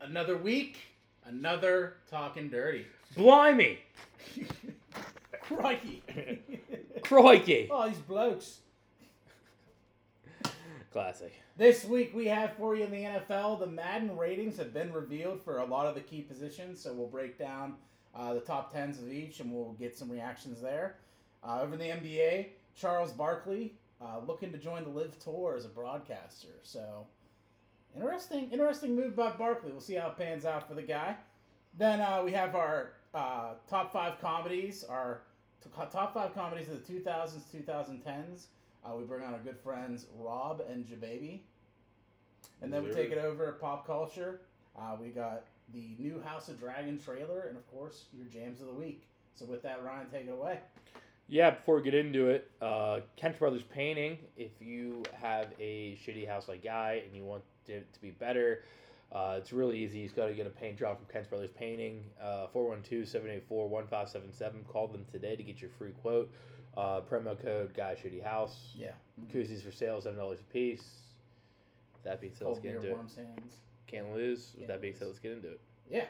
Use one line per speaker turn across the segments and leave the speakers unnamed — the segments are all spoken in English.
Another week, another talking dirty.
Blimey!
Crikey.
Crikey!
oh, these blokes.
Classic.
This week we have for you in the NFL the Madden ratings have been revealed for a lot of the key positions, so we'll break down uh, the top tens of each and we'll get some reactions there. Uh, over in the NBA, Charles Barkley uh, looking to join the Live Tour as a broadcaster. So interesting, interesting move by Barkley. We'll see how it pans out for the guy. Then uh, we have our uh, top five comedies, our t- top five comedies of the 2000s, 2010s. Uh, we bring on our good friends Rob and Jababy. And then we
Sure.
take it over at pop culture. Uh, we got the new House of Dragon trailer, and of course, your jams of the week. So, with that, Ryan, take it away.
Yeah, before we get into it, uh, Kent Brothers Painting. If you have a shitty house like Guy and you want it to be better, uh, it's really easy. You just got to get a paint job from Kent Brothers Painting. Uh, 412 784 1577. Call them today to get your free quote. Uh, promo code Guy Shitty House.
Yeah.
Koozies for sale, $7 a piece. With That being said, let's
Cold
get
beer,
into it.
warm sands.
Can't lose. With
Oh, Can't
that being said,
lose.
let's get into it.
Yeah.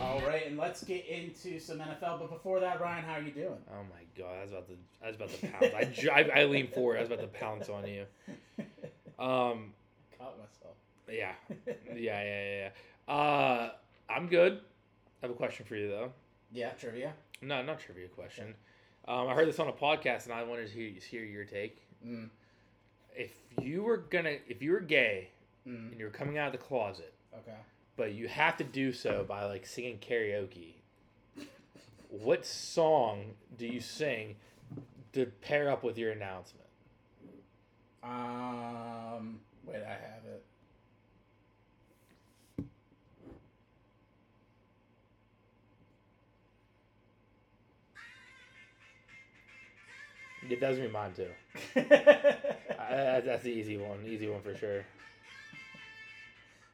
All right, and let's get into some NFL. But before that, Ryan, how are you doing?
Oh my god, I was about to, I was about to pounce. I, ju- I, I leaned forward. I was about to pounce on you. Um,
Caught myself.
yeah, yeah, yeah, yeah. yeah. Uh, I'm good. I have a question for you though.
yeah, trivia.
No, not trivia question. Um, I heard this on a podcast, and I wanted to hear, hear your take.
Mm,
If you were gonna, if you were gay
mm,
and you were coming out of the closet,
okay.
but you have to do so by like singing karaoke, what song do you sing to pair up with your announcement?
Um, wait, I have it.
It does remind too. I, I- that's the easy one, easy one for sure.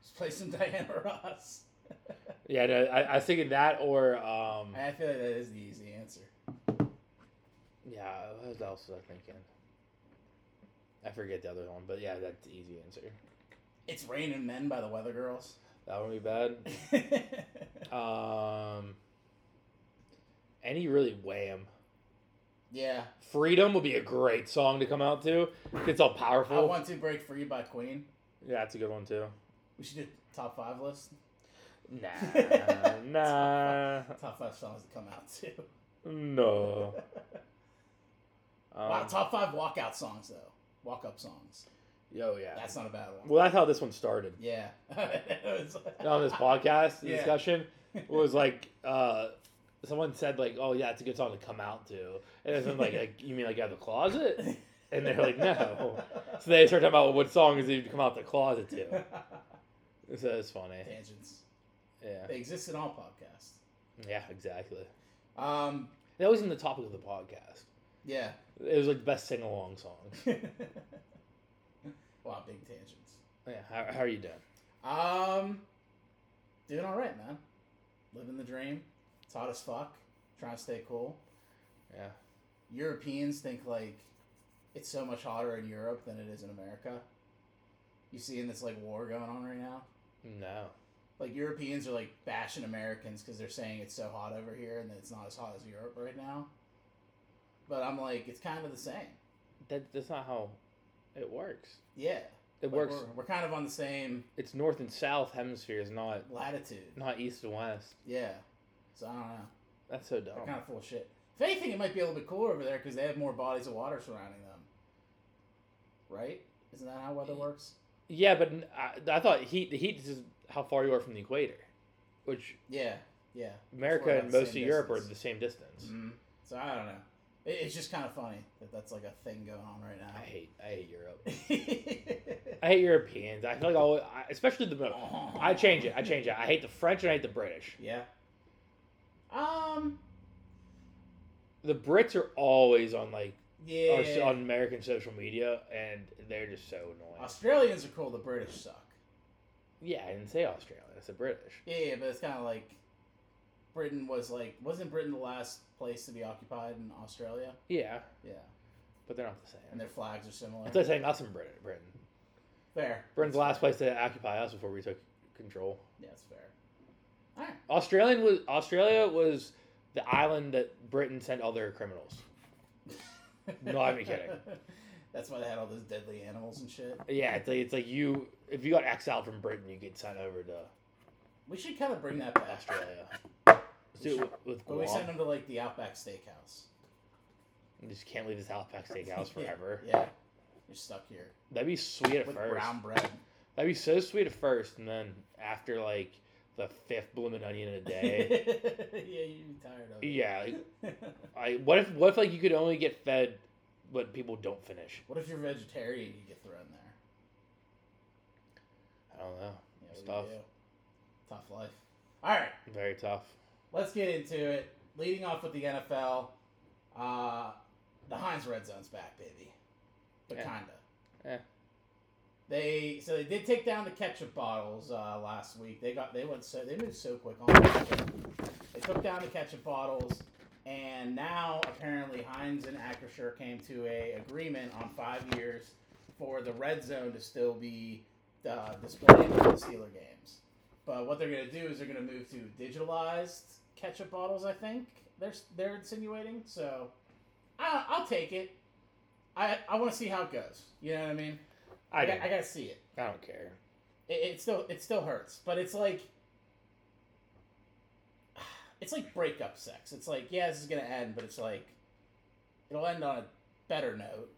Just play some Diana Ross.
Yeah, no, I, I was thinking that or um,
I feel like that is the easy answer.
yeah, what else was I thinking? I forget the other one, but yeah, that's the easy answer.
It's Raining Men by the Weather Girls.
That wouldn't be bad. Um, any really wham.
yeah.
Freedom would be a great song to come out to. It's all
I
powerful.
Want to Break Free by Queen.
yeah, that's a good one too.
We should do top five list.
Nah, nah,
Top five songs to come out too.
no. Um,
wow, top five walkout songs though. Walk up songs.
yo, yeah.
That's not a bad one.
well, that's how this one started.
Yeah. It was-
on this podcast
Yeah.
discussion was like uh someone said like oh yeah it's a good song to come out to and then I'm like, like you mean like out of the closet and they're like no so they start talking about what song is it to come out the closet to so it's funny
Tangents.
yeah
They exist in all podcasts.
yeah exactly
Um,
that wasn't the topic of the podcast
yeah.
it was like the best sing-along songs
wow, big tangents.
yeah how, how are you doing
Um, doing all right, man. Living the dream. It's hot as fuck. Trying to stay cool.
yeah
Europeans think like it's so much hotter in Europe than it is in America. You seeing this like war going on right now?
no
Like Europeans are like bashing Americans because they're saying it's so hot over here and that it's not as hot as Europe right now. But I'm like, it's kind of the same.
that that's not how it works
Yeah,
it
Like,
works
We're, we're kind of on the same
it's north and south hemispheres not
latitude.
not east and west
Yeah. So I don't know.
that's so dumb
They're kind of full of shit. If anything, it might be a little bit cooler over there because they have more bodies of water surrounding them. Right? Isn't that how weather works?
Yeah, but n- I, I thought heat. The heat is just how far you are from the equator, which
Yeah. Yeah.
America
about
and
the
most of
same
Europe are
distance.
the same distance.
Mhm. So I don't know. It, it's just kind of funny that that's like a thing going on right
I hate. I hate Europe.
now.
I hate Europeans. I feel like all, I- especially the. mo- I change it. I change it. I hate the French and I hate the British.
Yeah. Um,
the Brits are always on like
Yeah.
are on American social media, and they're just so annoying.
Australians are cool. The British suck.
yeah, I didn't say Australian. I said British.
Yeah, yeah but it's kind of like Britain was like wasn't Britain the last place to be occupied in Australia?
Yeah,
Yeah,
but they're not the same.
and their flags are similar.
It's like saying us in Britain. Britain.
fair.
Britain's the last place to occupy us before we took control.
Yeah, it's fair. All right.
Australian was Australia was the island that Britain sent all their criminals. No, I'm even kidding.
That's why they had all those deadly animals and shit.
Yeah, it's like, it's like you if you got exiled from Britain, you get sent over to
We should kind of bring that back.
Australia. Let's do it with- with
But we send
Guam.
them to like the Outback Steakhouse.
You just can't leave this Halifax steakhouse
Yeah,
forever.
Yeah, you're stuck here
That'd be sweet at
with
first.
brown bread.
That'd be so sweet at first, and then after like the fifth blooming onion in a day,
yeah, you'd be tired of it.
yeah. Like, I what if what if like you could only get fed what people don't finish?
what if you're vegetarian? You get thrown there.
I don't know.
Yeah,
It's
what
tough.
do you do? Tough life. All right,
Very tough.
let's get into it. Leading off with the NFL, uh, the Heinz Red Zone's back, baby. But
Yeah.
kinda.
Yeah.
They so they did take down the ketchup bottles uh, last week. They got they went so they moved so quick on. that. They took down the ketchup bottles, and now apparently Heinz and Acrisure came to a agreement on five years for the red zone to still be uh, displayed in the Steeler games. But what they're going to do is they're going to move to digitalized ketchup bottles. I think they're they're insinuating. So I, I'll take it. I I want to see how it goes. You know what I mean?
I
got, I
don't,
gotta see it.
I don't care.
it. It still it still hurts, but it's like it's like breakup sex. It's like yeah, this is gonna end, but it's like it'll end on a better note.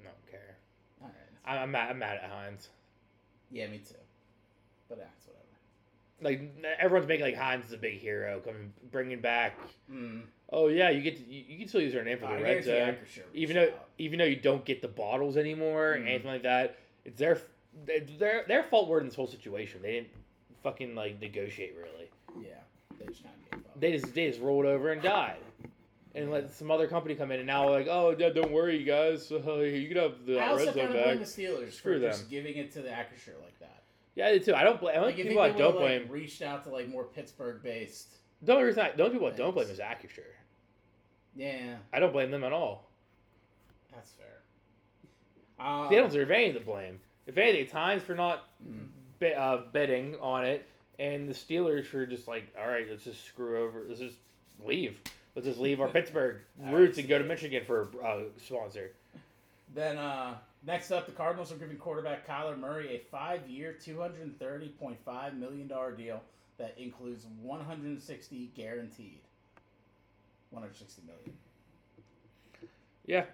I don't care.
All right.
I- I'm mad. I'm mad at Heinz. Yeah,
me too. But that's whatever.
like everyone's making like Heinz is a big hero, coming bringing back.
Mm.
Oh yeah, you get to, you, you can still use our name for
I
the red
guarantee
zone,
Anchor Sure
even though
reached out.
even though you don't get the bottles anymore
Mhm.
or anything like that. It's their it's their their fault. We're in this whole situation. They didn't fucking like negotiate really.
yeah, they just kind of gave up.
They just they just rolled over and died. And let some other company come in, and now like, oh, yeah, don't worry, you guys. you can have the
I also kind
red zone
of blame
back.
the Steelers
Screw
for
them.
just giving it to the Acrisure like that.
Yeah, I do too. I don't blame. I
Like,
don't
you
people I
think they
don't
would've, like,
blame.
reached out to like more Pittsburgh based.
The only reason I don't people I don't blame
Thanks.
is Acusure.
Yeah,
I don't blame them at all.
that's fair. Um,
They don't deserve any of the blame. If anything, it's Hines for not
Mm.
be, uh, betting on it, and the Steelers for just like, all right, let's just screw over, let's just leave, let's just leave our Pittsburgh
All
roots
right.
and go to Michigan for a uh, sponsor.
Then uh, next up, the Cardinals are giving quarterback Kyler Murray a five-year, two hundred and thirty point five million dollar deal that includes one hundred and sixty guaranteed. One hundred sixty million.
Yeah,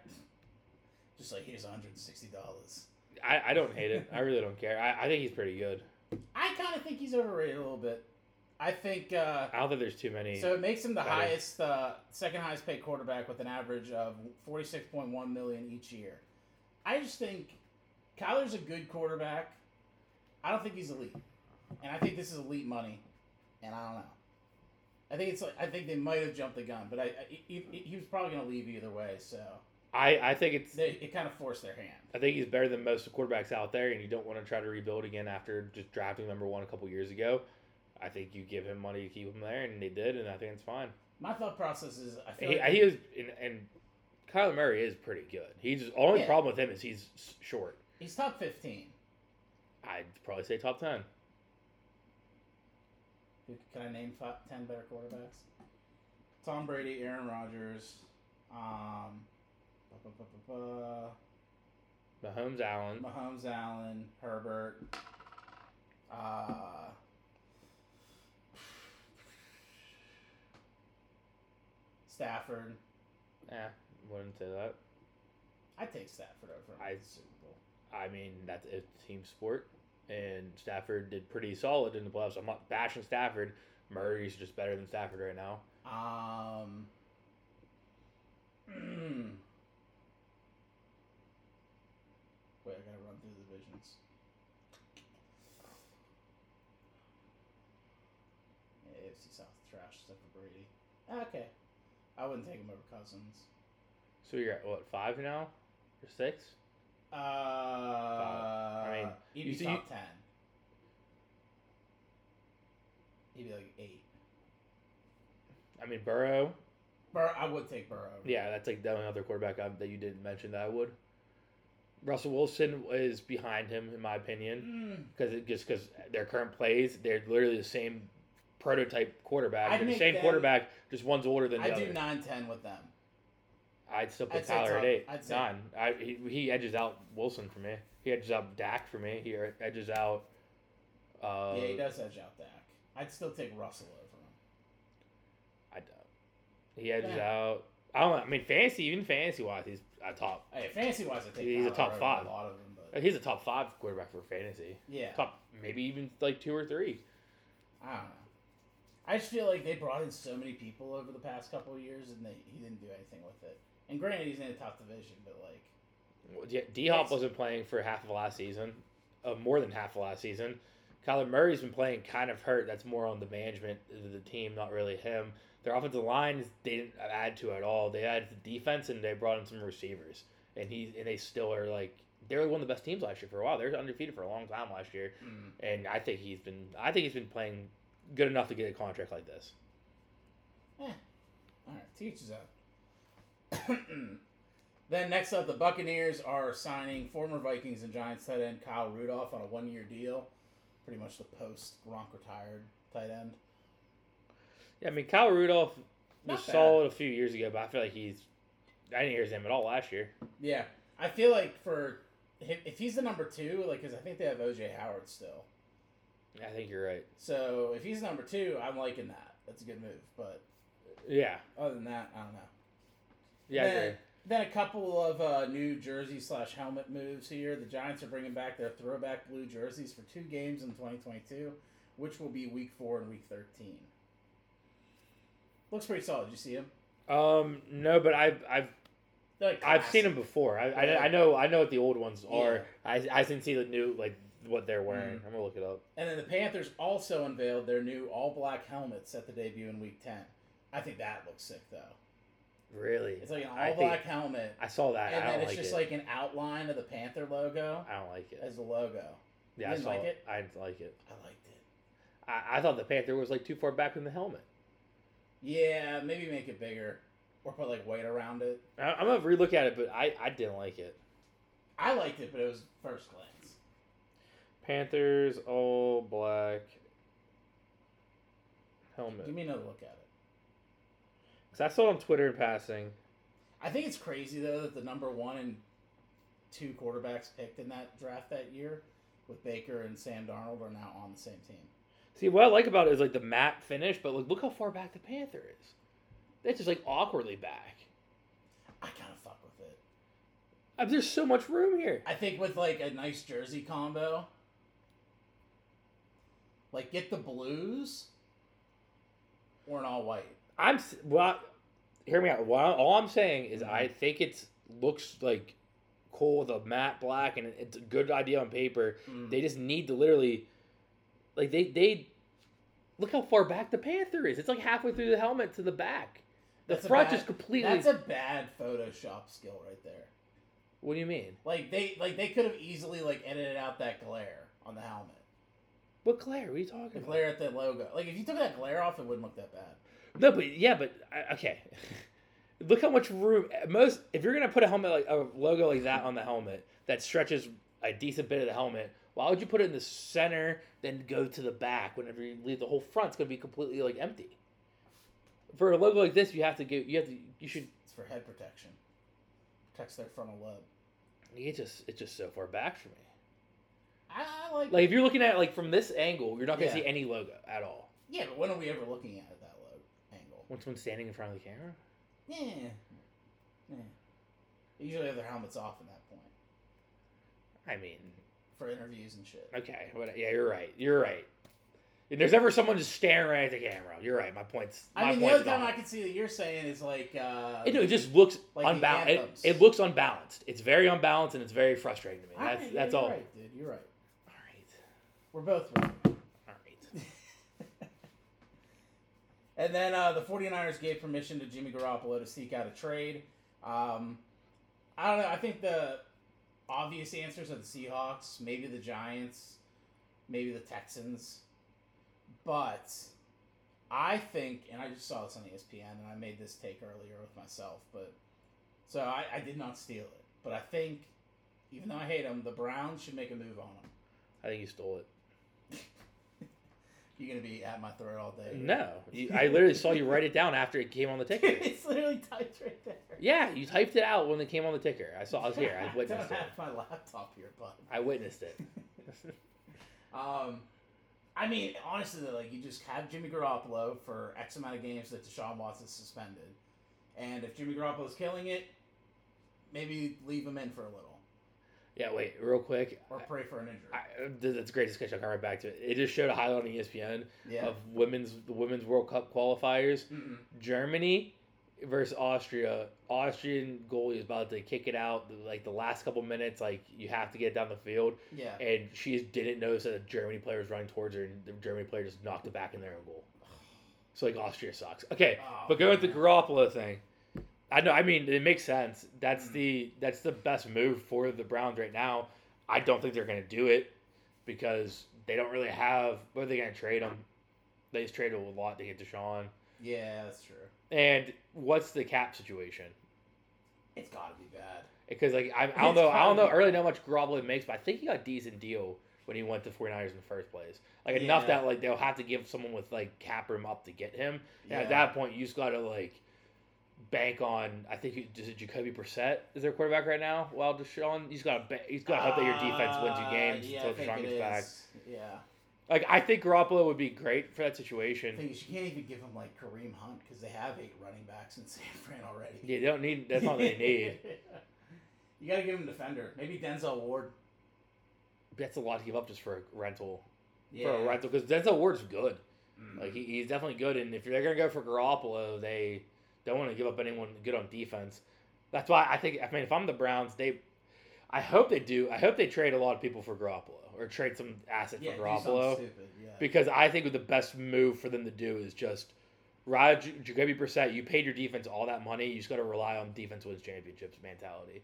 Just like here's one hundred and sixty dollars.
I, I don't hate it. I really don't care. I, I think he's pretty good.
I kind of think he's overrated a little bit. I think uh,
I don't think there's too many.
so. It makes him the
Better.
highest, uh, second highest paid quarterback with an average of forty-six point one million each year. I just think Kyler's a good quarterback. I don't think he's elite, and I think this is elite money. And I don't know. I think it's like I think they might have jumped the gun, but I, I he, he- he was probably going to leave either way, so
I, I think it's.
they, it kind of forced their hand.
I think he's better than most quarterbacks out there, and you don't want to try to rebuild again after just drafting number one a couple years ago. I think you give him money to keep him there, and they did, and I think it's fine.
My thought process is I feel
He,
like
he is, and, and Kyler Murray is pretty good. He's only
Yeah.
problem with him is he's s- short.
he's top fifteen.
I'd probably say top ten.
Who- Can I name five, ten better quarterbacks? Tom Brady, Aaron Rodgers, um, ba, ba, ba, ba,
Mahomes,
ba,
Allen,
Mahomes, Allen, Herbert. Uh, Stafford.
eh, wouldn't say that.
I'd take Stafford over him
I-
in the Super Bowl.
I mean that's a team sport, and Stafford did pretty solid in the playoffs. I'm not bashing Stafford. Murray's just better than Stafford right now.
Um, wait, I gotta run through the divisions. Yeah, AFC South trash except for Brady. Okay, I wouldn't take him over Cousins.
So you're at what five now, or six?
Uh, I
mean,
he'd
you
be
see-
top ten. He'd be like eight.
I mean Burrow.
Bur- I would take Burrow. over.
Yeah, that's like the only other quarterback I, that you didn't mention that I would. Russell Wilson is behind him in my opinion
Mm,
because it just because their current plays they're literally the same prototype quarterback.
I'd
They're the
make
same
them-
quarterback, just one's older than the
I
other.
do nine ten with them.
I'd still put
I'd say
Tyler
top-
at eight.
I'd say-
Nine. I, he, he edges out Wilson for me. He edges out Dak for me. He e, edges out. Uh,
yeah, he does edge out Dak. I'd still take Russell over him.
I don't. He edges
Yeah.
out. I don't. know. I mean, fantasy even fantasy wise, he's a top.
Hey, fantasy wise, I think
He's a
Kyler
top
over
five.
A lot of them, but
He's a top five quarterback for fantasy.
yeah,
Top maybe even like two or three.
I don't know. I just feel like they brought in so many people over the past couple of years, and they he didn't do anything with it. And granted, he's in the top division, but like,
D Hop
Yes.
wasn't playing for half of last season, uh, more than half of last season. Kyler Murray's been playing kind of hurt. That's more on the management of the team, not really him. Their offensive lines they didn't add to at all. They added the defense and they brought in some receivers. And he and they still are like they were one of the best teams last year for a while. They were undefeated for a long time last year.
mm,
And I think he's been I think he's been playing good enough to get a contract like this.
all right, teaches out. then next up, the Buccaneers are signing former Vikings and Giants tight end Kyle Rudolph on a one-year deal, pretty much the post Gronk retired tight end.
Yeah, I mean Kyle Rudolph was
Not bad.
solid a few years ago, but I feel like he's I didn't hear his name at all last year.
Yeah, I feel like for if if he's the number two, like because I think they have OJ Howard still.
I think you're right.
So if he's number two, I'm liking that. That's a good move. But
Yeah.
other than that, I don't know.
Yeah, I agree.
Then a couple of uh, new jersey slash helmet moves here. The Giants are bringing back their throwback blue jerseys for two games in 2022, which will be Week Four and Week 13. Looks pretty solid. You see him?
Um, no, but I've I've I've seen them before. I,
Yeah.
I, I know I know what the old ones are.
Yeah. Mm.
I I didn't see the new like what they're wearing. I'm gonna look it up.
And then the Panthers also unveiled their new all black helmets at the debut in Week 10. I think that looks sick though.
Really,
It's like an
I
all
think-
black helmet,
I saw that.
and
I
then
don't
it's
like
just
it.
like an outline of the Panther logo
I don't like it.
as the logo.
Yeah, I
didn't
saw
like
it.
it?
I didn't like it.
I liked it.
I, I thought the Panther was like too far back in the helmet.
Yeah, maybe make it bigger or put like weight around it.
I, I'm gonna relook at it, but I I didn't like it.
I liked it, but it was first glance.
Panthers all black
Give
helmet.
me another look at it.
Cause I saw it on Twitter in passing.
I think it's crazy though that the number one and two quarterbacks picked in that draft that year with Baker and Sam Darnold are now on the same team.
See, what I like about it is like the matte finish, but like look how far back the Panther is. That's just like awkwardly back.
I kind of fuck with it.
Uh, There's so much room here.
I think with like a nice jersey combo, like get the blues or an all white.
I'm s- well. Hear me out. Well, all I'm saying is
Mm-hmm.
I think it's looks like cool with a matte black, and it's a good idea on paper.
Mm. Mm-hmm.
They just need to literally, like they they look how far back the Panther is. It's like halfway through the helmet to the back. The
That's a
front
bad-
is completely.
That's a bad Photoshop skill right there.
what do you mean?
Like they like they could have easily like edited out that glare on the helmet.
What glare? What are you
The
talking about?
glare at the logo. Like if you took that glare off, it wouldn't look that bad.
No, but yeah, but I- okay. Look how much room most. If you're gonna put a helmet like a logo like that on the helmet that stretches a decent bit of the helmet, why would you put it in the center then go to the back? Whenever you leave the whole front, it's gonna be completely like empty. For a logo like this, you have to give. You have to. You should.
It's for head protection. Protects their frontal lobe.
It just. It's just so far back for me.
I, I like,
Like if you're looking at it, like from this angle, you're not gonna
Yeah.
see any logo at all.
Yeah, but when are we ever looking at it that low angle?
When someone's standing in front of the camera.
Yeah. Yeah. They usually have their helmets off at that point.
I mean,
For interviews and shit.
Okay, but yeah, you're right. You're right. And there's never someone just staring right at the camera. You're right. My points. My
I mean the
points
other time
gone.
I can see that you're saying is like uh
It, it just looks
Like the
unbalanced. It,
anthems.
it looks unbalanced. It's very unbalanced and it's very frustrating to me.
Alright,
That's
yeah,
that's
you're
all.
right, dude, you're right.
All right.
We're both right.
All right.
And then uh, the 49ers gave permission to Jimmy Garoppolo to seek out a trade. Um, I don't know. I think the obvious answers are the Seahawks, maybe the Giants, maybe the Texans. But I think, and I just saw this on E ESPN, and I made this take earlier with myself, but so I, I did not steal it. But I think, even though I hate them, the Browns should make a move on them.
I think you stole it.
You're gonna be at my throat all day.
No, you, I literally saw you write it down after it came on the ticker.
it's literally typed right there.
Yeah, you typed it out when it came on the ticker. I saw. I was here. I witnessed
don't
it.
have my laptop here, bud.
I witnessed it.
Um, I mean, honestly, though, like you just have Jimmy Garoppolo for X amount of games that Deshaun Watson's suspended, and if Jimmy Garoppolo's killing it, maybe leave him in for a little
Yeah, wait, real quick.
or pray for an injury.
I, th- that's a great discussion. I'll come right back to it. It just showed a highlight on E ESPN
yeah. Mm-hmm.
of women's the women's World Cup qualifiers.
Mm-mm.
Germany versus Austria. Austrian goalie is about to kick it out. Like the last couple minutes, like you have to get down the field,
Yeah.
and she just didn't notice that a Germany player was running towards her, and the Germany player just knocked it back in their own goal. So like Austria sucks. Okay,
Oh,
but going with the
man.
Garoppolo thing, I know. I mean, it makes sense. That's
Mhm.
the that's the best move for the Browns right now. I don't think they're going to do it because they don't really have. Where are they going to trade them? They just traded a lot to get Deshaun.
Yeah, that's true.
And what's the cap situation?
It's got to be bad.
Because like I, I
It's
don't know, I don't know
probably-
really know how much Garoppolo makes, but I think he got a decent deal when he went to 49ers in the first place. Like enough
Yeah.
that like they'll have to give someone with like cap room up to get him. And at that point, you just got to like bank on. I think it- is it Jacoby Brissett is their quarterback right now. Well, Deshaun, he's got to he's got to hope that your defense wins you
Uh,
games
yeah, I
until
think
Deshaun
it
gets back.
is. Yeah.
Like I think Garoppolo would be great for that
The
situation.
thing is, you can't even give him like Kareem Hunt because they have eight running backs in San Fran already.
Yeah, they don't need. That's all they need.
you got to give him a defender. Maybe Denzel Ward.
That's a lot to give up just for a rental. for a rental because Denzel Ward's good.
Mm.
Like he, he's definitely good, and if they're gonna go for Garoppolo, they don't want to give up anyone good on defense. That's why I think. I mean, if I'm the Browns, they, I hope they do. I hope they trade a lot of people for Garoppolo or trade some asset
yeah,
for
do something
Garoppolo
Stupid. Yeah.
because I think the best move for them to do is just ride Ja- Jacoby Brissett. You paid your defense all that money. You just got to rely on defense wins championships mentality.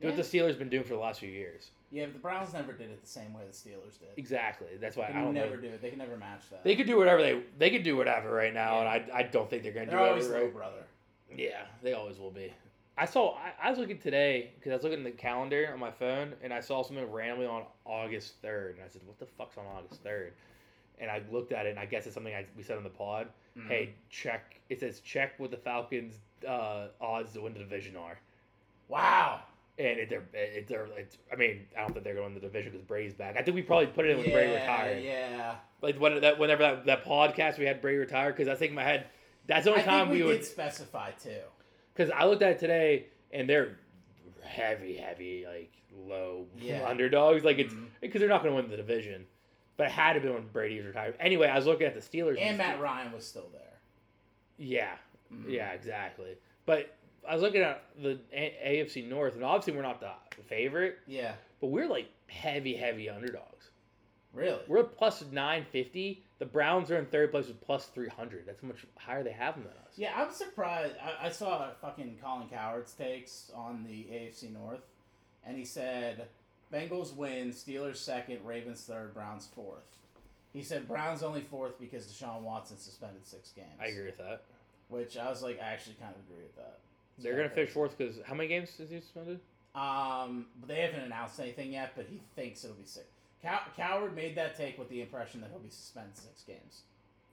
Do
Yeah.
what the Steelers been doing for the last few years.
yeah, but the Browns never did it the same way the Steelers did.
Exactly. That's why
They
I
can
don't
never
think,
do it. They can never match that.
they could do whatever they they could do whatever right now, and I, I don't think they're gonna
They're
do
always
whatever.
little
Right?
brother.
Yeah, they always will be. I saw. I, I was looking today because I was looking at the calendar on my phone, and I saw something randomly on August third, and I said, "What the fuck's on August 3rd? And I looked at it, and I guess it's something I, we said on the pod.
Mm-hmm.
Hey, check. It says check what the Falcons' uh, odds to win the division are,
Wow.
and it, they're it, they're. It's, I mean, I don't think they're going to win the division because Brady's back. I think we probably put it in when Brady retired.
Yeah.
Like when that whenever that, that podcast we had Brady retire because I think in my head that's the
I
only time
think we,
we would
did specify too.
Because I looked at it today, and they're heavy, heavy, like low
Yeah.
underdogs. Like it's
Mhm.
because they're not going to win the division. But it had to be when Brady was retired. Anyway, I was looking at the Steelers.
And
the
Matt
Ste-
Ryan was still there.
Yeah,
Mhm.
yeah, exactly. But I was looking at the A- AFC North, and obviously we're not the favorite,
Yeah.
but we're like heavy, heavy underdogs.
Really.
We're plus nine fifty. The Browns are in third place with plus three hundred. That's how much higher they have than us.
Yeah, I'm surprised. I, I saw fucking Colin Coward's takes on the AFC North, and he said Bengals win, Steelers second, Ravens third, Browns fourth. He said Browns only fourth because Deshaun Watson suspended six games.
I agree with that.
Which I was like, I actually kind of agree with that. It's
They're gonna
kinda
finish
crazy.
fourth because how many games is he suspended?
Um, but they haven't announced anything yet. But he thinks it'll be six. Cow- Coward made that take with the impression that he'll be suspended six games.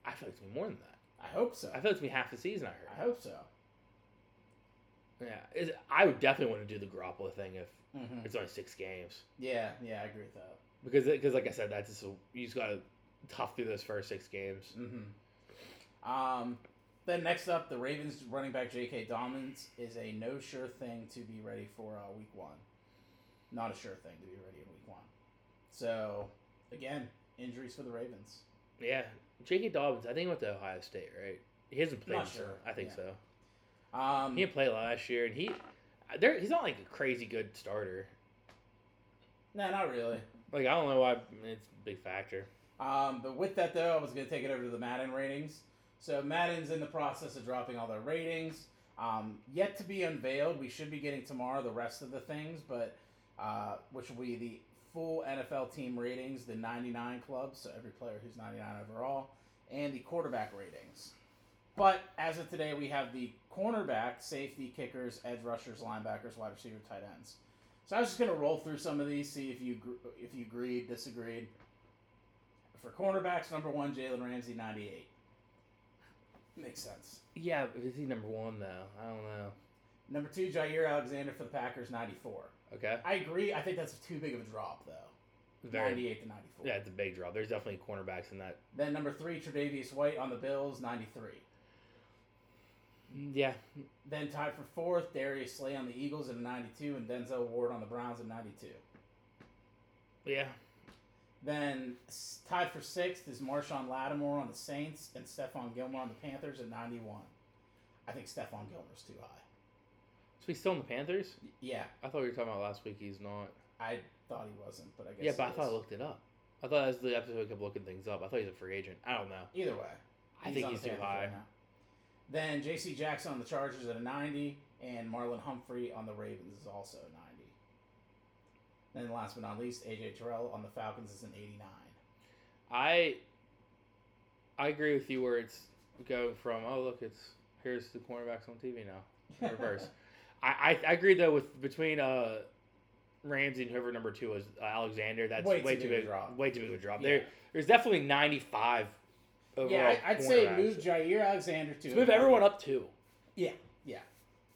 I feel like it's gonna be more than that.
I hope so.
I feel it's gonna be half the season. I
I
heard.
hope so.
Yeah, Is- I would definitely want to do the Garoppolo thing if
hmm
it's only six games
Yeah, yeah, I agree with that.
because because like I said, that's just a, you just gotta tough through those first six games.
Mm-hmm. Um, then next up, the Ravens running back J.K. Dobbins is a no sure thing to be ready for uh, week one. Not a sure thing to be ready in week one. So, again, injuries for the Ravens.
Yeah, J.K. Dobbins. I think he went to Ohio State, right? He hasn't played.
Not
this
sure.
year. I think
Yeah.
so.
Um,
He didn't play last year, and he there he's not like a crazy good starter.
No, not really.
Like I don't know why it's a big factor.
Um, but with that, though, I was going to take it over to the Madden ratings. So Madden's in the process of dropping all their ratings. Um, yet to be unveiled. We should be getting tomorrow the rest of the things, but uh, which will be the full NFL team ratings, the 99 clubs, so every player who's 99 overall, and the quarterback ratings. But as of today, we have the cornerback, safety, kickers, edge rushers, linebackers, wide receiver, tight ends. So I was just gonna roll through some of these, see if you gr- if you agreed, disagreed. For cornerbacks, number one, Jalen Ramsey, 98. Makes sense.
Yeah, but is he number one though? I don't know.
Number two, Jair Alexander for the Packers, 94.
Okay,
I agree. I think that's too big of a drop, though.
very.
98 to 94.
Yeah, it's a big drop. There's definitely cornerbacks in that.
Then number three, Tre'Davious White on the Bills, 93.
Yeah,
Then tied for fourth, Darius Slay on the Eagles at a 92, and Denzel Ward on the Browns at 92.
yeah.
Then s- tied for sixth is Marshawn Lattimore on the Saints and Stephon Gilmore on the Panthers at 91. I think Stephon Gilmore's too high.
So he's still in the Panthers.
Y- Yeah,
I thought we were talking about last week. He's not.
I thought he wasn't, but I guess.
yeah,
he
but I thought I
is.
looked it up. I thought that's the episode I kept looking things up. I thought he's a free agent. I don't know.
Either way.
I think
on
he's
the
too
Panthers
high.
right now. Then J.C. Jackson on the Chargers at a 90, and Marlon Humphrey on the Ravens is also a 90. Then last but not least, A.J. Terrell on the Falcons is an 89.
I I agree with you where it's going from. Oh look, it's here's the cornerbacks on TV now. In reverse. I, I I agree though with between uh Ramsey and whoever number two was uh, Alexander. That's way, too big.
a drop.
Way too big of a drop.
Yeah.
There there's definitely 95. Overall
yeah, I, I'd say
cornerbacks.
move Jair Alexander to
Just move everyone up two.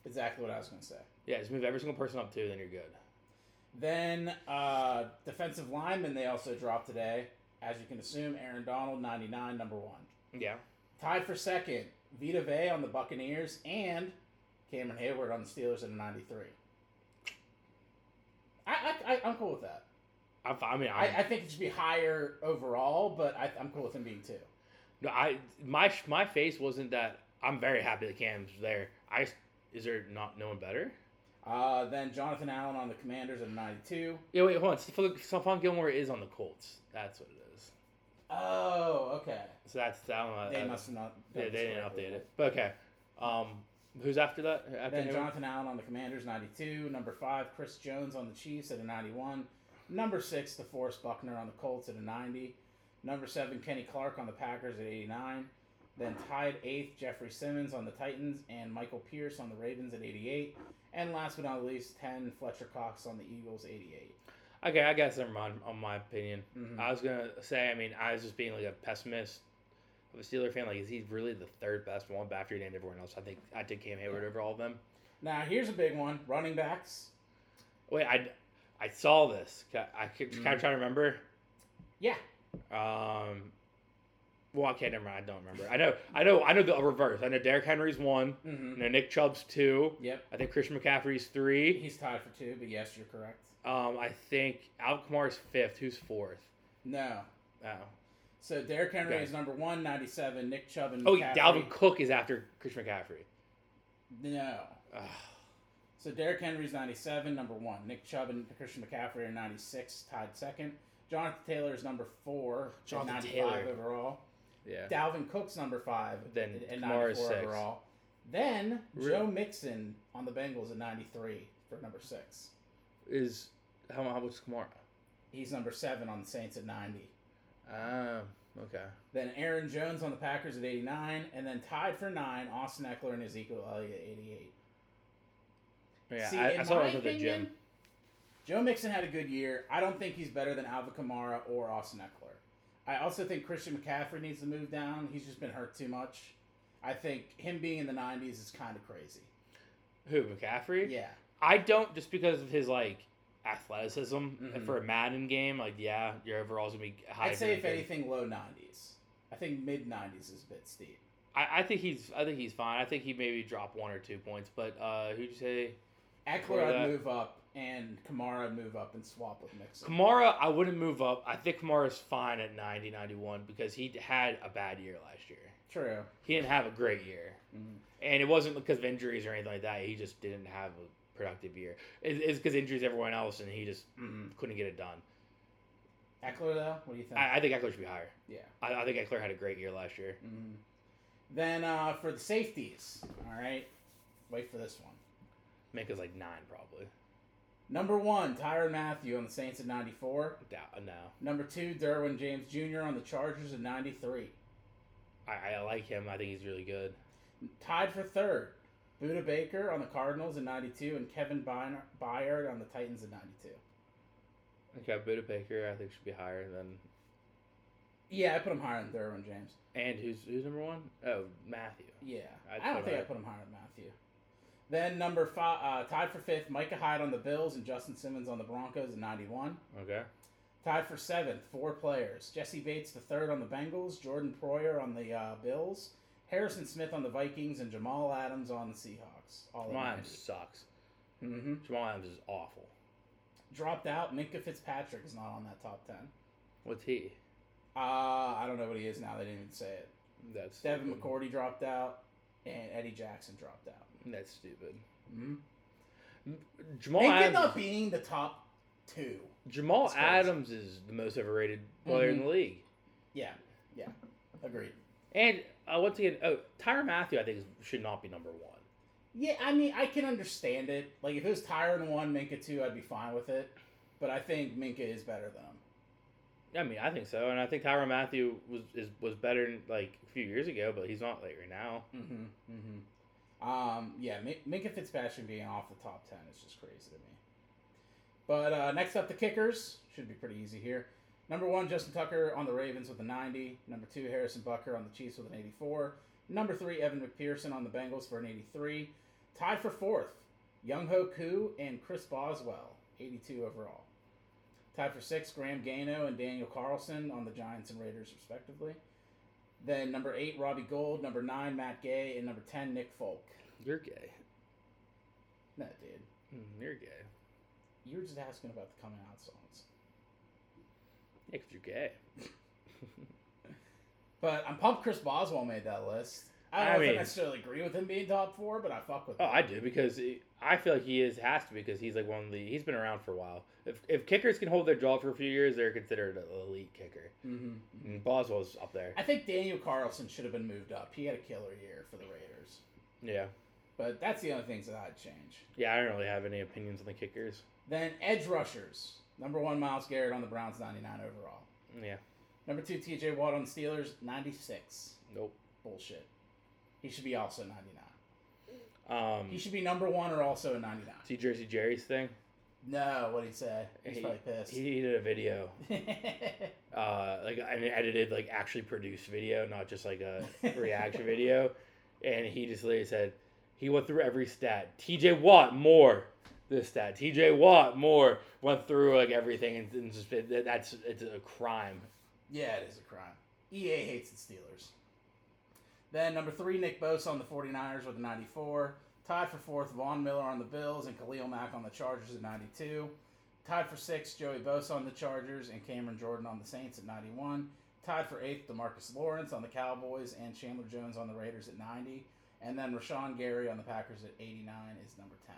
Exactly what I was going to say.
Yeah, just move every single person up two, then you're good.
Then uh, defensive lineman they also dropped today. As you can assume, Aaron Donald, 99, number one.
Yeah.
Tied for second, Vita Vey on the Buccaneers and Cameron Hayward on the Steelers at a 93. I, I, I, I'm cool with that.
I, I mean,
I,
I,
I think it should be higher overall, but I, I'm cool with him being two.
No, I my my face wasn't that. I'm very happy that Cam's there. I is there not no one better?
Uh, then Jonathan Allen on the Commanders at a 92.
Yeah, wait, hold on. Stephon Stephon Gilmore is on the Colts. That's what it is.
Oh, okay.
So that's that one.
They must have not.
Uh, Yeah, they
done this
didn't
correctly.
update it. But okay. Um, who's after that? After
Then
him?
Jonathan Allen on the Commanders, 92. Number five, Chris Jones on the Chiefs at a 91. Number six, DeForest Buckner on the Colts at a 90. Number seven, Kenny Clark on the Packers at 89. Then tied eighth, Jeffrey Simmons on the Titans and Michael Pierce on the Ravens at 88. And last but not least, 10, Fletcher Cox on the Eagles, 88.
Okay, I guess never mind. On my opinion,
Mhm.
I was gonna say. I mean, I was just being like a pessimist of a Steeler fan. Like, is he really the third best one? But after he named everyone else, I think I took Cam Hayward over all of them.
Now, here's a big one running backs.
Wait, I, I saw this. Ca- I kept kind
Mhm.
of trying to remember.
Yeah.
Um, well, I can't remember. I don't remember. I know. I know. I know the reverse. I know Derrick Henry's one. I
Mm-hmm.
know Nick Chubb's two.
Yep.
I think Christian McCaffrey's three.
He's tied for two, but yes, you're correct.
Um, I think Al Kamara's fifth. Who's fourth?
No.
Oh,
So Derrick Henry
Okay.
is number one, 97. Nick Chubb and
oh,
McCaffrey-
Dalvin Cook is after Christian McCaffrey.
No.
Ugh.
So Derrick Henry's 97, number one. Nick Chubb and Christian McCaffrey are 96, tied second. Jonathan Taylor is number four, at
Jonathan
95
Taylor.
overall.
Yeah.
Dalvin Cook's number five,
Then
at- at
Kamara is
94
six.
overall. Then
Really?
Joe Mixon on the Bengals at 93 for number six.
Is how how much is Kamara?
He's number seven on the Saints at 90.
Um. Okay.
Then Aaron Jones on the Packers at 89, and then tied for nine, Austin Eckler and Ezekiel Elliott at 88.
Yeah.
See,
I,
in
I saw it
my
was at the
opinion,
gym.
Joe Mixon had a good year. I don't think he's better than Alvin Kamara or Austin Eckler. I also think Christian McCaffrey needs to move down. He's just been hurt too much. I think him being in the 90s is kind of crazy.
Who McCaffrey?
Yeah.
I don't just because of his like athleticism
Mhm.
for a Madden game. Like, yeah, your overall's gonna be high.
I'd say, if
than-
anything, low 90s. I think mid 90s is a bit steep.
I, I think he's I think he's fine. I think he maybe drop one or two points. But uh, who'd you say?
Eckler,
Before
I'd
that-
move up, and Kamara, I'd move up and swap with Mixon.
Kamara, I wouldn't move up. I think Kamara's fine at 90, 91 because he had a bad year last year.
True.
He didn't have a great year,
Mhm.
and it wasn't because of injuries or anything like that. He just didn't have a productive year. It- it's because injuries everyone else, and he just
Mhm.
couldn't get it done.
Eckler, though, what do you think?
I, I think Eckler should be higher.
yeah.
I, I think Eckler had a great year last year.
Mhm. Then uh, for the safeties, all right, wait for this one.
Make us like nine probably.
Number one, Tyron Matthew on the Saints at 94.
Doubt- uh, No,
Number two, Derwin James Jr. on the Chargers at 93.
I, I like him. I think he's really good.
Tied for third, Buda Baker on the Cardinals at 92 and Kevin Byner- Byard on the Titans at 92.
Okay, Buda Baker I think should be higher than.
Yeah, I put him higher than Derwin James.
And who's who's number one? Oh, Matthew.
Yeah,
I'd
I don't
put
think I
him-
put him higher than Matthew. Then number five, uh, tied for fifth, Micah Hyde on the Bills and Justin Simmons on the Broncos at 91.
Okay.
Tied for seventh, four players. Jesse Bates the third on the Bengals, Jordan Proyer on the uh, Bills, Harrison Smith on the Vikings, and Jamal Adams on the Seahawks. All
Jamal Adams sucks.
hmm
Jamal Adams is awful.
Dropped out. Minka Fitzpatrick is not on that top ten.
What's he?
Uh, I don't know what he is now. They didn't even say it.
That's
Devin
stupid.
McCourty dropped out, and Eddie Jackson dropped out.
That's stupid.
Mm-hmm.
Jamal
Minka
Adams.
not being the top two.
Jamal
It's crazy. Mm-hmm.
Adams is the most overrated player in the league.
Yeah, yeah, agreed.
And uh, once again, oh, Tyron Matthew I think is- should not be number one.
Yeah, I mean, I can understand it. Like, if it was Tyron one, Minka two, I'd be fine with it. But I think Minka is better than him.
I mean, I think so, and I think Tyron Matthew was is, was better like a few years ago, but he's not like right now.
Mm-hmm. Mm-hmm. Um, yeah, Mi- Minka Fitzpatrick being off the top ten is just crazy to me. But uh, next up, the kickers should be pretty easy here. Number one, Justin Tucker on the Ravens with a 90. Number two, Harrison Bucker on the Chiefs with an 84. Number three, Evan McPherson on the Bengals for an 83. Tied for fourth, Young Ho Koo and Chris Boswell, 82 overall. Tied for sixth, Graham Gano and Daniel Carlson on the Giants and Raiders, respectively. Then number eight, Robbie Gold. Number nine, Matt Gay. And number 10, Nick Folk.
You're gay.
No, dude.
Mm, You're gay.
You were just asking about the coming out songs.
Yeah, 'cause you're gay.
But I'm pumped Chris Boswell made that list. I don't
I
know if
mean-
I necessarily agree with him being top four, but I fuck with
Oh,
him.
I do because he- I feel like he is has to because he's like one of the he's been around for a while. If if kickers can hold their jaw for a few years, they're considered an elite kicker.
Mm-hmm.
And Boswell's up there.
I think Daniel Carlson should have been moved up. He had a killer year for the Raiders.
Yeah,
But that's the only things that I'd change.
yeah. I don't really have any opinions on the kickers.
Then edge rushers. Number one, Miles Garrett on the Browns, 99 overall.
Yeah,
Number two, TJ Watt on the Steelers, 96.
nope.
Bullshit. He should be also 99.
Um,
He should be number one or also a 99.
see Jersey Jerry's thing.
No, what'd he say? He's
He-
probably pissed.
He did a video, uh, like an edited, like actually produced video, not just like a reaction video. And he just literally said he went through every stat. T.J. Watt more this stat. T.J. Watt more went through like everything, and, and just it, that- that's it's a crime.
yeah, it is a crime. EA hates the Steelers. Then number three, Nick Bosa on the 49ers with a 94. Tied for fourth, Vaughn Miller on the Bills and Khalil Mack on the Chargers at 92. Tied for sixth, Joey Bosa on the Chargers and Cameron Jordan on the Saints at 91. Tied for eighth, Demarcus Lawrence on the Cowboys and Chandler Jones on the Raiders at 90. And then Rashawn Gary on the Packers at 89 is number 10.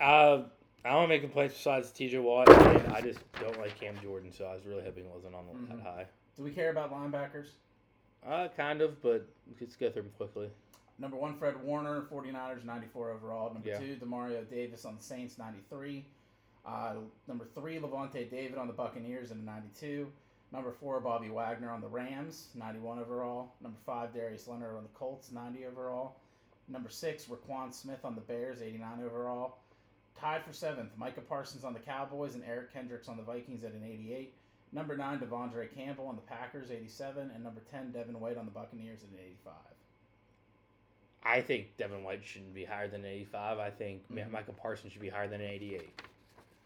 Uh, I don't make complaints besides T.J. Watt. And I just don't like Cam Jordan, so I was really hoping it wasn't on
Mhm.
that high.
Do we care about linebackers?
Uh, kind of, but let's go through them quickly.
Number one, Fred Warner, 49ers, 94 overall. Number
Yeah.
two, Demario Davis on the Saints, 93. Uh, number three, Levante David on the Buccaneers in 92. Number four, Bobby Wagner on the Rams, 91 overall. Number five, Darius Leonard on the Colts, 90 overall. Number six, Raquan Smith on the Bears, 89 overall. Tied for seventh, Micah Parsons on the Cowboys and Eric Kendricks on the Vikings at an 88. Number nine, Devondre Campbell on the Packers, 87. And number 10, Devin White on the Buccaneers at an 85.
I think Devin White shouldn't be higher than an 85. I think Ma-
Mhm.
Michael Parsons should be higher than an 88.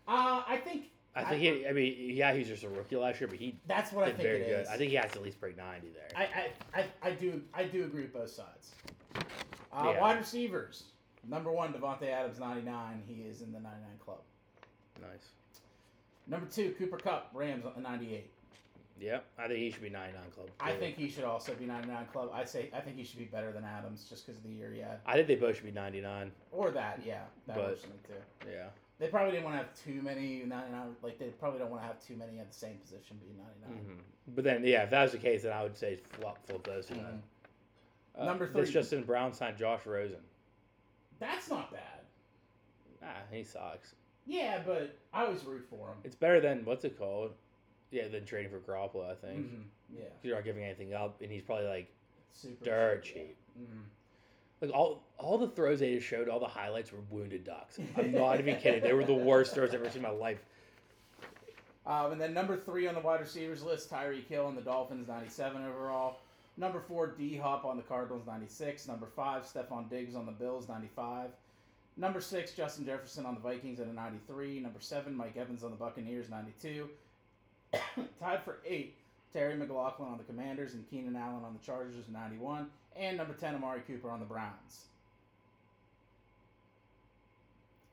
Uh, I think
I
I-
think he, I mean, yeah, he's just a rookie last year, but he
that's what I
did
think it
very
is.
good. I think he has to at least break 90 there.
I, I, I, I do I do agree with both sides. Uh,
Yeah.
Wide receivers. Number one, Devontae Adams, 99. He is in the 99 club.
nice.
Number two, Cooper Cup, Rams, on the 98.
Yep. I think he should be 99 club.
I
too.
think he should also be 99 club. I say I think he should be better than Adams just because of the year he had.
I think they both should be 99.
Or that, yeah. That
But-
works for me too.
Yeah.
They probably didn't want to have too many 99. Like, they probably don't want to have too many at the same position be 99.
Mm-hmm. But then, yeah, if that was the case, then I would say flop flip those two.
Mhm.
then. Uh,
Number
This
three.
Justin Brown signed Josh Rosen.
That's not bad.
Ah, he sucks.
Yeah, but I always root for him.
It's better than what's it called? Yeah, than trading for Garoppolo, I think.
Mhm. Yeah,
You're not giving anything up, and he's probably like
super
dirt
cheap.
cheap.
Mhm.
Like all all the throws they just showed, all the highlights were wounded ducks. I'm not even kidding. They were the worst throws I've ever seen in my life.
Um, and then number three on the wide receivers list, Tyreek Hill on the Dolphins, 97 overall. Number four, D Hop on the Cardinals, 96. Number five, Stephon Diggs on the Bills, 95. Number six, Justin Jefferson on the Vikings at a 93. Number seven, Mike Evans on the Buccaneers, 92. Tied for eight, Terry McLaughlin on the Commanders and Keenan Allen on the Chargers, 91. And number 10, Amari Cooper on the Browns.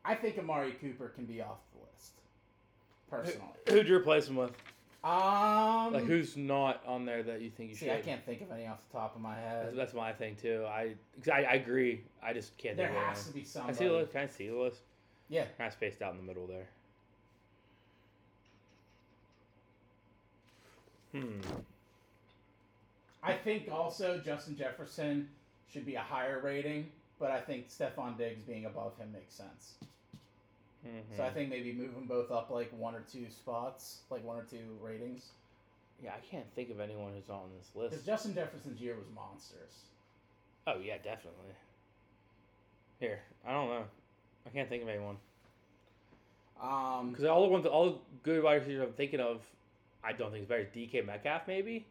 I think Amari Cooper can be off the list, personally.
Who'd you replace him with?
Um,
Like who's not on there that you think you
see,
should?
I can't think of any off the top of my
That's,
head.
that's my thing too. I, 'cause I I agree. I just can't
There
think of
has
anyone.
to be
Can I see the
somebody.
list. Can I see the list?
Yeah,
Kind of spaced out in the middle there. Hmm.
I think also Justin Jefferson should be a higher rating, but I think Stephon Diggs being above him makes sense. So I
Mhm.
think maybe move them both up like one or two spots, like one or two ratings.
yeah, I can't think of anyone who's on this
Because
list.
Justin Jefferson's year was monstrous.
Oh yeah, definitely. Here, I don't know. I can't think of anyone
Um,
because all the ones, all the good wide receivers I'm thinking of, I don't think it's better. DK Metcalf maybe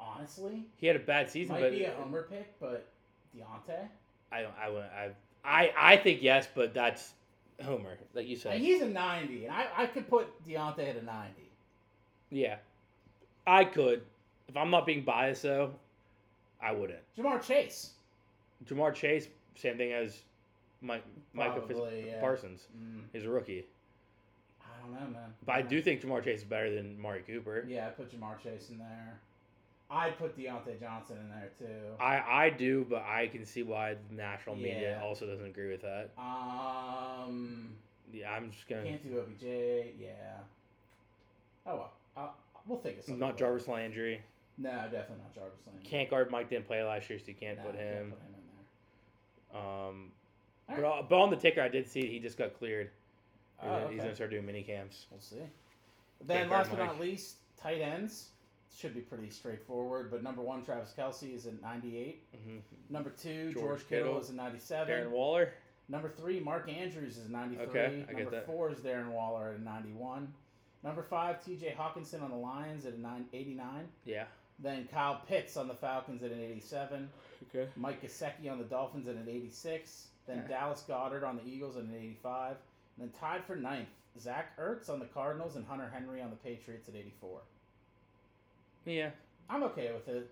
honestly,
he had a bad season,
might
but
be a homer pick, but Deontay,
I don't. I wouldn't. I I I think yes, but that's Homer, like you
and
said.
he's a ninety, and I, I could put Deontay at a ninety.
Yeah, I could. If I'm not being biased though, I wouldn't.
Jamar Chase,
Jamar Chase, same thing as Mike Micah Fitz-
Probably, yeah.
Parsons.
mm,
He's a rookie,
I don't know, man.
but I do think Jamar Chase is better than Mari Cooper.
Yeah, I put Jamar Chase in there. I put Deontay Johnson in there too.
I I do, but I can see why the national media
Yeah.
also doesn't agree with that.
Um,
Yeah, I'm just gonna
can't do OBJ. Yeah. Oh well, I'll, we'll think of something.
not Jarvis Landry.
No, definitely not Jarvis Landry.
Can't guard Mike didn't play last year, so you can't
No,
put
you
him.
put him in there.
Um,
All
but, but on the ticker, I did see he just got cleared. He's,
Oh,
gonna,
okay.
he's gonna start doing mini camps.
We'll see. Then,
guard
last but
Mike.
not least, tight ends should be pretty straightforward. But number one, Travis Kelsey is at ninety-eight.
hmm
Number two, George,
George
Kittle,
Kittle.
is at ninety-seven.
Darren Waller.
Number three, Mark Andrews is 93.
Okay, I get
Number
that.
four is Darren Waller at 91. Number five, TJ Hawkinson on the Lions at a nine- 89.
Yeah.
Then Kyle Pitts on the Falcons at an 87.
Okay.
Mike Gesicki on the Dolphins at an 86. Then
Yeah.
Dallas Goddard on the Eagles at an 85. And then tied for ninth, Zach Ertz on the Cardinals and Hunter Henry on the Patriots at 84.
Yeah.
I'm okay with it.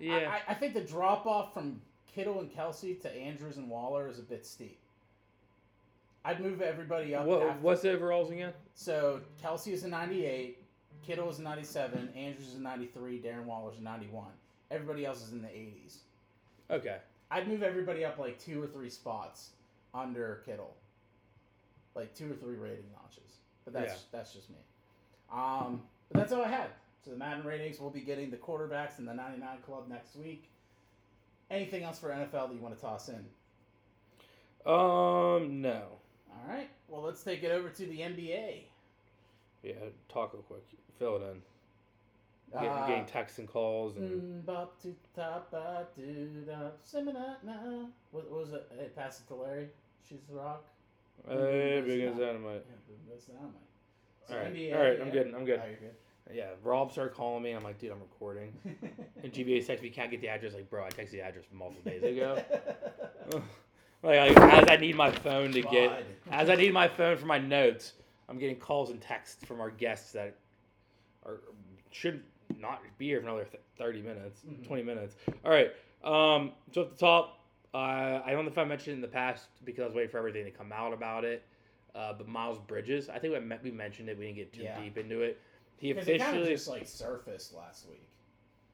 I-
Yeah.
I, I think the drop off from Kittle and Kelsey to Andrews and Waller is a bit steep. I'd move everybody up.
what,
after-
what's the overalls again?
So Kelsey is a 98, Kittle is a 97, Andrews is a 93, Darren Waller's a 91. Everybody else is in the 80s.
Okay.
I'd move everybody up like two or three spots under Kittle, like two or three rating notches. But that's that's just me. Um, but that's all I had. So the Madden ratings, we'll be getting the quarterbacks in the 99 Club next week. Anything else for NFL that you want to toss in?
Um. No.
All right. Well, let's take it over to the NBA.
Yeah. Talk real quick. Fill it in. I'm getting,
Uh,
getting texts and calls and
Bop to top, ba do da, semina na. What what was it? Hey, pass it to Larry. She's the rock.
Mm-hmm. hey,
Mm,
big as
that's
dynamite.
Yeah, boom, that's dynamite. So
All right.
NBA,
All right. I'm
yeah.
good. I'm good.
Oh, you're
Yeah. Rob started calling me. I'm like, dude, I'm recording.
good.
And GBA texts me, can't get the address. Like, bro, I texted the address multiple days ago. like, like, as I need my phone to get
God.
As I need my phone for my notes, I'm getting calls and texts from our guests that are should not be here for another th- 30 minutes,
Mhm.
20 minutes. All right. Um, so at the top, uh, I don't know if I mentioned it in the past because I was waiting for everything to come out about it. Uh, but Miles Bridges, I think we, me- we mentioned it. We didn't get too
Yeah.
deep into it. He
'Cause it kind of
officially,
just like surfaced last week.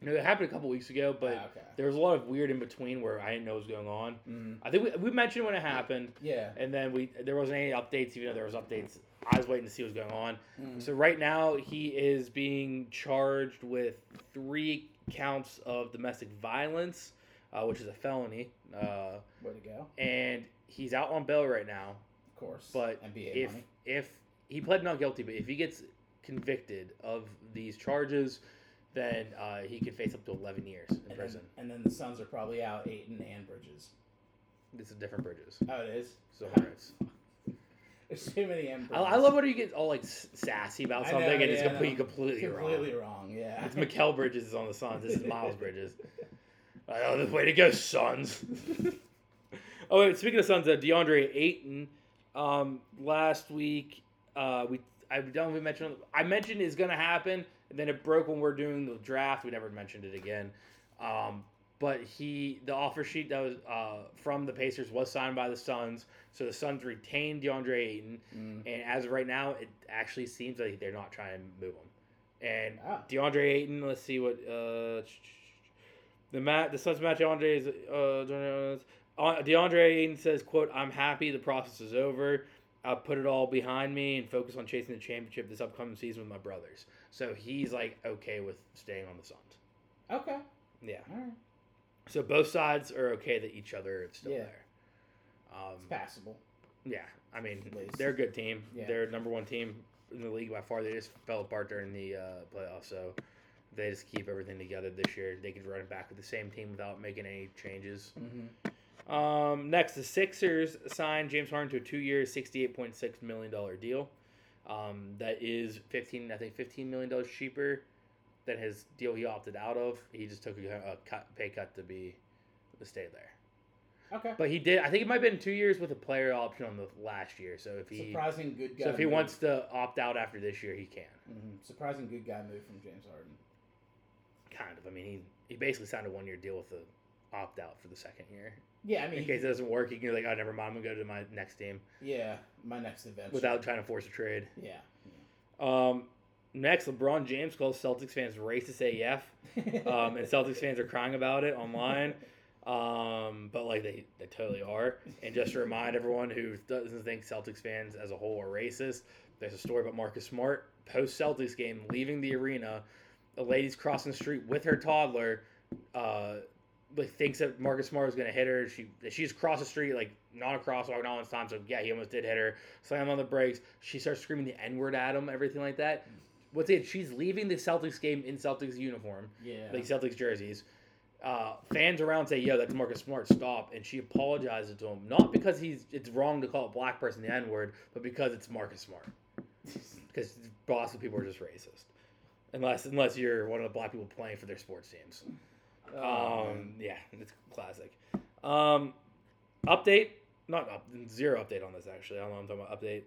you know, it happened a couple weeks ago, but
Ah, okay.
there was a lot of weird in between where I didn't know what was going on.
Mhm.
I think we, we mentioned when it happened,
Yeah.
and then we there wasn't any updates, even though there was updates. I was waiting to see what was going on.
Mhm.
So right now he is being charged with three counts of domestic violence, uh, which is a felony, uh,
Way to go.
and he's out on bail right now.
Of course.
But
NBA
if
money.
if he pled not guilty, but if he gets convicted of these charges, then uh, he could face up to 11 years in
And
prison.
then, and then the Suns are probably out Aiton and Bridges.
This is different bridges.
Oh, it is.
So Hornets.
There's too many M.
I, I love when you get all like s- sassy about
I
something
know,
and it's
yeah,
completely,
no.
completely,
completely
wrong.
wrong. Yeah.
It's Mikel Bridges is on the Suns. This is Miles Bridges. Like, oh, the way to go, Suns. oh, wait, speaking of Suns, uh, DeAndre Ayton. Um, last week, uh, we I don't even mention. I mentioned it's gonna happen, and then it broke when we are doing the draft. We never mentioned it again. Um, but he, the offer sheet that was uh, from the Pacers was signed by the Suns, so the Suns retained DeAndre Ayton.
Mm.
And as of right now, it actually seems like they're not trying to move him. And
Ah.
DeAndre Ayton, let's see what uh, the mat the Suns match DeAndre is uh, DeAndre Ayton says, "quote I'm happy the process is over. I'll put it all behind me and focus on chasing the championship this upcoming season with my brothers." So he's like okay with staying on the Suns.
Okay.
Yeah.
All right.
So both sides are okay that each other is still
Yeah.
there. Um,
It's passable.
yeah, I mean
At least.
they're a good team.
Yeah.
They're number one team in the league by far. They just fell apart during the uh, playoffs, so they just keep everything together this year. They could run it back with the same team without making any changes.
Mm-hmm.
Um, next, the Sixers signed James Harden to a two-year, sixty-eight point six million dollar deal. Um, that is fifteen, I think, fifteen million dollars cheaper than his deal he opted out of. He just took a, a cut, pay cut to be to stay there.
Okay.
But he did. I think it might have been two years with a player option on the last year. So if he
Surprising good guy.
so if he
move.
wants to opt out after this year, he can.
Mhm. Surprising good guy move from James Harden.
Kind of. I mean, he he basically signed a one year deal with the opt out for the second year.
Yeah, I
In
mean,
case it doesn't work, you can be like, oh, never mind, I'm gonna go to my next team
yeah, my next event.
without trying to force a trade.
Yeah.
Um, next, LeBron James calls Celtics fans racist AF, um, and Celtics fans are crying about it online. Um, but like they, they totally are. And just to remind everyone who doesn't think Celtics fans as a whole are racist, there's a story about Marcus Smart post Celtics game leaving the arena. A lady's crossing the street with her toddler. Uh, like thinks that Marcus Smart is gonna hit her. She she's across the street, like not a crosswalk, not on his time. So yeah, he almost did hit her. Slam on the brakes. She starts screaming the N word at him, everything like that. What's it? She's leaving the Celtics game in Celtics uniform
yeah.
like Celtics jerseys. Uh, fans around say, "Yo, that's Marcus Smart. Stop!" And she apologizes to him, not because he's it's wrong to call a black person the N word, but because it's Marcus Smart. Because Boston people are just racist, unless unless you're one of the black people playing for their sports teams.
Oh,
Um,
man.
yeah, it's classic. Um, update, not up, zero update on this actually. I don't know. What I'm talking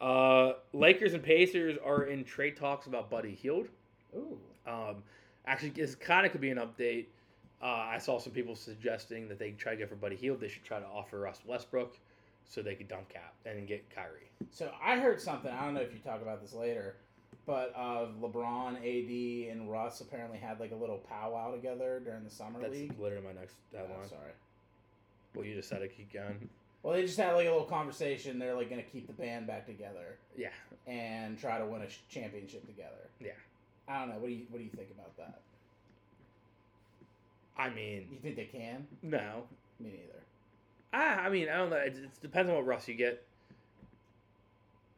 about update. Uh, Lakers and Pacers are in trade talks about Buddy Hield.
Ooh.
Um, actually, this kind of could be an update. Uh, I saw some people suggesting that they try to get for Buddy Hield. They should try to offer Russ Westbrook so they could dump cap and get Kyrie.
So I heard something. I don't know if you talk about this later, but uh, LeBron, AD, and Russ apparently had like a little powwow together during the summer
That's
league.
literally my next
Oh,
headline.
sorry.
well, you just said it. Keep going.
Well, they just had like a little conversation. They're like going to keep the band back together
Yeah,
and try to win a sh- championship together.
Yeah.
I don't know. What do you What do you think about that?
I mean,
You think they can?
no.
Me neither.
I, I mean, I don't know. It, it depends on what Russ you get.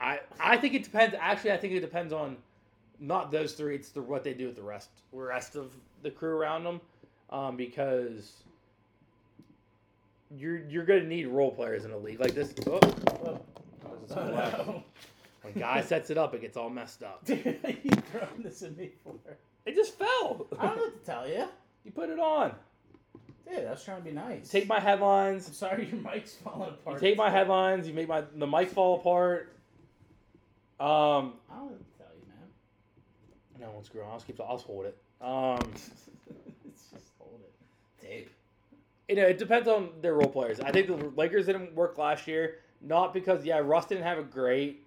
I I think it depends. Actually, I think it depends on not those three. It's the, what they do with the rest rest of the crew around them, um, because you're you're gonna need role players in a league like this. Oh,
Well,
this is
oh,
black.
no.
When guy sets it up, it gets all messed up.
Dude, you throwing this at me for?
It just fell.
I don't know what to tell you,
you put it on.
dude. I was trying to be nice.
Take my headlines.
I'm sorry, your mic's falling
You
apart.
take my headlines. You make my the mic fall apart. Um,
I don't know what to tell you, man.
No, it's grown. I'll just keep. I'll just hold it. Um,
it's just hold it. Tape.
you know, it depends on their role players. I think the Lakers didn't work last year, not because yeah, Russ didn't have a great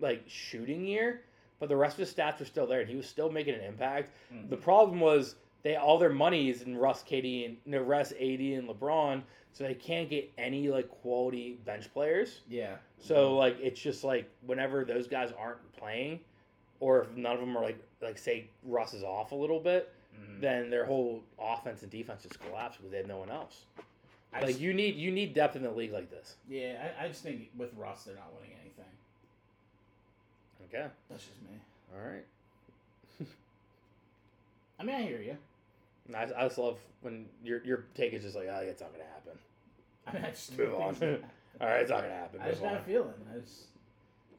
like shooting year, but the rest of his stats were still there, and he was still making an impact.
Mhm.
The problem was they all their money is in Russ, KD, and no, Russ, AD, and LeBron, so they can't get any like quality bench players.
Yeah.
So like it's just like whenever those guys aren't playing, or if none of them are like like say Russ is off a little bit,
Mm-hmm. Mm.
then their whole offense and defense just collapse because they have no one else.
I
like
just-
you need you need depth in the league like this.
yeah, I, I just think with Russ, they're not winning anything.
Okay.
That's just me.
All right.
I mean, I hear you.
And I, I just love when your your take is just like, oh, yeah, it's not gonna happen.
I mean, I just
Move on.
think-
All right, it's not gonna happen.
I just
Move
got a
on.
feeling. I just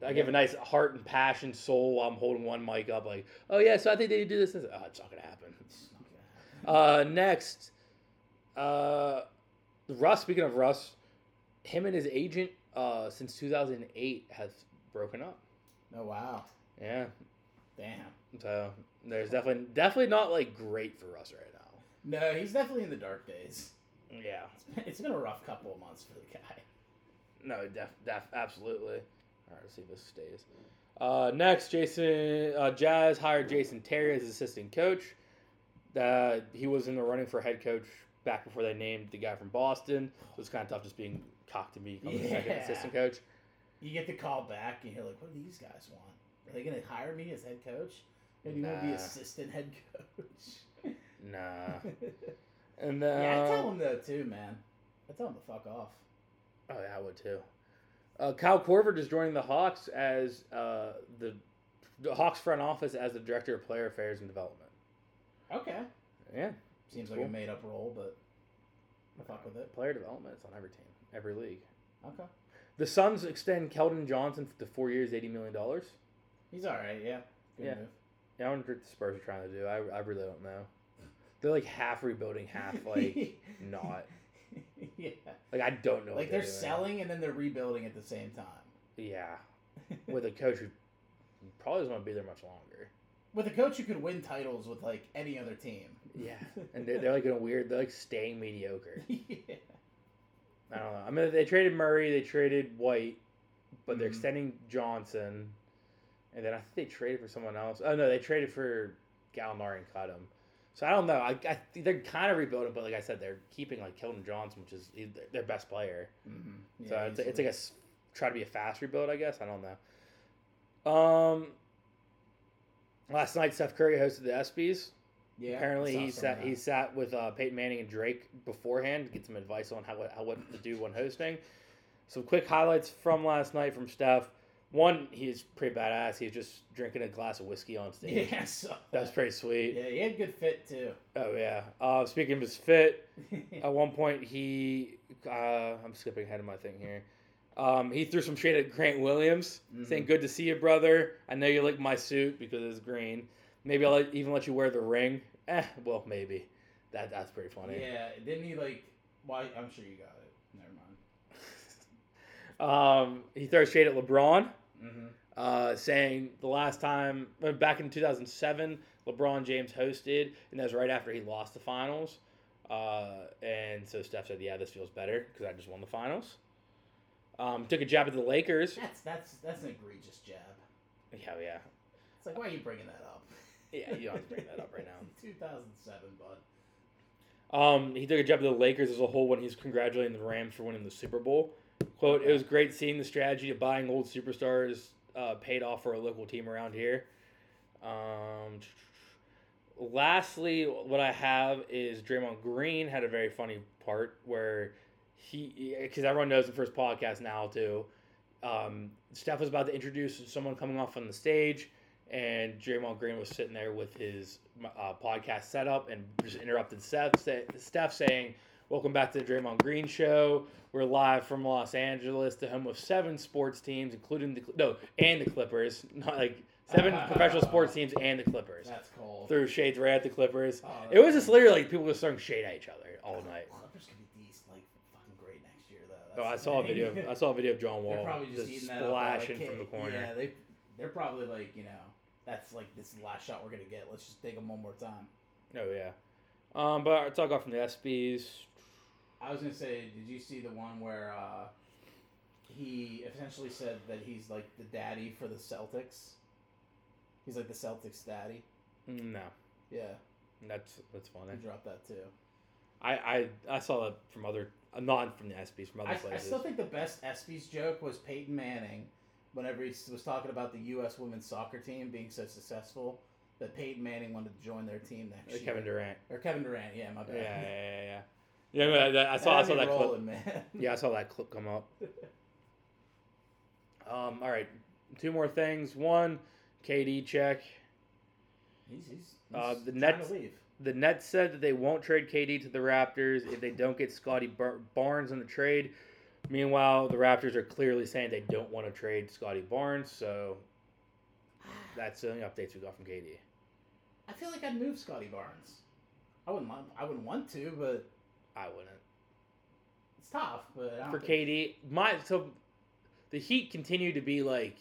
I give a nice heart and passion soul while I'm holding one mic up, like, oh yeah, so I think they do this. And this. Oh, it's not gonna happen.
it's not gonna happen.
Uh, next, uh, Russ. Speaking of Russ, him and his agent uh, since 2008 has broken up.
Oh wow,
Yeah,
damn.
so there's definitely definitely not like great for Russ right now.
No, he's definitely in the dark days.
Yeah,
It's been, it's been a rough couple of months for the guy.
no, def, def absolutely. All right, let's see if this stays. Uh, next, Jason uh, Jazz hired Jason Terry as assistant coach. Uh, he was in the running for head coach back before they named the guy from Boston. So it's kind of tough just being cocked and being the second
Yeah.
assistant coach.
You get the call back, and you're like, "What do these guys want? Are they gonna hire me as head coach? Maybe you want to be
Nah.
assistant head coach?"
Nah. And then
yeah, I tell him though too, man. I tell him to fuck off.
Oh, yeah, I would too. Uh, Kyle Corver is joining the Hawks as uh, the the Hawks front office as the director of player affairs and development.
Okay,
Yeah,
seems
It's
like a
cool.
made up role, but I fuck with it.
player development. It's on every team, every league.
Okay,
The Suns extend Keldon Johnson to four years, eighty million dollars.
he's all right. Yeah, good
Yeah.
move.
Yeah, I wonder what the Spurs are trying to do. I, I really don't know. They're like half rebuilding, half like not.
yeah,
Like I don't know. what
like they're
doing.
selling and then they're rebuilding at the same time
Yeah, with a coach who probably doesn't want to be there much longer.
with a coach who could win titles with like any other team.
Yeah, and they're, they're like in a weird. They're like staying mediocre.
yeah.
I don't know. I mean, they traded Murray, they traded White, but they're
Mhm.
extending Johnson, and then I think they traded for someone else. Oh no, they traded for Gallinari and cut him. So I don't know. I, I think they're kind of rebuilding, but like I said, they're keeping like Keldon Johnson, which is he's their- their best player.
Mm-hmm.
So it's, it's like a s- try to be a fast rebuild, I guess. I don't know. Um, last night Steph Curry hosted the ESPYS.
yeah,
Apparently
I saw
he
some
sat
of
he
that.
sat with uh, Peyton Manning and Drake beforehand to get some advice on how how what to do when hosting. Some quick highlights from last night from Steph. One, he's pretty badass. He's just drinking a glass of whiskey on stage.
Yeah, so,
That was pretty sweet.
yeah, he had good fit too.
Oh yeah. Uh, speaking of his fit, at one point he uh, I'm skipping ahead of my thing here. Um, he threw some shade at Grant Williams, saying, "Good to see you, brother. I know you like my suit because it's green. Maybe I'll let, even let you wear the ring. Eh, well, maybe. That that's pretty funny.
yeah, didn't he like? Why? I'm sure you got it. Never mind.
Um, he throws shade at LeBron,
Mm-hmm.
uh, saying the last time uh, back in 2007, LeBron James hosted, and that was right after he lost the finals. Uh, and so Steph said, "Yeah, this feels better because I just won the finals." Um, took a jab at the Lakers.
That's that's that's an egregious jab.
Yeah, yeah,
It's like, why are you bringing that up?
yeah. You don't have to bring that up right now.
2007, bud.
Um, he took a jab at the Lakers as a whole when he's congratulating the Rams for winning the Super Bowl. Quote, it was great seeing the strategy of buying old superstars uh, paid off for a local team around here. Um, lastly, what I have is Draymond Green had a very funny part where he, because everyone knows the first podcast now too. Um, Steph was about to introduce someone coming off on the stage, and Draymond Green was sitting there with his uh, podcast setup and just interrupted Steph, say, Steph saying, "Welcome back to the Draymond Green Show. We're live from Los Angeles, the home of seven sports teams, including the Cl- no and the Clippers, not like seven professional sports teams and the Clippers."
That's cold.
Threw shades right at the Clippers.
Oh,
It was just literally like people just throwing shade at each other all night.
Clippers could be decent, like fucking great next year though.
Oh, I
That's
saw a
the thing.
video. I saw a video of John
They're
Wall
probably just,
just,
eating that up.
splashing
They're like,
from the
"Hey,
corner.
Yeah, they they're probably like you know that's like this is the last shot we're gonna get. Let's just take them one more time.
Oh yeah. Um, but I talk off from the SBs.
I was gonna say, did you see the one where uh, he essentially said that he's like the daddy for the Celtics? He's like the Celtics daddy.
No,
Yeah,
that's that's
he
funny.
dropped that too.
I I, I saw that from other uh, not from the SBs from other
I, I
places.
still think the best ESPYS joke was Peyton Manning whenever he s- was talking about the U.S. women's soccer team being so successful. that Peyton Manning wanted to join their team next
Or
year.
Uh, Kevin Durant.
Or Kevin Durant, yeah, my
Yeah,
bad.
yeah, yeah. yeah. Yeah, I, mean, I- I saw, I
That'd
saw
be
that clip.
rolling, man.
Yeah, I saw that clip come up. Um, all right, two more things. One, KD check.
He's, he's, he's
Uh, the
trying
Nets-
to leave.
The Nets said that they won't trade KD to the Raptors if they don't get Scotty Bar- Barnes in the trade. Meanwhile, the Raptors are clearly saying they don't want to trade Scotty Barnes. So that's the only updates we got from KD.
I feel like I'd move Scotty Barnes. I wouldn't want, I wouldn't want to, but
I wouldn't.
it's tough. But I don't
for
think
KD. My so the Heat continue to be like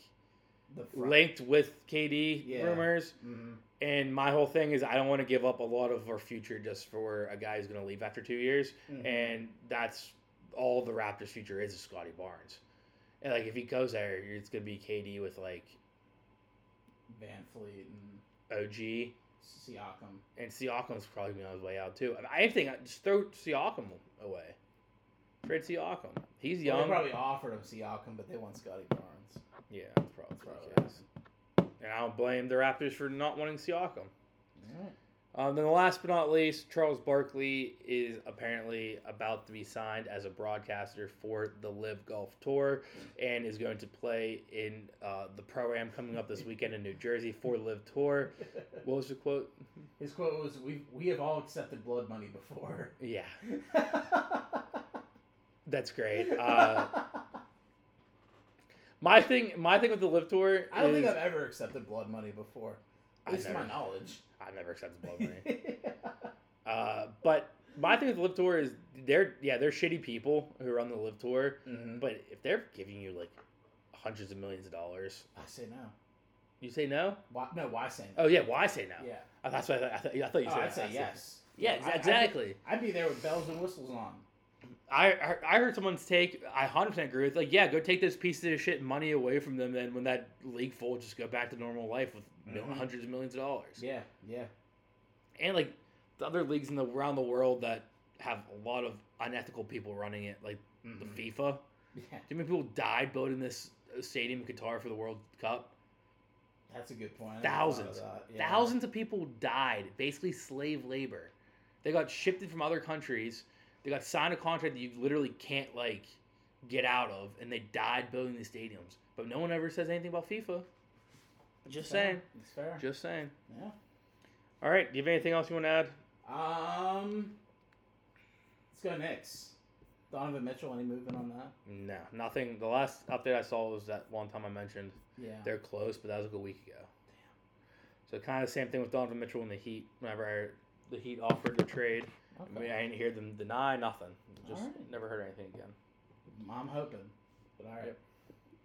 the front-
linked with KD
Yeah.
rumors,
Mhm.
and my whole thing is I don't want to give up a lot of our future just for a guy who's going to leave after two years,
Mhm.
and that's all the Raptors' future is is Scotty Barnes, and like if he goes there, it's going to be KD with like
Van Fleet and
OG.
Siakam.
And Siakam's probably going on his way out too. I I think I just throw Siakam away. Trade Siakam. He's
Well,
young.
they probably offered him Siakam, but they want Scotty Barnes.
Yeah, that's probably,
Probably.
the case. And I don't blame the Raptors for not wanting Siakam. Um, then, last but not least, Charles Barkley is apparently about to be signed as a broadcaster for the Live Golf Tour, and is going to play in uh, the pro am coming up this weekend in New Jersey for Live Tour. What was the quote?
His quote was, "We we have all accepted blood money before."
Yeah, that's great. Uh, my thing, my thing with the Live Tour,
I don't
is,
think I've ever accepted blood money before, at
I've
least to
never-
my knowledge.
I've never accepted blood money. Uh, but my thing with the Live Tour is they're yeah they're shitty people who run the Live Tour,
Mhm.
but if they're giving you like hundreds of millions of dollars,
I say no.
you say no.
Why, no, why say no?
Oh yeah, why say no?
yeah,
Oh, that's what I thought. I thought, I thought you
Oh,
said.
I'd say
that's-
yes.
Yeah,
I- I'd be-
exactly.
I'd be there with bells and whistles on.
I, I I heard someone's take. I hundred percent agree with. Like, yeah, go take those pieces of shit money away from them. Then when that league folds, just go back to normal life with mil-
Mhm.
hundreds of millions of dollars.
Yeah, yeah.
and like the other leagues in the around the world that have a lot of unethical people running it, like
Mhm.
the FIFA.
Yeah,
Do you mean people died building this stadium in Qatar for the World Cup?
that's a good point. I never thought of
Thousands.
that. Yeah.
Thousands of people died, basically slave labor. They got shifted from other countries. They got signed a contract that you literally can't like get out of, and they died building these stadiums. But no one ever says anything about FIFA.
It's
Just
fair.
saying.
It's fair.
Just saying.
yeah.
All right. Do you have anything else you want to add?
Um, let's go Knicks. Donovan Mitchell, any movement on that?
No, nothing. The last update I saw was that one time I mentioned
Yeah.
They're close, but that was like a week ago. So kind of the same thing with Donovan Mitchell and the Heat. Whenever I, the Heat offered to trade, I mean, I didn't hear them deny nothing. Just
Alright.
never heard anything again.
I'm hoping. But all right.
Yep.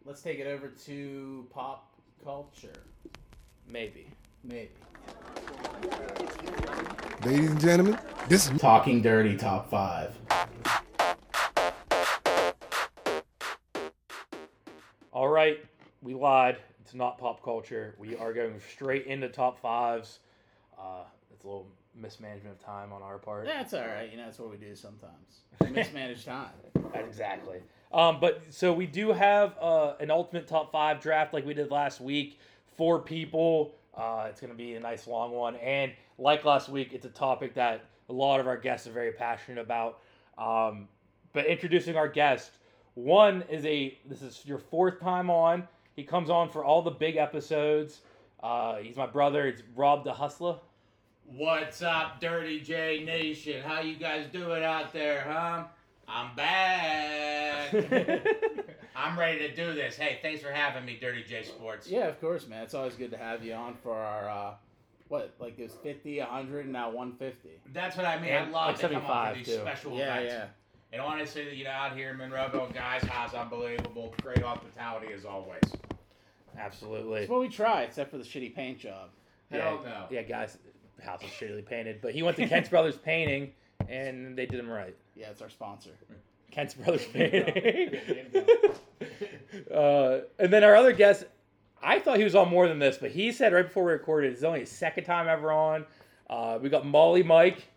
Let's take it over to pop culture.
Maybe.
Maybe.
Ladies and gentlemen, this is
Talking Dirty Top 5.
All right, we lied. It's not pop culture. We are going straight into top fives. Uh, it's a little mismanagement of time on our part.
That's all right. You know, that's what we do sometimes. We mismanage time.
Exactly. Um, but so we do have uh, an ultimate top five draft like we did last week. Four people. Uh, it's going to be a nice long one. And like last week, it's a topic that a lot of our guests are very passionate about. Um, but introducing our guest, one is a this is your fourth time on. He comes on for all the big episodes. Uh, he's my brother. It's Rob the Hustler.
What's up, Dirty J Nation? How you guys doing out there, huh? I'm back. I'm ready to do this. Hey, thanks for having me, Dirty J Sports.
Yeah, of course, man. It's always good to have you on for our, uh, what, like it was 50, 100, and now 150.
That's what I mean. I
And
love
like
to come on
75
for these
too.
special
Yeah,
events.
yeah.
And honestly, you know, out here in Monroeville, guys' house, unbelievable. Great hospitality as always.
Absolutely.
It's what we try, except for the shitty paint job.
Yeah,
Hell no.
yeah, guys, house is shittily painted, but he went to Kent's Brothers Painting, and they did him right.
Yeah, it's our sponsor.
Kent's Brothers Painting.
Yeah,
uh, and then our other guest, I thought he was on more than this, but he said right before we recorded, it's only his second time ever on. Uh, we got Molly Mike.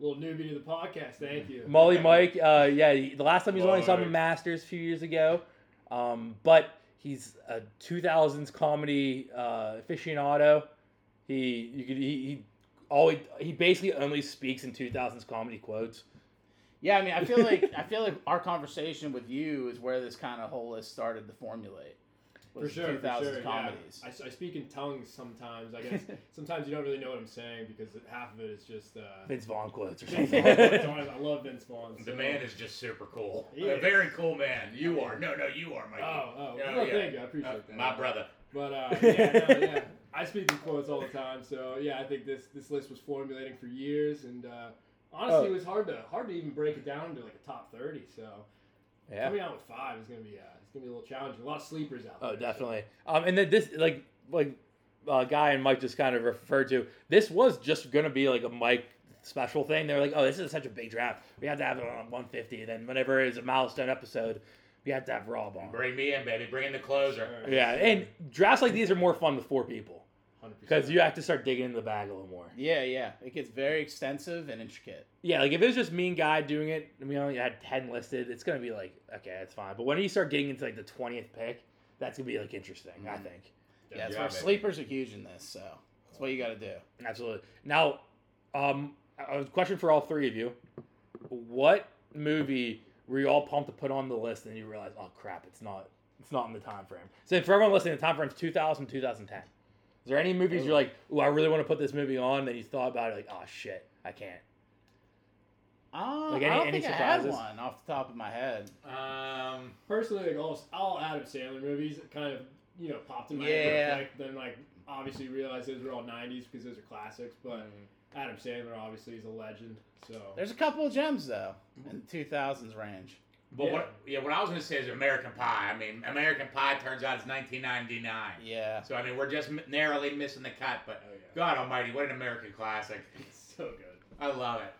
Little newbie to the podcast, thank you.
Mm-hmm. Molly Mike, uh, yeah, he- the last time he was on, he saw him in
Mike.
Masters a few years ago. Um, but he's a 2000s comedy uh, aficionado. He you could he, he all he, he basically only speaks in 2000s comedy quotes.
Yeah, I mean, I feel like I feel like our conversation with you is where this kind of whole list started to formulate.
For
was the
sure, for
2000s
sure.
comedies.
Yeah. I, I speak in tongues sometimes. I guess sometimes you don't really know what I'm saying because half of it is just. Uh,
Vince Vaughn quotes or
Vince
something.
Vaughn. I love Vince Vaughn.
The
so-
man is just super cool.
He
a
is.
very cool man. You are. No, no, you are, Mikey.
Oh, oh,
Yeah,
well,
yeah.
thank you. I
Uh,
appreciate that.
my brother.
But uh, yeah, no, yeah, I speak in quotes all the time, so yeah, I think this this list was formulating for years, and uh, honestly,
Oh.
it was hard to hard to even break it down to like a top thirty. So
yeah.
coming out with five is gonna be uh, it's gonna be a little challenging. A lot of sleepers out there.
Oh,
so-
definitely. Um, and then this, like, like, uh, guy and Mike just kind of referred to. This was just gonna be like a Mike special thing. They were like, oh, this is such a big draft. We have to have it on 150. And then whenever it's a milestone episode, we have to have Rob on.
Bring me in, baby. Bring in the closer.
Sure.
Yeah, and drafts like these are more fun with four people
100%.
because you have to start digging in the bag a little more.
Yeah, yeah. It gets very extensive and intricate.
Yeah, like if it was just me and Guy doing it, and we only had ten listed, it's gonna be like, okay, that's fine. But when you start getting into like the twentieth pick, that's gonna be like interesting. I
Mhm.
think.
Yeah, it's
Yeah,
where
baby.
sleepers are huge in this, so that's what you got to do.
Absolutely. Now, um, a question for all three of you: What movie were you all pumped to put on the list, and you realize, oh crap, it's not, it's not in the time frame? So for everyone listening, the time frame's 2000, 2010. Is there any movies you're like, oh, I really want to put this movie on, then you thought about it, like, oh shit, I can't.
Um,
Like,
I
any-
don't
any
think I
surprises?
had one off the top of my head.
Um,
personally, like all all Adam Sandler movies kind of you know popped in my
Yeah.
head. real quick. Then like obviously realized those were all '90s because those are classics. But Adam Sandler obviously is a legend. So
There's a couple of gems though in the 2000s range.
but
Yeah.
what? Yeah, what I was gonna say is American Pie. I mean, American Pie turns out it's 1999.
Yeah.
So I mean, we're just m- narrowly missing the cut. But
oh yeah,
God Almighty, what an American classic!
so good.
I love it.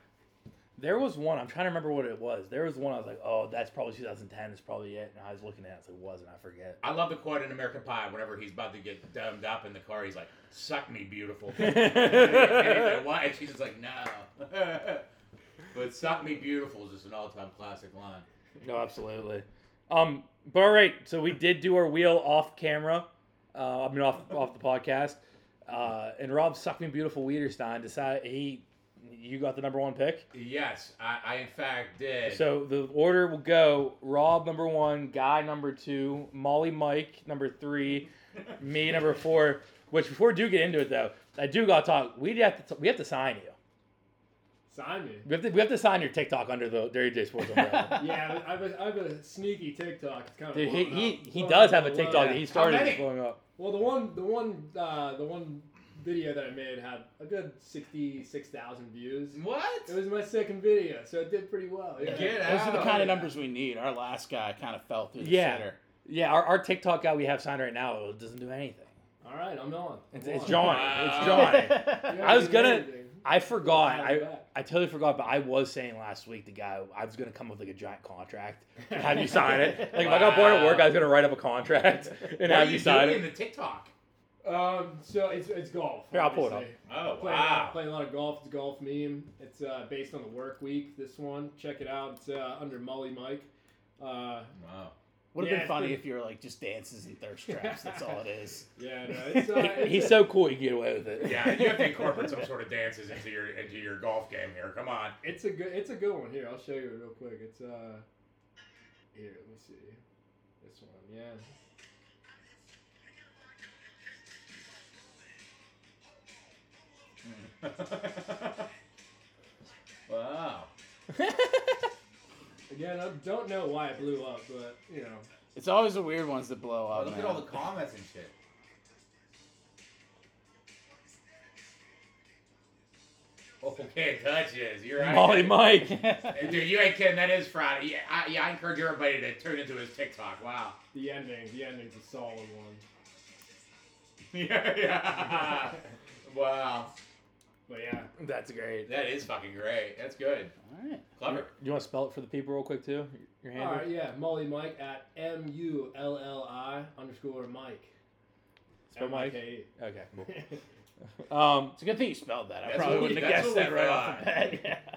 There was one. I'm trying to remember what it was. There was one I was like, oh, that's probably 2010. That's probably it. And I was looking at it, so it wasn't. I forget.
I love the quote in American Pie whenever he's about to get dumbed up in the car. He's like, "Suck me, beautiful." and he's like, "Why?" And she's just like, "No." but "Suck me, beautiful" is just an all-time classic line.
No, absolutely. Um, but all right, so we did do our wheel off camera. Uh, I mean, off off the podcast. Uh, and Rob Suckman Beautiful Wiederstein decided he, you got the number one pick.
Yes, I, I in fact did.
So the order will go: Rob number one, Guy number two, Molly Mike number three, me number four. Which before we do get into it though, I do got to talk. We have to we have to sign you.
Sign me.
We have to we have to sign your TikTok under the Dirty J Sports umbrella.
yeah, I have, a, I have a sneaky TikTok. It's kind of
Dude, he,
blowing
he,
up.
he
Blowing
does
up
have a
a lot.
TikTok that he started
many?
that's blowing up.
Well, the one the one uh, the one video that I made had a good sixty six thousand views.
what?
It was my second video, so it did pretty well. Yeah.
Get
Those are the
out.
kind of numbers we need. Our last guy kind of fell through the
Yeah.
shitter.
Yeah, our, our TikTok guy we have signed right now doesn't do anything.
All right, I'm on.
It's,
I'm
it's
on.
Johnny.
Wow.
It's Johnny.
You
I was
haven't
gonna-
done anything.
I forgot.
Pat
I,
him back.
I totally forgot, but I was saying last week the guy I was gonna come up with like a giant contract and have you sign it. Like if I got bored at work, I was gonna write up a contract and
Why are
have you, sign
doing
it.
the TikTok?
Um, so it's it's golf.
Here, I'll pull it
obviously.
Oh
Play,
wow!
play a lot of golf. It's a golf meme. It's uh, based on the work week. This one, check it out. It's uh, under Molly Mike. Uh,
Wow.
Would have
Yeah,
been
it's
funny
been-
if you were like just dances and thirst traps. That's all it is.
yeah, no, it's, uh, it's
He- He's so cool, you get away with it.
Yeah, you have to incorporate some sort of dances into your into your golf game here. Come on.
It's a good. It's a good one. Here, I'll show you it real quick. It's uh, here. Let me see. This one, yeah.
wow.
Again, I don't know why it blew up, but you know,
It's always the weird ones that blow up.
look
Oh, man.
at all the comments and shit. Oh, can't touch this. You're right.
Molly Mike.
Hey, Dude, you ain't kidding. That is Friday. Yeah, I, yeah, I encourage everybody to tune into his TikTok. Wow.
the ending. The ending's a solid one.
yeah, yeah. wow.
But yeah,
That's great.
That is fucking great. That's good.
all right.
Clever.
You want to spell it for the people real quick too? Your
all right,
hand.
yeah. Molly Mike at M U L L I underscore Mike.
Spell Mike.
M-I-K-E.
Okay, cool. Um,
It's a good thing you spelled that. I
That's
probably
what we-
wouldn't have
that's
guessed that
what we
right off the
thought.
bat. Yeah.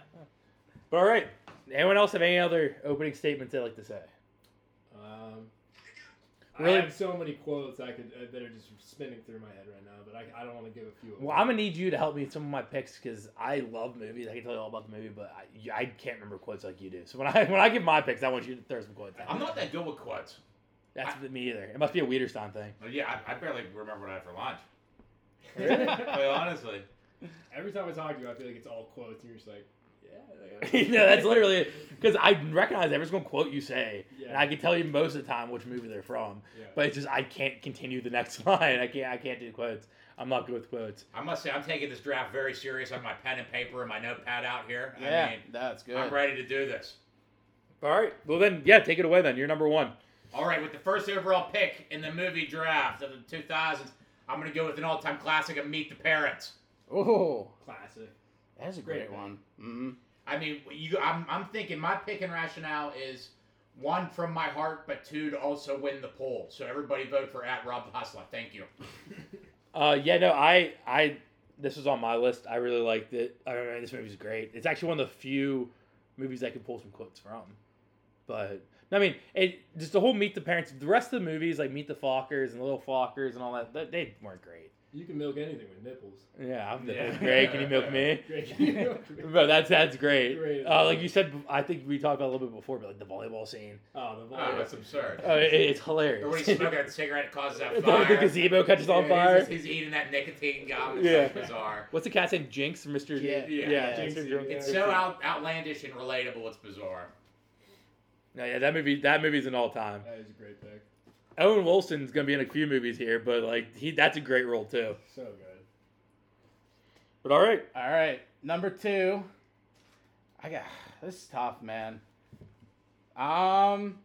but all right. Anyone else have any other opening statements they like to say?
um,
Really?
I have so many quotes I could uh, that are just spinning through my head right now, but I, I don't want to give a few. Of
Well, I'm gonna need you to help me with some of my picks because I love movies. I can tell you all about the movie, but I, you- I can't remember quotes like you do. So when I when I give my picks, I want you to throw some quotes. Out.
I'm not that good with quotes.
That's me either. It must be a Wiederstein thing.
But yeah, I, I barely remember what I had for lunch.
Really?
Like, honestly.
Every time I talk to you, I feel like it's all quotes, and you're just like, yeah. like,
no, that's literally because I recognize every single quote you say, and
Yeah.
I can tell you most of the time which movie they're from.
Yeah.
But it's just I can't continue the next line. I can't. I can't do quotes. I'm not good with quotes.
I must say, I'm taking this draft very serious. I have my pen and paper and my notepad out here. I mean,
that's good.
I'm ready to do this.
All right. Well, then, yeah, take it away. Then you're number one.
All right, with the first overall pick in the movie draft of the 2000s, I'm going to go with an all time classic of Meet the Parents.
Oh,
Classic.
that is a
Great
great,
pick.
one. Mm-hmm.
I mean, you, I'm, I'm thinking my pick and rationale is one from my heart, but two to also win the poll. So everybody vote for at Rob Hustler. Thank you.
Uh, yeah, no, I, I, this was on my list. I really liked it. I mean, this movie's great. It's actually one of the few movies I could pull some quotes from. But I mean, it just the whole Meet the Parents. The rest of the movies, like Meet the Fockers and the Little Fockers and all that, that they weren't great.
You can milk anything with nipples.
Yeah, I'm
Yeah.
great. Can you milk me?
Great. Can you milk me?
But that's that's great.
Great.
Uh, like you said, I think we talked about it a little bit before, but like the volleyball scene,
oh, the
Ah,
Oh,
volume.
that's absurd.
uh, it- it's
Or when
hilarious.
he's smoking that cigarette, it causes that
the,
fire.
the gazebo catches on
Yeah,
fire.
He's, he's eating that nicotine gum. It's
Yeah.
like bizarre.
What's the cat's name? Jinx, Mister.
Yeah.
yeah,
Yeah.
Jinx.
Jinx,
Jinx.
yeah.
It's so out, outlandish and relatable. It's bizarre.
No, yeah, that movie that movie's an all time.
that is a great pick.
Owen Wilson's gonna be in a few movies here, but like he that's a great role too.
So good.
But all right.
All right, number two. I got this is tough, man. Um,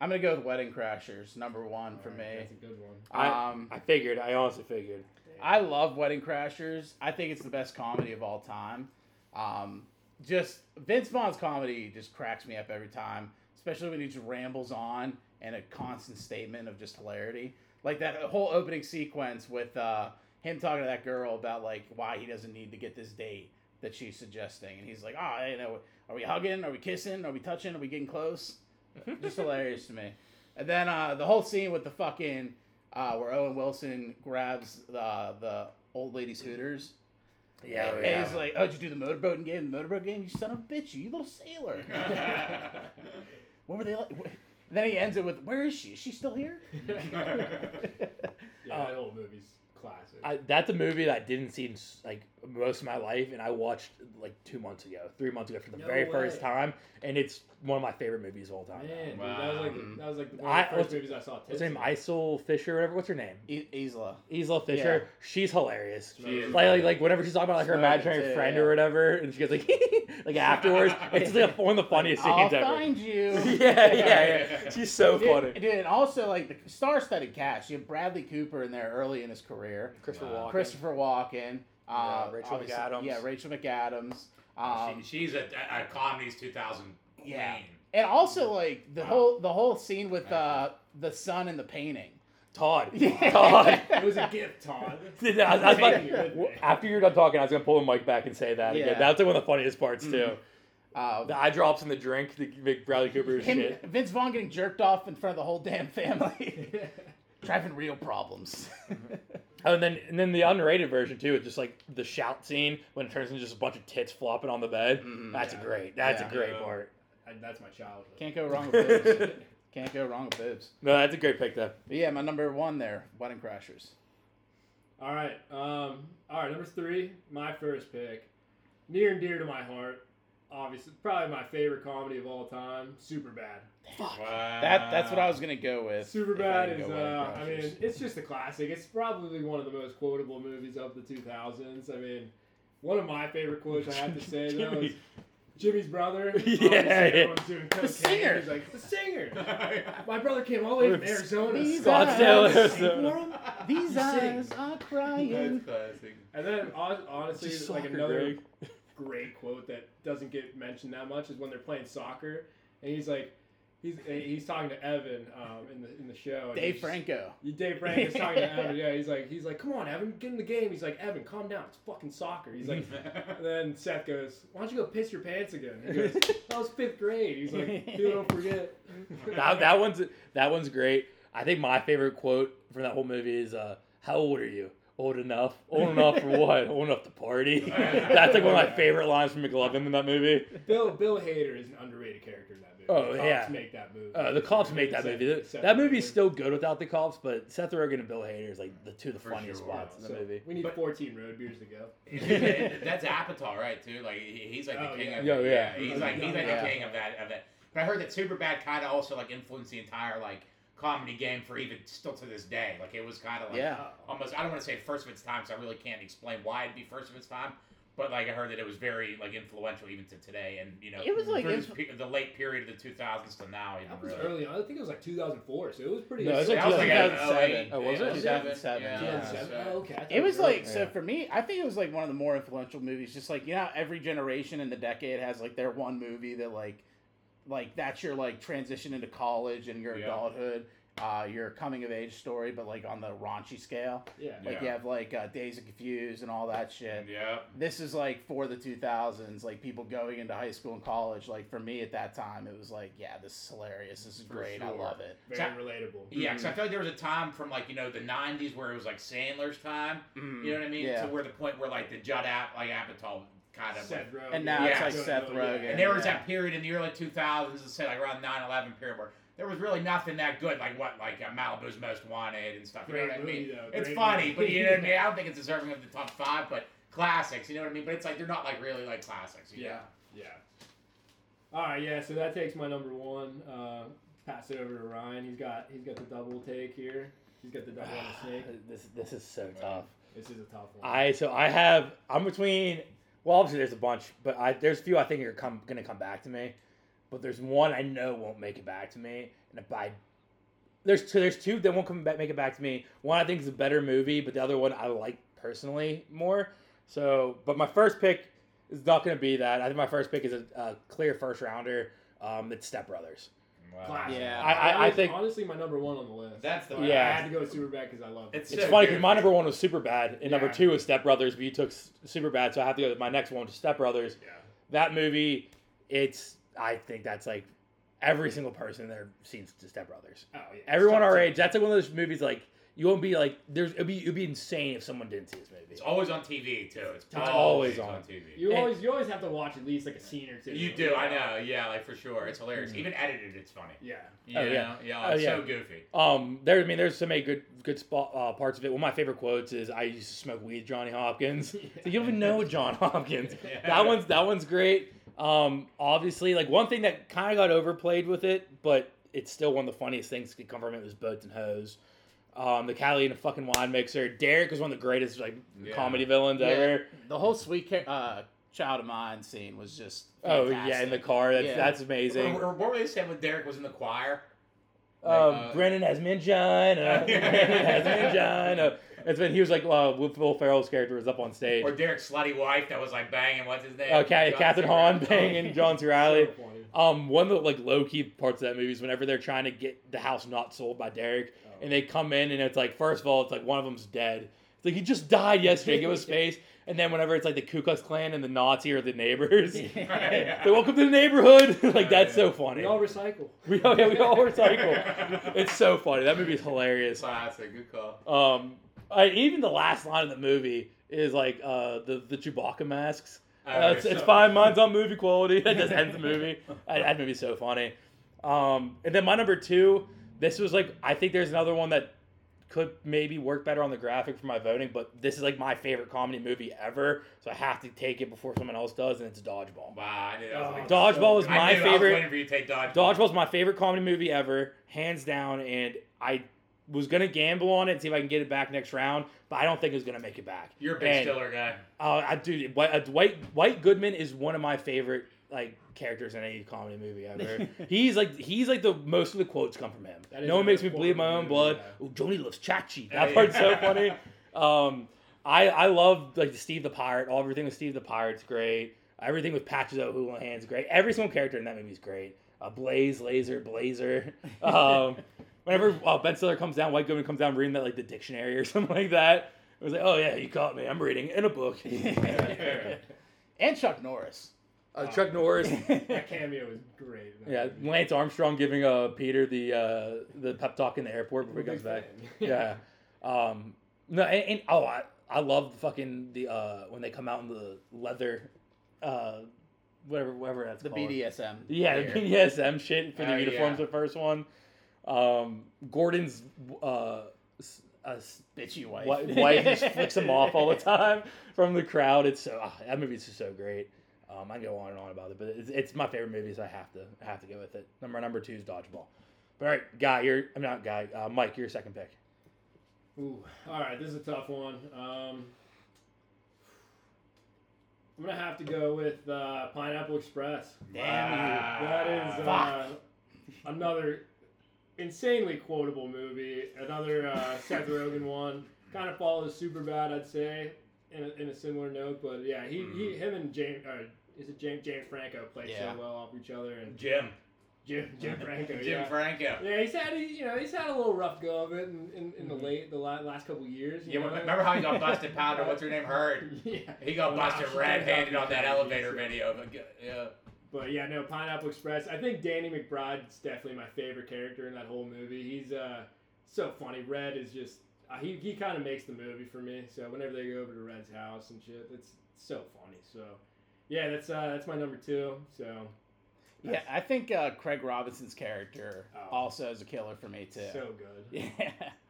I'm gonna go with Wedding Crashers, number one for
All right,
me.
That's a good one.
I,
um,
I figured, I honestly figured.
I love Wedding Crashers. I think it's the best comedy of all time. Um, just Vince Vaughn's comedy just cracks me up every time, especially when he just rambles on and a constant statement of just hilarity. Like that whole opening sequence with uh, him talking to that girl about like why he doesn't need to get this date that she's suggesting, and he's like, "Ah, you know, are we hugging? Are we kissing? Are we touching? Are we getting close?" just hilarious to me. And then uh, the whole scene with the fucking uh, where Owen Wilson grabs the the old lady's hooters.
Yeah,
and
yeah.
he's like, "Oh, did you do the motorboat game? The motorboat game? You son of a bitch! You little sailor! what were they like?" Wh- And then he ends it with, "Where is she? Is she still here?"
Yeah,
Um,
that whole movie's classic.
I, that's a movie that I didn't see in s- like most of my life, and I watched like two months ago, three months ago for the
No
very
way.
first time, and it's one of my favorite movies of all time.
Man, dude,
Wow.
that was like that was like one
I-
of the first
what's-
movies I saw.
What's her name?
Tits.
Isol Fisher, whatever. What's her name?
I- E-, Isla.
Isla Fisher. She's hilarious.
She is.
Like, like, like whenever she's talking about like her
Smoking
imaginary
too,
friend
yeah.
or whatever, and she goes like, like afterwards, it's just, like one of the funniest
I'll
scenes ever.
find you.
yeah, yeah, yeah. She's so
Dude,
funny.
dude, and also like the star-studded cast. You have Bradley Cooper in there early in his career.
Christopher
Wow.
Walken.
Christopher Walken. Uh,
Yeah, Rachel
obviously-
McAdams. Oh,
Yeah, Rachel McAdams. Um,
she, she's a, a comedy's 2000
Yeah.
queen.
and also like the
Wow.
whole the whole scene with uh, the sun and the painting.
Todd. Todd.
It was a gift, Todd.
I was- I was
Thank
about-
you.
after you're done talking, I was gonna pull the mic back and say that
Yeah.
again. That's like one of the funniest parts too.
Uh,
The eye drops in the drink to make Bradley Cooper
him,
shit.
Vince Vaughn getting jerked off in front of the whole damn family. Driving real problems.
Oh, and then and then the unrated version too. It's just like the shout scene when it turns into just a bunch of tits flopping on the bed. That's a
Yeah.
great. That's
Mm-hmm. Yeah.
a great
Yeah.
part.
I- That's my childhood.
Can't go wrong with boobs. Can't go wrong with boobs.
No, that's a great pick though.
But yeah, my number one there, Wedding Crashers.
All right. Um, all right. Number three, my first pick, near and dear to my heart. Obviously, probably my favorite comedy of all time. Super bad.
Wow.
That that's what I was gonna go with.
Uh, Super
if I
bad
didn't
is.
go
Uh,
Wedding
I
Crashers.
mean, it's just a classic. It's probably one of the most quotable movies of the 2000s. I mean, one of my favorite quotes I have to say though is
Jimmy.
Jimmy's brother.
Yeah,
Obviously,
yeah.
everyone's doing cocaine.
singer.
He's like the singer. My brother came all the way from
Oops.
Arizona.
These
Scottsdale,
eyes-
Arizona.
These
He
eyes
sings.
are crying.
classic.
And then hon- honestly,
Just
like
soccer,
another
Greg.
great quote that doesn't get mentioned that much is when they're playing soccer and he's like He's he's talking to Evan um, in the in the show. and
Dave
he's-
Franco.
Yeah, Dave Frank is talking to Evan. Yeah, he's like, he's like, come on, Evan, get in the game. He's like, Evan, calm down. It's fucking soccer. He's like, and then Seth goes, why don't you go piss your pants again? He goes, that was fifth grade. He's like, you don't forget.
that, that one's that one's great. I think my favorite quote from that whole movie is, uh, "How old are you? Old enough? Old enough for what? Old enough to party?" That's like one of my favorite lines from McLovin in that movie.
Bill Bill Hader is an underrated character in that movie.
Oh,
the cops
yeah.
make that movie.
Uh, the cops make that
Seth-
movie.
Seth
That movie's
Rogen.
still good without the cops, but Seth Rogen and Bill Hader is like the two of the
For
funniest
sure.
spots in the
So
movie.
We need
But-
14 road beers to go.
That's Apatow, right? Too. Like he- he's like the
Oh,
king
yeah.
of.
Yeah,
it.
yeah.
He's like he's like
Yeah.
the king of that of that. But I heard that Superbad kind of also like influenced the entire like comedy game for even still to this day. Like it was kind
Uh,
of like
Yeah.
almost I don't want to say first of its time, so I really can't explain why it'd be first of its time. But like I heard that it was very like influential even to today, and you know
It was, like,
through this
influ-
pe- the late period of the 2000s to now. Even
That was
really.
early on. I think it was like 2004, so it was pretty.
No, it was like
That was like
2007.
2007.
Oh, was it?
2007,
Yeah.
yeah.
so-
2007. Oh, okay. I thought
It was
early.
like so for me. I think it was like one of the more influential movies. Just like you know, how every generation in the decade has like their one movie that like, like that's your like transition into college and your
Yeah.
adulthood, uh, your coming of age story, but like on the raunchy scale.
yeah.
Like you
Yeah.
have like uh, Days of Confused and all that shit.
Yeah.
This is like for the 2000s, like people going into high school and college. Like for me at that time, it was like, yeah, this is hilarious. This is
For
great. I
sure.
love it.
Very relatable.
Yeah, because I feel like there was a time from like you know the '90s where it was like Sandler's time, mm. you know what I mean,
Mm.
Yeah.
to where the point where like the Judd App like Apatow kind of.
Seth Rogen.
And now
it's
Yeah.
like
Seth
Yeah.
Rogen.
and there was
Yeah.
that period in the early 2000s, let's say like around 9/11 period, where there was really nothing that good, like what like uh, Malibu's Most Wanted and stuff. You know
Great
what I
movie,
mean?
though.
It's
Great
funny,
movie.
but you know what I mean. I don't think it's deserving of the top five, but classics. You know what I mean? But it's like they're not like really like classics. you
Yeah. Yeah. All right. Yeah. So that takes my number one. Uh, pass it over to Ryan. He's got he's got the double take here. He's got the double on the snake.
this this is so tough.
This is a tough one.
I so I have I'm between. Well, obviously there's a bunch, but I there's a few I think are come gonna come back to me, but there's one I know won't make it back to me, and if I there's two there's two that won't come back make it back to me. One I think is a better movie, but the other one I like personally more. So, but my first pick is not gonna be that. I think my first pick is a, a clear first rounder. Um, it's Step Brothers.
know? Wow.
Classic.
Yeah.
I- I-
That
I
was
think-
honestly my number one on the list.
That's the
But I
Yeah.
had to go with Superbad because I love it.
It's
It's
so
funny
good.
because my number one was Super Bad, and number
Yeah.
two was Step Brothers, but you took Super Bad, so I have to go with my next one, which is Step Brothers.
yeah.
that movie, it's I think that's like every single person there seen Step Brothers.
Oh yeah.
Everyone
Stop
our
it.
age, that's like one of those movies like you won't be like there's it'd be it'd be insane if someone didn't see this movie.
It's always on TV too. It's
always on.
TV.
You
It-
always you always have to watch at least like a scene or two.
You do, I know. Yeah, like for sure, it's hilarious.
Mm-hmm.
Mhm.
Even edited, it's funny.
Yeah.
You
Oh, yeah.
know? yeah,
Oh,
it's
yeah.
so goofy.
Um, there I mean there's so many good good spot uh, parts of it. One of my favorite quotes is I used to smoke weed, Johnny Hopkins. It's like, you don't even know John Hopkins.
Yeah.
That one's that one's great. Um, obviously, like one thing that kind of got overplayed with it, but it's still one of the funniest things to come from it was boats and hose. Um, the Cali and a fucking wine mixer. Derek was one of the greatest like
Yeah.
comedy villains
Yeah.
ever.
The whole sweet Ca- uh, child of mine scene was just
Oh
fantastic.
yeah, in the car. That's
Yeah.
that's
Or-
amazing.
or What were they saying when Derek was in the choir?
Um,
uh,
Brennan has mangina. Brennan has mangina. It's been he was like uh, Will Ferrell's character was up on stage.
Or Derek's slutty wife that was like banging, what's his name?
Uh, Ca-
John
Catherine
C.
Hahn
Reynolds.
banging John C. Riley.
So funny.
Um, one of the like low key parts of that movie is whenever they're trying to get the house not sold by Derek,
Oh.
and they come in and it's like first of all it's like one of them's dead. It's like he just died yesterday. Give us space. And then whenever it's like the Ku Klux Klan and the Nazi or the neighbors, they welcome to the neighborhood. like that's so funny.
We all recycle.
We all, yeah, we all recycle. It's so funny. That movie's hilarious.
Classic, good call.
Um, I, even the last line of the movie is like uh, the the Chewbacca masks. Uh, it's, it's fine. Mine's on movie quality. That just ends the movie. I, that movie's so funny. Um, and then my number two. This was like I think there's another one that could maybe work better on the graphic for my voting, but this is like my favorite comedy movie ever, so I have to take it before someone else does, and it's Dodgeball.
Wow, I knew that was like,
Oh,
Dodgeball is
it's
I
my
knew, I was
favorite.
waiting for you to take Dodgeball.
Dodgeball's my favorite comedy movie ever, hands down, and I was gonna gamble on it and see if I can get it back next round, but I don't think it's gonna make it back.
You're a Ben
And,
Stiller guy.
Uh, I dude, White, uh, Dwight White Goodman is one of my favorite like characters in any comedy movie ever. he's like he's like the most of the quotes come from him.
That is
No one
a
makes me
quote
bleed my
from the
own
movie,
blood.
yeah.
Oh, Joni loves Chachi.
Yeah.
That part's so funny. Um, I I love like Steve the Pirate. All everything with Steve the Pirate's great. Everything with patches out Houlihan's great. Every single character in that movie is great. Uh, Blaze, Laser, Blazer. Um, whenever uh, Ben Stiller comes down, White Goodman comes down reading that like the dictionary or something like that. It was like, oh yeah, you caught me. I'm reading in a book.
and Chuck Norris.
Uh, Chuck Norris.
That cameo is great. in that
Yeah,
movie.
Lance Armstrong giving uh, Peter the uh, the pep talk in the airport before he
Big
comes back.
fan.
Yeah. Um, no, and, and oh, I I love the fucking the uh, when they come out in the leather, uh, whatever whatever that's
The
called.
BDSM.
Yeah, the
Here.
BDSM shit for the
Oh,
uniforms.
yeah.
The first one, um, Gordon's uh, s- uh, s-
Bitchy wife.
wi- wife just flicks him off all the time from the crowd. It's so ah, that movie's just so great. Um, I go on and on about it, but it's, it's my favorite movie, so I have to I have to go with it. Number number two is Dodgeball. But all right, guy, you're I'm not guy. Uh, Mike, your second pick.
Ooh, all right, this is a tough one. Um, I'm gonna have to go with uh, Pineapple Express.
Damn you.
That is uh,
Fuck.
another insanely quotable movie. Another uh, Seth Rogen one. Kind of follows Superbad, I'd say, in a, in a similar note. But yeah, he, he him and James, uh, is it James James Franco played
Hmm. Yeah.
so well off each other, and
Jim.
Jim Jim Franco.
Jim
yeah.
Franco.
Yeah, he's had a, you know he's had a little rough go of it in, in, in the late the la- last couple years. you
You
know?
Mm-hmm. remember how he got busted powder? What's her name? Heard.
yeah,
He got
Wow,
busted
she did
red-handed
have
on that
the
elevator
disease.
video. But, g- yeah.
but yeah, no Pineapple Express. I think Danny McBride's definitely my favorite character in that whole movie. He's uh so funny. Red is just uh, he he kind of makes the movie for me. So whenever they go over to Red's house and shit, it's so funny. So yeah, that's uh that's my number two. So
Yeah, I think uh, Craig Robinson's character
Oh.
also is a killer for me too.
so good.
yeah,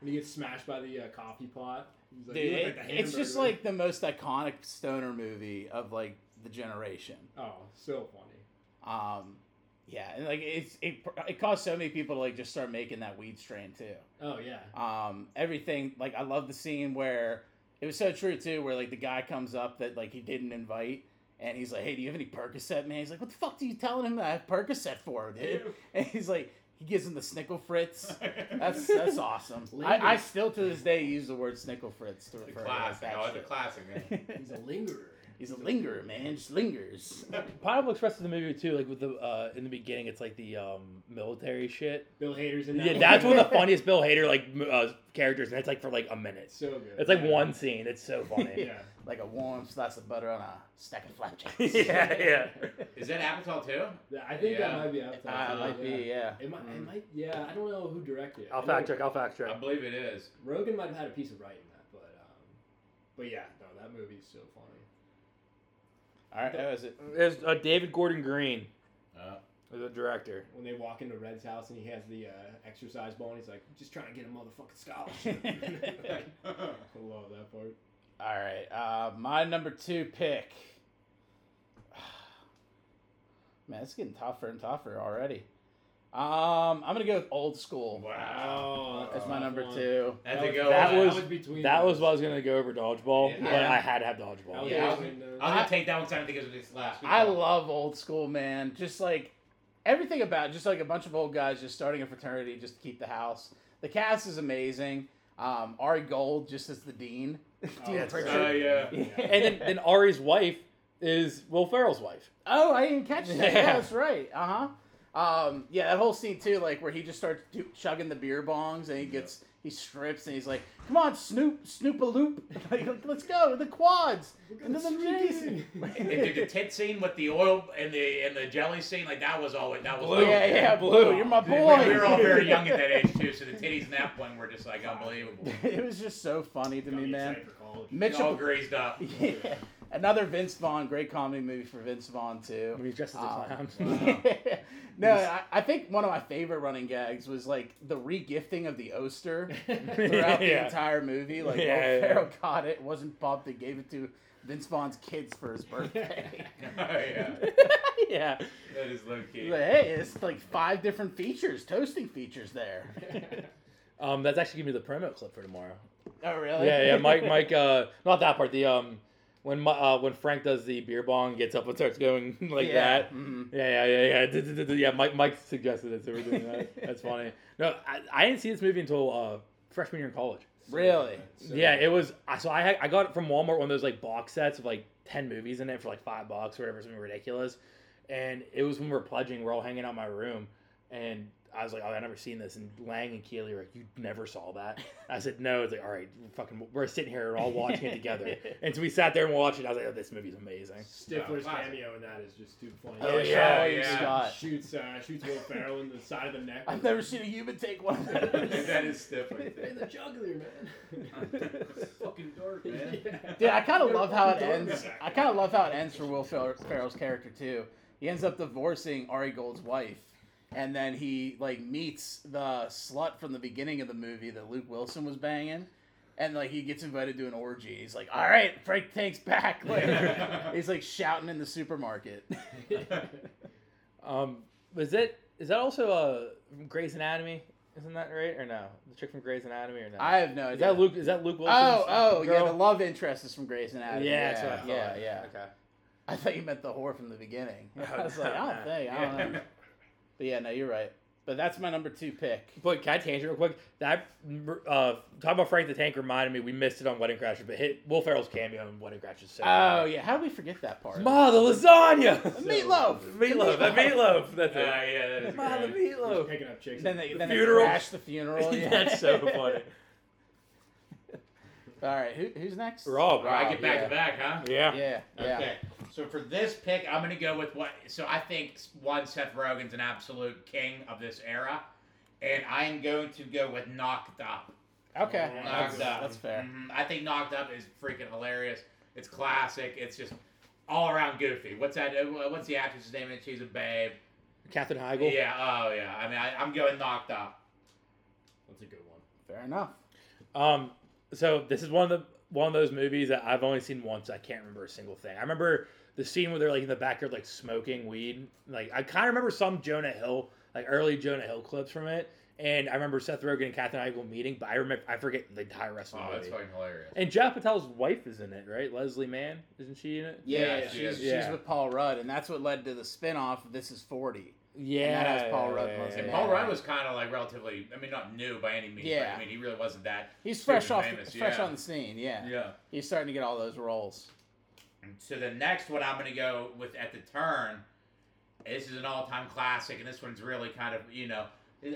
When he gets smashed by the uh, coffee pot. He's like,
dude,
"You look
it-
like the
it's just
hamburger."
like the most iconic stoner movie of like the generation.
oh, so funny.
Um, yeah, and like it's it, it caused so many people to like just start making that weed strain too.
Oh yeah.
um, everything like i love the scene where it was so true too where like the guy comes up that like he didn't invite and he's like hey do you have any percocet man he's like what the fuck are you telling him that i have percocet for dude and he's like he gives him the snickle fritz that's that's awesome I, I still to this day use the word snickle fritz to
The
refer to like,
classic.
that
Oh, the
shit.
classic. Man.
He's a lingerer.
he's a lingerer man just lingers
Pineapple Express is the movie too. Like with the uh, in the beginning, it's like the um, military shit.
Bill Hader's in that.
Yeah,
one.
that's one of the funniest Bill Hader like m- uh, characters, and it's like for like a minute.
So good.
It's like one scene. It's so funny.
Yeah.
like a warm slice of butter on a stack of flapjacks
yeah,
Is that Apatow too?
Yeah, I think
Yeah.
that might be outside.
Ah, it might be yeah Mm.
It might, it might, yeah, I don't know who directed it.
Mm. I'll
I know
fact check. I'll fact
I
check.
believe it is.
Rogan might have had a piece of writing that, but um, but yeah, no, that movie is so funny.
all right that was it
There's uh, David Gordon Green
Uh,
as a director.
When they walk into Red's house and he has the uh, exercise ball and he's like, just trying to get a motherfucking scholarship. I
Oh.
love that part.
All right, uh, my number two pick. Man, it's getting tougher and tougher already. Um, I'm gonna go with old school
wow.
Oh,
as my number two.
That's
that
a
was-
good
that
one.
was-
between.
That
us.
was what I was gonna go over dodgeball,
Yeah.
but I had to have dodgeball.
That
Yeah.
was between us.
I'm gonna take that one time because of this last.
I love old school, man. Just like everything about, it, just like a bunch of old guys just starting a fraternity just to keep the house. The cast is amazing. Um, Ari Gold just as the dean. Dean
that's
Pritchard.
Oh yeah.
And then, then Ari's wife is Will Ferrell's wife.
Oh, I didn't catch that. Yeah,
Yeah.
that's right. Uh huh. Um, yeah, that whole scene too, like where he just starts do, chugging the beer bongs and he gets he strips and he's like, "Come on, Snoop, Snoop a loop, like, let's go to the quads and to the Jason."
They did the tit scene with the oil and the and the jelly scene. Like that was always that was.
Yeah,
Like,
yeah, blue, you're my
we,
boy.
we were all very young at that age too, so the titties in that one were just like unbelievable.
it was just so funny to
Got
me,
me
man.
excited for college.
All
Mitchell,
greased up.
yeah. another Vince Vaughn, great comedy movie for Vince Vaughn too.
He's dressed as a
Um,
clown.
no, I, I think one of my favorite running gags was like the regifting of the Oster throughout the
Yeah.
entire movie. Like
Yeah,
Will
yeah.
Ferrell got it, wasn't bumped, and gave it to Vince Vaughn's kids for his birthday.
Oh yeah,
yeah,
that is low key.
He's like, hey, it's like five different features, toasting features there.
um, that's actually gonna be the promo clip for tomorrow.
oh, really?
Yeah, yeah. Mike, Mike, uh, not that part. The um, when my, uh, when Frank does the beer bong, gets up and starts going like
Yeah,
that.
mhm.
Yeah, yeah, yeah, yeah. D- d- d- d- Yeah, Mike, Mike suggested it, so we're doing that. That's funny. No, I, I didn't see this movie until uh, freshman year in college. Really?
So-
yeah, it was. I- So I had, I got it from Walmart one of those like box sets of like ten movies in it for like five bucks or whatever, something ridiculous. And it was when we were pledging, we're all hanging out in my room, and I was like, "Oh, I never seen this." And Lang and Keely were like, "You never saw that?" I said, "No." It's like, "All right, we're fucking, we're sitting here and all watching it together." And so we sat there and watched it. I was like, "Oh, this movie's amazing."
Stifler's
Wow.
cameo in that is just too funny.
Oh,
He
yeah,
shoots-
yeah.
Scott.
Shoots, uh, shoots Will Ferrell in the side of the neck.
I've never seen a human take one of those.
that is stiff right
In
there.
the jugular, man.
It's fucking dark, man.
Dude, I kind of love how it ends. I kind of love how it ends for Will Fer- Ferrell's character too. He ends up divorcing Ari Gold's wife, and then he like meets the slut from the beginning of the movie that Luke Wilson was banging, and like he gets invited to an orgy. He's like, "All right, Frank Tank's back!" Like, he's like shouting in the supermarket.
Um, was it? Is that also uh, Grey's Anatomy? Isn't that right or no? The chick from Grey's Anatomy or no?
I have no
is
idea.
that Luke? Is that Luke Wilson?
Oh, oh, yeah, the love interest is from Grey's Anatomy.
yeah,
Yeah,
that's what I
yeah,
thought.
yeah.
Okay.
I thought you meant the whore from the beginning. I was like, I don't
Oh,
think, I don't know. But yeah, no, you're right. But that's my number two pick.
But can I tangent real quick? That uh, talking about Frank the Tank reminded me we missed it on Wedding Crashers, but hit Will Ferrell's cameo in Wedding Crashers. So
Oh yeah, how did we forget that part?
ma the lasagna,
meatloaf!
meatloaf, the meatloaf. That's
Ah,
it.
yeah, that is
Ma the
great.
Just
meatloaf.
picking up chicks.
then they then
funeral.
they crashed the funeral. Yeah.
That's so funny.
All right, who, who's next?
Rob,
All right, get back
yeah.
to back, huh?
Yeah.
Yeah, yeah.
Okay. So for this pick, I'm gonna go with what. So I think one Seth Rogen's an absolute king of this era, and I'm going to go with Knocked Up.
Okay,
Yeah,
That's,
Knocked Up.
that's fair.
Mhm. I think Knocked Up is freaking hilarious. It's classic. It's just all around goofy. What's that? uh, What's the actress's name? And she's a babe.
Catherine Heigl.
Yeah. Oh yeah. I mean, I, I'm going Knocked Up.
That's a good one.
Fair enough.
Um, so this is one of the one of those movies that I've only seen once. I can't remember a single thing. I remember the scene where they're like in the backyard, like smoking weed. Like I kind of remember some Jonah Hill, like early Jonah Hill clips from it. And I remember Seth Rogen and Katherine Heigl meeting, but I remember I forget the entire rest of the
Oh, that's
movie.
fucking hilarious.
And Jeff Patel's wife is in it, right? Leslie Mann, isn't she in it?
Yeah,
Yeah, she
she's
is.
Yeah.
she's with Paul Rudd, and that's what led to the spin-off of This Is Forty.
Yeah,
that has Paul Rudd
yeah,
and Leslie
And
yeah,
Mann.
Paul
yeah.
Rudd was kind of like relatively. I mean, not new by any means.
Yeah.
But, I mean, he really wasn't that.
He's
super
fresh off,
famous,
fresh
yeah.
on the scene. Yeah.
Yeah.
he's starting to get all those roles.
So the next one I'm going to go with at the turn. This is an all-time classic, and this one's really kind of you know.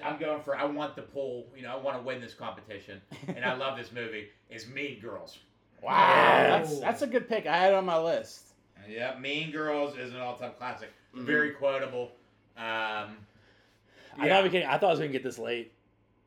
I'm going for I want the pool. You know, I want to win this competition, and I love this movie. Is Mean Girls.
Wow,
Yes.
that's that's a good pick. I had it on my list.
Yeah, Mean Girls is an all-time classic. Very quotable. Um,
I thought we could, I thought I was gonna get this late.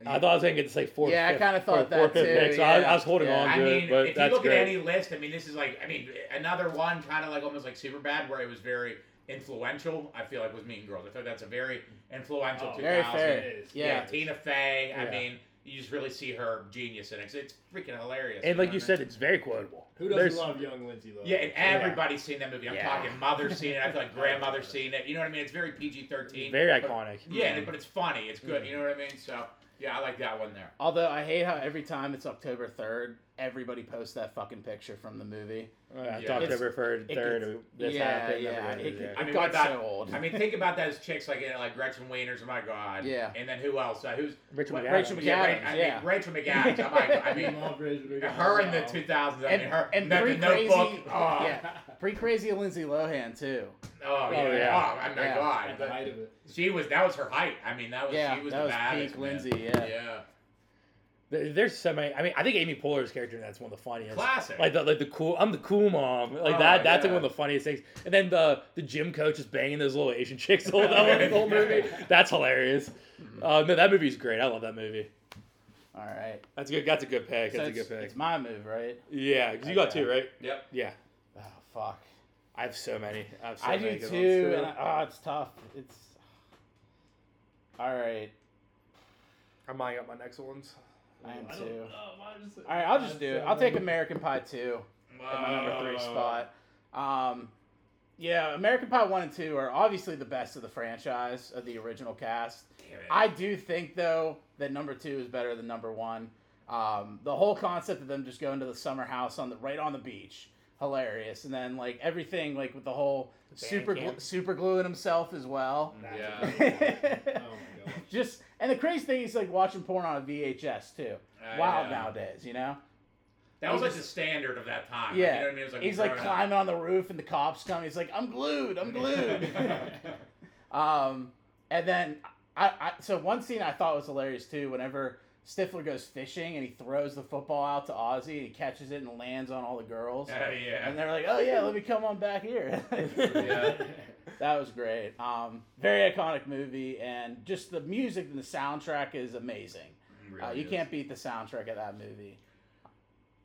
I thought I was gonna get this like four.
Yeah, I
fifth-
kinda thought
four- four,
that
fifth
too,
pick, so I,
yeah.
I was holding
Yeah.
on to
I
it,
mean,
but
if you
that's
look
great.
at any list, I mean, this is like, I mean, another one kind of like almost like Superbad, where it was very influential. I feel like was Mean Girls. I feel that's a very influential.
Oh,
2000.
Very fair.
it is.
Yeah.
Yeah, Tina Fey.
Yeah.
I mean, you just really see her genius in it. 'cause It's freaking hilarious.
And like
know
you
what I
said, it's very quotable.
Who doesn't
There's-
love young Lindsay Lohan?
mean? Yeah, and everybody's seen that movie. I'm
Yeah.
talking mother's seen it. I feel like grandmother's seen it. You know what I mean? It's very PG-13.
Very
but-
iconic.
Yeah,
Mm.
and it- but it's funny. It's good. You know what I mean? So yeah, I like that one there.
Although I hate how every time it's October third, everybody posts that fucking picture from the movie.
Yeah,
Yeah.
October third,
it
third.
gets-
This
yeah,
happened.
yeah,
everyone
it
is
could-
there.
I mean,
got
what about-
so old.
I mean, think about those chicks like uh, like Gretchen Wieners. Oh my god.
Yeah.
And then who else? Uh, who's
Rachel
what-
McAdams.
Rachel
Yeah, Ra-
McAdams,
I
yeah.
mean, Rachel McAdams. Oh my god. I
I
mean,
love Bridget. Bridget
her in the
Jones.
2000s. I
And-
mean, her
and
the,
pretty
the Notebook.
crazy-
Oh,
Yeah, pretty crazy Lindsay Lohan too.
oh, yeah.
yeah.
Oh, my
Yeah.
god.
At the
But-
height of it.
She was that was her height. I mean, that was
Yeah,
she was
that
the
was
baddest.
peak
man.
Lindsay, yeah.
yeah,
There- There's so many. I mean, I think Amy Poehler's character in that's one of the funniest.
classic.
Like the like the cool. I'm the cool mom. Like
Oh,
that. That's like
yeah.
one of the funniest things. And then the the gym coach is banging those little Asian chicks the whole, the whole movie. That's hilarious. Uh, no, that movie's great. I love that movie.
All right,
That's good. That's a good pick.
so
That's a
it's,
good pick.
it's my move, right?
Yeah, 'cause you got
Okay.
two, right?
yep.
Yeah,
Oh fuck,
I have so many. I, have so
I
many
do
good
too,
ones.
and I, oh, it's tough. It's all right.
I'm lining up my next ones.
I am
I don't
too.
know. Mine is-
All right, I'll just
mine's
do it.
so
I'll take
random.
American Pie two. at my number three
Wow.
spot. Um, yeah, American Pie one and two are obviously the best of the franchise of the original cast.
Damn it.
I do think though that number two is better than number one. Um, the whole concept of them just going to the summer house on the right on the beach, hilarious, and then like everything like with the whole
band
super
camp.
Mm.
glu- super gluing himself as well.
yeah.
Oh my god.
just and the crazy thing is like watching porn on a VHS too.
I
Wild
know.
nowadays, you know.
That was like the standard of that time.
Yeah,
You know what I mean? It was
he's like climbing on the roof and the cops come. He's like, I'm glued. I'm glued. um, and then I, I so one scene I thought was hilarious too. Whenever Stifler goes fishing and he throws the football out to Ozzy and he catches it and lands on all the girls. And
yeah.
they're like, "Oh yeah, let me come on back here."
yeah.
That was great. Um, very iconic movie, and just the music and the soundtrack is amazing. Uh,
Really
you
is.
can't beat the soundtrack of that movie.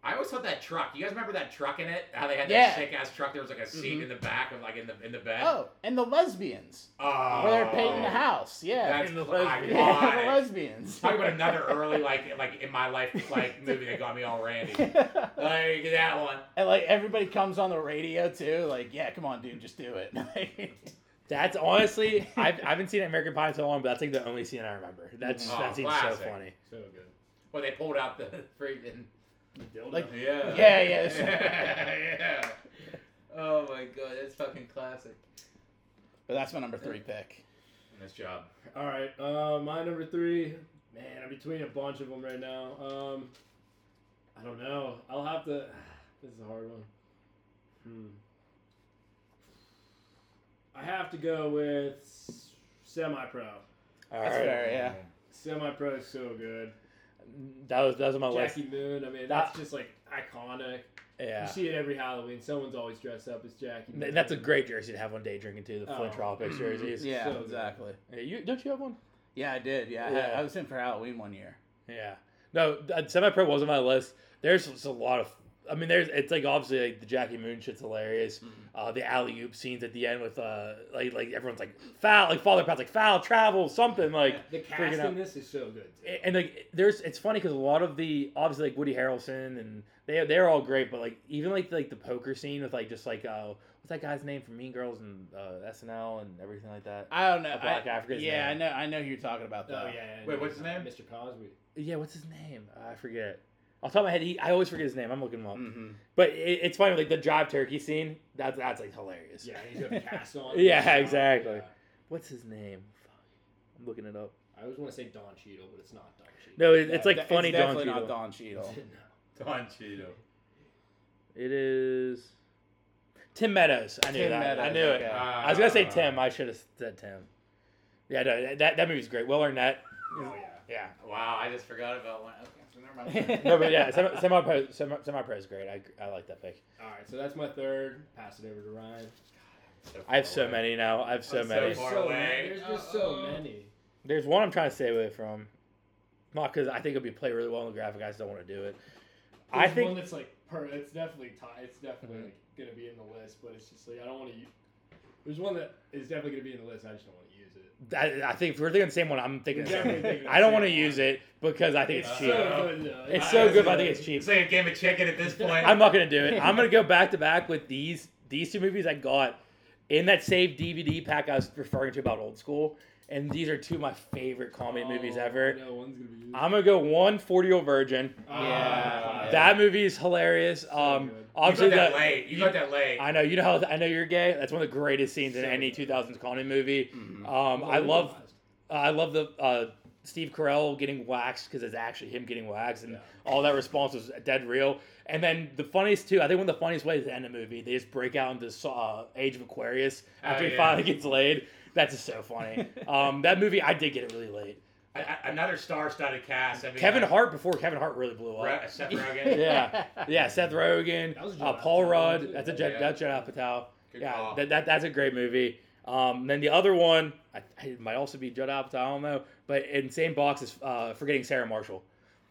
I always thought that truck. You guys remember that truck in it? How they had
Yeah.
that sick ass truck. There was like a seat
Mhm.
in the back of like in the in the bed.
Oh, and the lesbians
Oh.
where they're painting the house. Yeah,
That's
In the-
Lesbian-
iconic.
the lesbians.
Talk about another early like like in my life like movie that got me all randy.
and
Like that one.
like everybody comes on the radio too. Like, yeah, come on, dude, just do it.
That's honestly, I've, I haven't seen American Pie in so long, but that's like the only scene I remember. That's
Oh,
that scene's
classic.
so funny.
So good.
Where they pulled out the freaking
Dildo.
Like-
Yeah.
Yeah, yeah, that's-
yeah. Oh my god, that's fucking classic.
but that's my number three pick.
Nice job.
All right, uh, my number three. Man, I'm between a bunch of them right now. Um, I don't know. I'll have to. This is a hard one. Hmm. I have to go with semi-pro.
All
That's
right.
fair, Oh, yeah.
Semi-pro is so good.
That was that was on my list.
Jackie Moon. I mean, that's just like iconic. You
Ah. Yeah.
see it every Halloween. Someone's always dressed up as Jackie. Moon.
And that's a great jersey to have one day drinking too. The
Oh.
Flint Tropics jerseys.
Mm-hmm. Yeah,
So good.
exactly.
Hey, You don't you have one?
Yeah, I did. Yeah, I, had-
Yeah.
I was in for Halloween one year.
Yeah. No, semi pro was on my list. There's just a lot of. I mean, there's it's like obviously like the Jackie Moon shit's hilarious. Uh, the alley oop scenes at the end with uh like like everyone's like foul like father pat's like foul travel something like
the
freaking
cast
out.
in this is so good. too.
and like there's it's funny because a lot of the obviously like Woody Harrelson and they they're all great, but like even like like the poker scene with like just like uh what's that guy's name from Mean Girls and uh, SNL and everything like that.
I don't know.
A black
I-
African's
Yeah,
name.
I know. I know who you're talking about though.
Oh yeah. yeah,
Wait,
yeah,
what's his name?
Mr. Cosby.
Yeah, what's his name? I forget. Off the top of my head, he, I always forget his name. I'm looking him up.
hmm
But it, it's funny like the drive turkey scene. That's that's like hilarious.
Yeah, he's got a cast on.
Yeah,
Yeah,
exactly.
yeah.
What's his name? Fuck. I'm looking it up.
I always want to say Don Cheadle, but it's not Don Cheadle.
No, it, it's like funny Don
definitely
Cheadle.
not Don Cheadle.
Don Cheeto.
It is Tim Meadows. I knew
Tim
that. I
Meadows,
knew it.
okay.
Ah.
I was gonna say Tim. I should have said Tim. Yeah, no, that that movie's great. Will Arnett.
Oh yeah.
Yeah.
Wow, I just forgot about one. Okay, so never mind.
No, but yeah, semi pro semi pro is great. I, I like that pick.
All right, so that's my third. Pass it over to Ryan.
I have so many now. I have so
I'm so
many.
There's
far
so
away.
many. There's just so
Uh-oh.
many.
There's one I'm trying to stay away from. Not because I think it'll be played really well in the graphic. I just don't want to do it. I
There's
think
one that's like per. It's definitely tied. It's definitely like, gonna be in the list, but it's just like I don't want to. There's one that is definitely gonna be in the list. I just don't want to use it.
I, I think if we're thinking the same one, I'm thinking. The
You're
same.
definitely
one.
thinking
I don't
the
want to
same
use it because I think it's
Uh,
It's
cheap.
so-
though.
It's so good, but I think it's cheap.
It's like a game of chicken at this point.
I'm not gonna do it. I'm gonna go back to back with these these two movies I got in that saved DVD pack I was referring to about old school, and these are two of my favorite comedy movies
Oh,
ever.
No Oh, one's gonna be. Used. Ah,
I'm gonna go one 40 year old virgin.
Yeah.
That movie is hilarious. um,
good.
you got
obviously
that
the-
late. You got that late.
I know you know how I know you're gay. That's one of the greatest scenes in
So
any
good.
2000s comedy movie.
Mm-hmm.
Mhm.
Um, I love I love the uh, Steve Carell getting waxed because it's actually him getting waxed, and
Yeah.
all that response was dead real. And then the funniest too, I think one of the funniest ways to end a movie, they just break out into so- uh, Age of Aquarius after
Oh,
he
yeah.
finally gets laid. That's just so funny. um, that movie, I did get it really late.
A- a- another star-studded cast. I mean,
Kevin
like,
Hart before Kevin Hart really blew up.
Ra- Seth Rogen.
Yeah, yeah. Seth Rogen,
That was a
uh,
Judd
Paul
Apatow
Rudd.
too, Oh,
That's a
right?
Judd,
Yeah.
that's Judd Apatow.
Good
yeah,
call.
that, that that's a great movie. Um, then the other one, I, it might also be Judd Apatow. I don't know, but in same box is uh, Forgetting Sarah Marshall.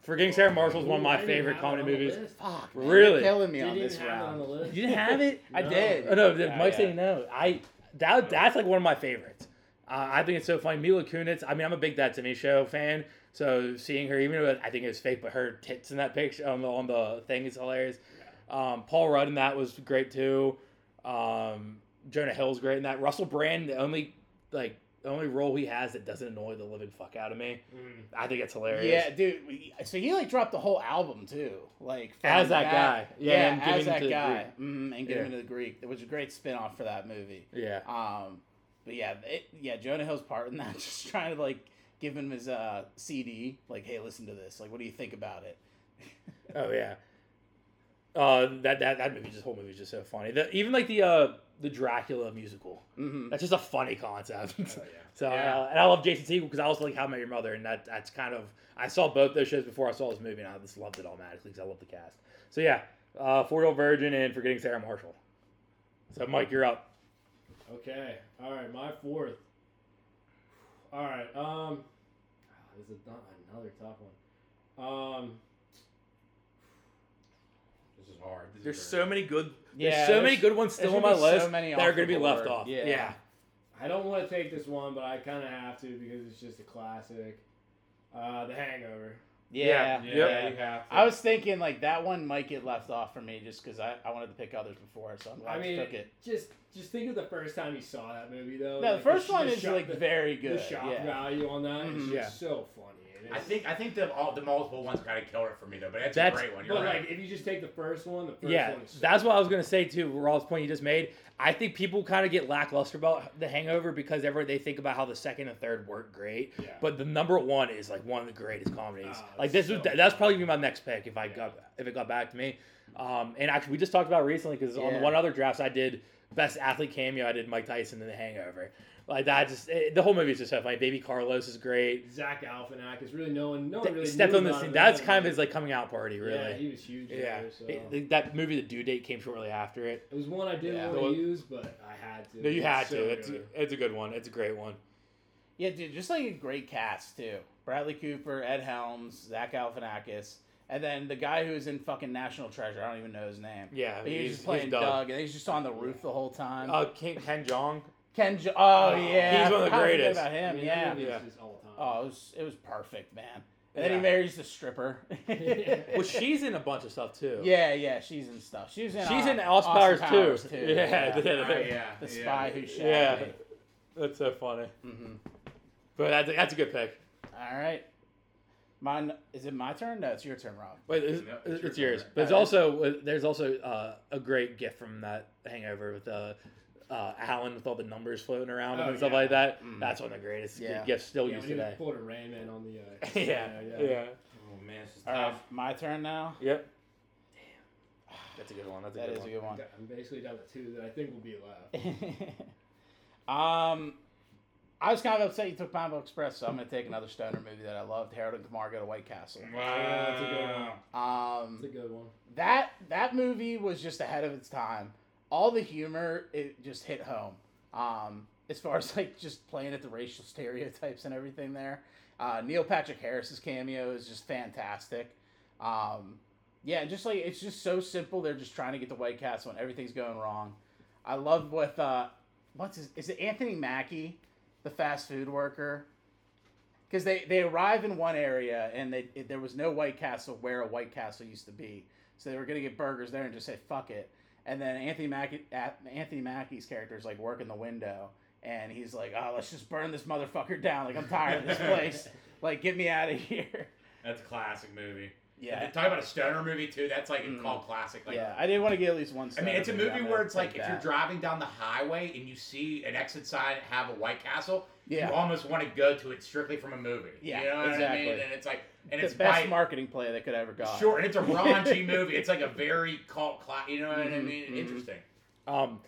Forgetting Sarah Marshall is one of
Ooh, I
my
didn't
favorite
have that on
comedy
the
movies.
list.
Fuck, man,
Really?
you're killing me
You
on
didn't
this
have it on the
round.
list.
You didn't have it?
I
No.
did.
Oh, no,
Yeah,
Mike's
yeah.
saying no. I that that's like one of my favorites. Uh, I think it's so funny. Mila Kunis. I mean, I'm a big That to Me Show fan, so seeing her, even though I think it was fake, but her tits in that picture on the on the thing is hilarious. Um, Paul Rudd in that was great too. Um, Jonah Hill's great in that. Russell Brand, the only like the only role he has that doesn't annoy the living fuck out of me.
Mm.
I think it's hilarious.
Yeah, dude. we- So he like dropped the whole album too, like from
As that guy. Yeah, and Give
as
Him to
that
the
guy, hmm and give
Yeah.
him to the Greek. It was a great spin off for that movie.
yeah.
Um, but yeah, it, yeah, Jonah Hill's part in that, just trying to like give him his uh, CD, like, hey, listen to this. Like, what do you think about it?
Oh yeah. Uh, that that that movie, just whole movie, is just so funny. The, even like the uh the Dracula musical,
Mm-hmm.
that's just a funny concept.
yeah.
so
Yeah.
uh, and I love Jason Segel because I also like How I Met Your Mother, and that that's kind of I saw both those shows before I saw this movie, and I just loved it automatically because I love the cast. So yeah, uh, Four Year Old Virgin and Forgetting Sarah Marshall. So Mike, you're up.
Okay. All right. My fourth. All right. Um, ah, this is not another tough one. Um,
This is hard. This
There's
is
so
very-
many good.
Yeah,
there's so
there's-
many good ones still
there's
on my
gonna be so
list
many
that
off
are
the
going to be left
board.
off.
Yeah.
yeah.
I don't want to take this one, but I kind of have to because it's just a classic. Uh, The Hangover.
Yeah.
Yeah.
Yeah,
Yep.
you have to.
I was thinking like that one might get left off for me just because I, I wanted to pick others before, so I'm glad
I
I
mean,
took it.
just just think of the first time you saw that movie though.
No, the
Like,
first
sh-
one
uh, the
is
shock-
like
the,
very good.
The shock
yeah.
value on that is
Mhm.
just
Yeah.
so funny. It is,
I think I think the all the multiple ones kind of killer for me though, but that's,
That's-
a great one. You're
But
right.
like, if you just take the first one, the first
yeah,
one is so
that's what I was gonna say too. Raw's point you just made. I think people kind of get lackluster about The Hangover because ever they think about how the second and third work great,
Yeah.
but the number one is like one of the greatest comedies.
Ah,
like this
it's
is
so
that's
good.
probably gonna be my next pick if I got if it got back to me. Um, and actually we just talked about it recently because on the
Yeah.
one other drafts I did best athlete cameo I did Mike Tyson in The Hangover. Like that just it, the whole movie is just so funny. Baby Carlos is great.
Zach Galifianakis. Really, no one, no one
Th-
really
stepped
knew
on the
about
scene.
him.
That's kind of his like coming out party, really.
Yeah, he was uh, huge.
Yeah,
there, so.
It- th- that movie, The Due Date, came shortly after it.
It was one I didn't
Yeah.
want
Well-
to use, but I had to.
No, you
It's
had
so
to. It's
good.
it's a good one. It's a great one.
Yeah, dude, just like a great cast too. Bradley Cooper, Ed Helms, Zach Galifianakis, and then the guy who's in fucking National Treasure. I don't even know his name.
Yeah,
But he's, just playing Doug. and he's just on the roof the whole time.
Uh, Ken, Ken Jong.
Ken, jo- oh
Oh,
yeah,
he's one of the
I forgot
greatest.
About
I
him,
mean,
yeah.
that movie is
Yeah.
just all time.
Oh, it was it was perfect, man. And then
Yeah.
he marries the stripper.
Well, she's in a bunch of stuff too.
yeah, yeah, she's in stuff. She was in.
she's
uh,
in Austin Powers, too. Yeah,
yeah.
Oh, yeah,
the
yeah.
spy who shot
Yeah.
me.
that's so funny.
Mhm.
But that's a, that's a good pick.
All right, mine is it my turn? No, it's your turn, Rob.
Wait, it's,
No, it's
it's,
your
yours.
turn.
But it's
Alright.
also there's also uh, a great gift from that Hangover with uh, uh, Alan with all the numbers floating around
Oh,
and stuff
yeah.
like that.
Mm.
That's one of the greatest
Yeah.
gifts still
yeah, when
used
he was
today.
pulled a Rain Man on the. Uh,
yeah,
yeah,
yeah.
Oh man, this is
All right,
tough.
my turn now.
Yep. That's a good one. That's a
That
good
is
one.
a good one.
I'm basically down to two that I think will be left.
um, I was kind of upset you took Pineapple Express, so I'm going to take another stoner movie that I loved, Harold and Camargo to White Castle.
Yeah, that's a good one.
Wow.
It's a
Um,
good one.
that that movie was just ahead of its time. All the humor it just hit home. Um, as far as like just playing at the racial stereotypes and everything there. Uh, Neil Patrick Harris's cameo is just fantastic. Um, yeah, just like it's just so simple. They're just trying to get the White Castle when everything's going wrong. I love with uh, what's his, is it Anthony Mackie, the fast food worker? Because they they arrive in one area and they it, there was no White Castle where a White Castle used to be, so they were gonna get burgers there and just say fuck it. And then Anthony Mackie a- Anthony Mackie's character is like working the window and he's like, oh, let's just burn this motherfucker down. Like I'm tired of this place. Like get me out of here.
That's a classic movie.
Yeah.
And talk about a stoner movie too. That's like
Mhm.
a cult classic. Like,
yeah, I did want to get at least one.
I mean,
star
it's a
for that,
movie
but
where it's like if
that.
you're driving down the highway and you see an exit sign have a White Castle, you
yeah,
almost want to go to it strictly from a movie.
Yeah,
you know what I mean?
exactly.
And it's like, and it's
the best
by,
marketing play they could ever got.
Sure, and it's a raunchy movie. It's like a very cult classic. You know what I
Mhm,
mean?
mhm.
Interesting.
Um,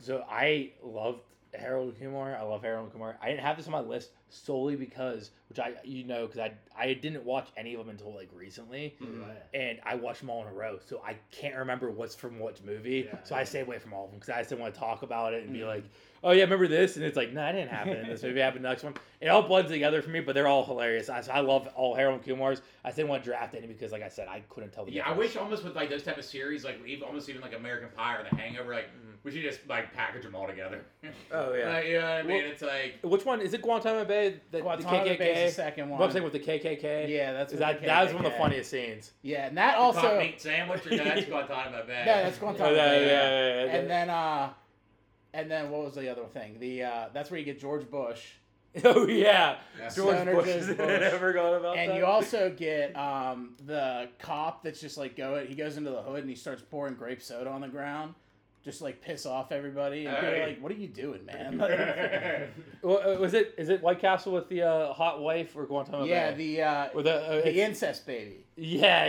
so I loved Harold Kumar. I love Harold Kumar. I didn't have this on my list solely because, which I you know, because I I didn't watch any of them until like recently,
Mhm.
and I watched them all in a row, so I can't remember what's from what movie.
Yeah,
so I
yeah.
stay away from all of them because I just didn't want to talk about it and be
Mhm.
like, oh yeah, remember this? And it's like, no, nah, it didn't happen. in this movie happened in the next one. It all blends together for me, but they're all hilarious. I, so I love all Harold Kumar's. I just didn't want to draft any because, like I said, I couldn't tell the
Yeah, I
difference.
wish almost with like those type of series, like even almost even like American Pie or The Hangover, like we should just like package them all together.
Oh yeah.
Like, you know what I mean?
Well-
it's like
Which one is it? Guantanamo Bay. The,
Guantanamo
the KKK.
Bay's the second one.
What I'm saying with the KKK.
yeah, that's
Is
with
that
the
that was one of the
KKK.
funniest scenes.
Yeah, and that
also,
also.
meat sandwich or no, that's Guantanamo Bay.
Yeah, that's
Oh,
Guantanamo
yeah,
Bay.
yeah, yeah, yeah,
And
yeah.
then, uh, and then what was the other thing? The uh, that's where you get George Bush,
oh yeah,
That's
George
Stoner
Bush.
Joe's
I
Bush.
never forgot about
and
that.
you also get um, the cop that's just like go. He goes into the hood and he starts pouring grape soda on the ground. just like piss off everybody and
All
people are
right.
like, "What are you doing, man?"
Well, uh, was it is it White Castle with the uh, hot wife or Guantanamo?
yeah,
Bay?
the uh,
Or the, uh,
the
it's-
incest baby.
yeah, yeah, yeah,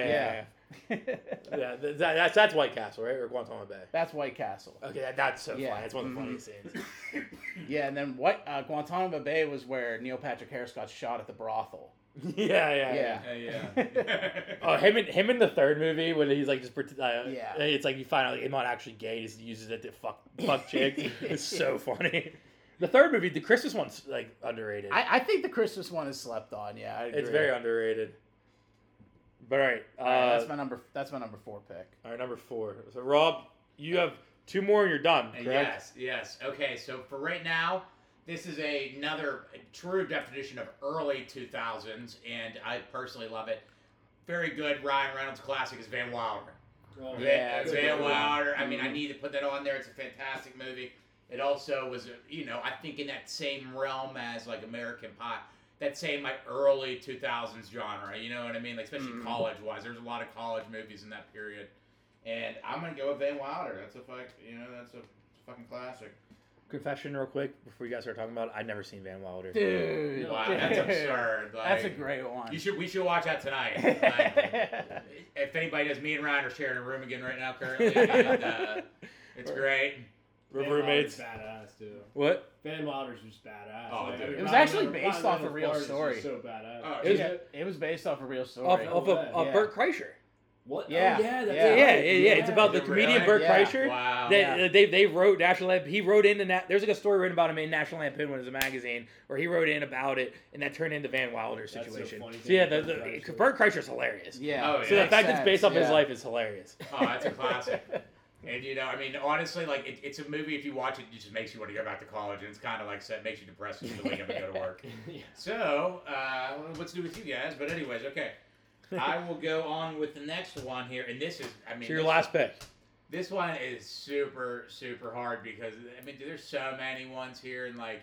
yeah, yeah.
yeah.
yeah. th- that, that's that's White Castle, right, or Guantanamo Bay?
That's White Castle.
Okay, that, that's so
Yeah.
funny. That's one of the
Mhm.
funniest scenes.
Yeah, and then what? Uh, Guantanamo Bay was where Neil Patrick Harris got shot at the brothel.
yeah, yeah,
Yeah.
yeah.
Oh, him and him in the third movie when he's like just pret- uh,
Yeah.
It's like you find out like, he's not actually gay. He just uses it to fuck fuck chicks. it's so funny. The third movie, the Christmas one's like underrated.
I, I think the Christmas one is slept on. Yeah, I agree.
it's very underrated. But all right, uh,
All right, that's my number. That's my number four pick.
all right, number four. So Rob, you have two more and you're done.
Uh,
Correct?
Yes, yes. Okay, so for right now, this is a, another true definition of early 2000s, and I personally love it. Very good Ryan Reynolds classic is Van Wilder.
Oh,
Yeah,
Van,
it's a
Van
good one.
Wilder.
Mm-hmm.
I
Mm-hmm.
mean, I need to put that on there. It's a fantastic movie. It also was, you know, I think in that same realm as like American Pie, that same like early 2000s genre. You know what I mean? Like especially
Mhm.
college wise, there's a lot of college movies in that period. And I'm gonna go with Van Wilder. That's a fuck, you know, that's a fucking classic.
Confession, real quick, before you guys start talking about it, I've never seen Van Wilder.
Dude,
Wow, that's
dude.
absurd. Like,
Oh. That's a great one.
You should we should watch that tonight. Like, if anybody does, me and Ryan are sharing a room again right now currently. And, uh, it's great.
We're
Van
roommates.
Wilder's badass too.
What?
Van Wilder's just badass.
Oh,
Like,
dude.
I mean,
was
It
Robin
actually
Leonard-
based off
Robin
a
Leonard
real
Bart is just
story.
So badass.
Oh,
It was-
Yeah, it was based off a real
Off,
story.
off of uh,
Yeah.
Bert Kreischer.
What?
Yeah.
Oh, yeah, that's
Yeah.
Yeah,
right.
yeah, yeah. It's
Yeah.
about the
Is it
comedian
really?
Bert
Yeah.
Kreischer.
Wow.
They, uh,
Yeah.
they, they wrote National Lampoon. He wrote in the Nat, there's like a story written about him in National Lampoon when it was a magazine where he wrote in about it and that turned into Van Wilder's
That's so
situation.
funny
so yeah,
thing
the,
about Bert
the,
Kreischer.
Bert Kreischer's hilarious.
Yeah.
Oh,
So
yeah.
the fact that it's based off
Makes
his
sense,
life is hilarious.
Oh, that's a classic. And you know, I mean, honestly, like it, it's a movie. If you watch it, it just makes you want to go back to college, and it's kind of like so it makes you depressed when you wake up and go to work.
Yeah.
So, uh, what's new with you guys? But anyways, okay, I will go on with the next one here, and this is, I mean,
So your
this-
last pick.
This one is super, super hard because I mean, there's so many ones here, and like,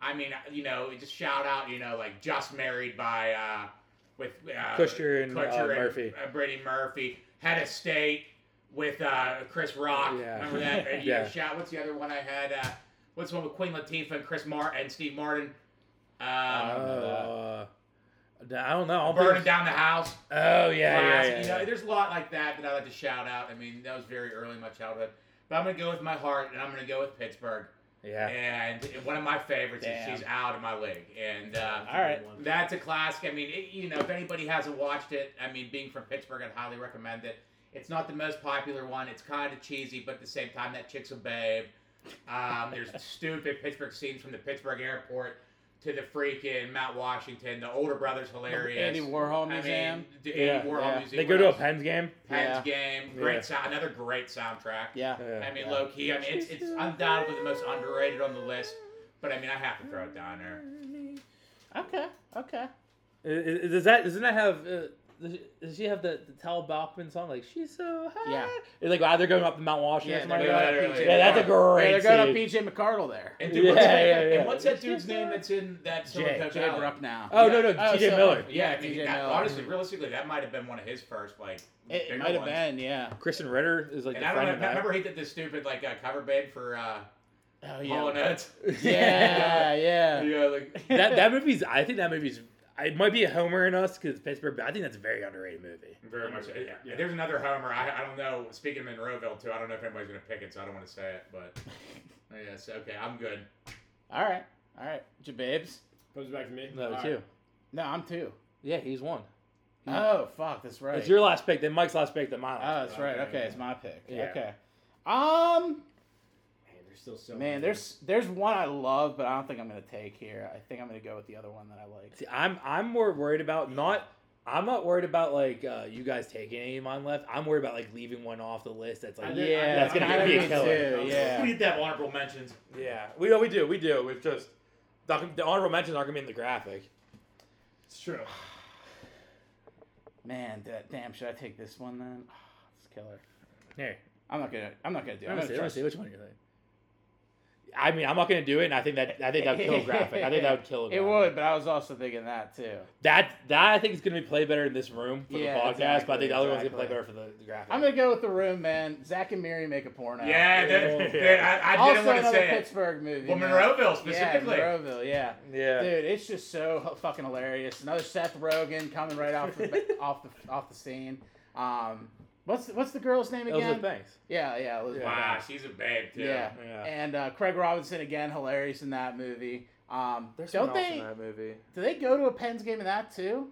I mean, you know, just shout out, you know, like just married by uh, with uh,
Kushner and, uh, Murphy.
uh, Brittany Murphy, head of state with uh, Chris Rock.
Yeah.
Remember that? And, you
Yeah.
know, shout. What's the other one I had? Uh, what's the one with Queen Latifah and Chris Martin and Steve Martin? Um,
Uh, I don't know. I don't
burning
think-
down the house.
Oh yeah, yeah,
Classic,
yeah,
you know,
yeah.
there's a lot like that that I like to shout out. I mean, that was very early in my childhood. But I'm gonna go with my heart, and I'm gonna go with Pittsburgh.
Yeah.
And one of my favorites
Damn.
is she's out of my league, and uh,
All right.
that's a classic. I mean, it, you know, if anybody hasn't watched it, I mean, being from Pittsburgh, I'd highly recommend it. It's not the most popular one. It's kind of cheesy, but at the same time, that chick's a babe. Um, there's stupid Pittsburgh scenes from the Pittsburgh airport to the freaking Mount Washington. The older brother's hilarious.
Andy Warhol
I
museum.
mean, the
Yeah,
Andy Warhol
yeah.
Museum.
They go
what
to a
else?
Pens game.
Pens
Yeah.
game. Great
Yeah.
sound. Another great soundtrack.
yeah.
Yeah.
I mean,
Yeah.
low key. I mean, it's it's undoubtedly the most underrated on the list. But I mean, I have to throw it down there.
Okay. Okay.
I- I- Does that doesn't that have? Uh, does- does she have the, the Tal Bachman song like she's so high?
Yeah.
It's like wow, they're going up the Mount Washington. or
Yeah,
something like
they're
that.
going up
yeah, that's a great.
Yeah, they're
scene.
going to PJ McCardle there.
And dude, what's,
Yeah,
that,
yeah, yeah.
and what's that dude's name that's in that song?
Jay.
Coach
Jay
Allen?
Bruck now.
Oh no no,
Oh,
TJ
so-
Miller,
Yeah, I mean,
T.J.
that,
Miller.
honestly, realistically, that might have been one of his first like.
It, it
bigger
might have
ones.
been, yeah.
Kristen Ritter is like
And
the
I don't
friend
know.
of that.
Remember, he did this stupid like uh, cover band for uh,
Oh
Hall and
yeah.
Oates.
Yeah, yeah.
yeah, like
that that movie's. I think that movie's. It might be a Homer in us because Pittsburgh, but I think that's a very underrated movie.
very much. Yeah.
Yeah.
There's another Homer. I, I don't know. Speaking of Monroeville too, I don't know if anybody's gonna pick it, so I don't want to say it. But yes, okay, I'm good.
All right. All right. Jababes.
Comes back to me.
No,
All
two.
right.
No, I'm two.
Yeah, he's one.
Oh, fuck. That's right.
It's your last pick, then Mike's last pick, then mine.
Oh, that's right.
Okay.
Okay, it's my pick.
Yeah.
Okay. Um,
Man, there's still so many.
man, there's there's one I love, but I don't think I'm gonna take here. I think I'm gonna go with the other one that I like.
See, I'm I'm more worried about not. I'm not worried about like uh, you guys taking any of mine left. I'm worried about like leaving one off the list. That's
I
like
did-
Yeah,
I-
that's gonna
I-
be a
I-
killer.
I-
Yeah.
We need to have honorable mentions.
yeah. We know we do we do. We've just the, the honorable mentions aren't gonna be in the graphic.
It's true.
Man, that, damn, should I take this one then? Oh, it's killer.
Here,
I'm not gonna. I'm not gonna do. it.
let
I'm gonna
me see. Let me
trust.
see which one you're like. I mean, I'm not gonna do it, and I think that I think that would kill a graphic. I think that would kill a
It
graphic.
would, but I was also thinking that too.
That that I think is gonna be play better in this room for
Yeah,
the podcast, but I
exactly,
think the other one's gonna play
exactly.
better for the, the graphic.
I'm gonna go with the room, man. Zach and Miri make a porno.
Yeah,
Yeah.
that, that- I, I
also
didn't want to
another
say it.
Pittsburgh movie.
Well,
man.
Monroeville
Yeah,
specifically.
Monroeville. Yeah,
yeah.
dude, it's just so h- fucking hilarious. Another Seth Rogen coming right off the off the off the scene. Um, what's what's the girl's name again?
Elizabeth Banks.
Yeah, yeah, Elizabeth.
wow,
Banks.
she's a babe too.
Yeah.
Yeah.
And uh, Craig Robinson again, hilarious in that movie. Um,
There's
don't
someone else
they?
in that movie.
Do they go to a Pens game in that too?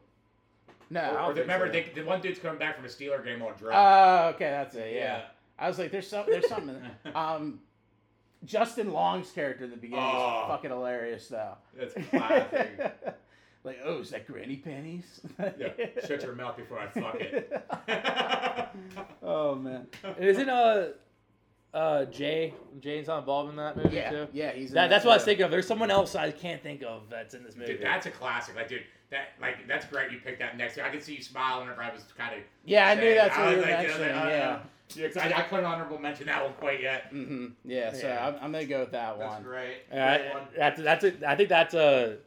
Or
No.
think
remember,
so.
they, the one dude's coming back from a Steeler game on
Oh,
drugs.
okay, that's it. Yeah. I was like, there's some, there's something. um, Justin Long's character in the beginning
Oh.
is fucking hilarious though.
That's classic.
like, oh, is that granny panties?
yeah. Shut your mouth before I fuck it.
oh man.
And isn't uh uh Jay Jay's not involved in that movie
Yeah,
too?
yeah, he's. in
That, that's what I was
too.
thinking of. There's someone else I can't think of that's in this movie.
dude, that's a classic. Like, dude, that like that's great. You picked that next year. I could see you smile whenever I was kind of.
Yeah, I knew that's what you were
like,
mentioning.
uh,
yeah.
yeah, 'cause I, I couldn't honorable mention that one quite yet.
hmm Yeah, so
Yeah.
I'm, I'm gonna go with that
That's
one.
great.
All right,
Great one.
that's that's a, I think that's a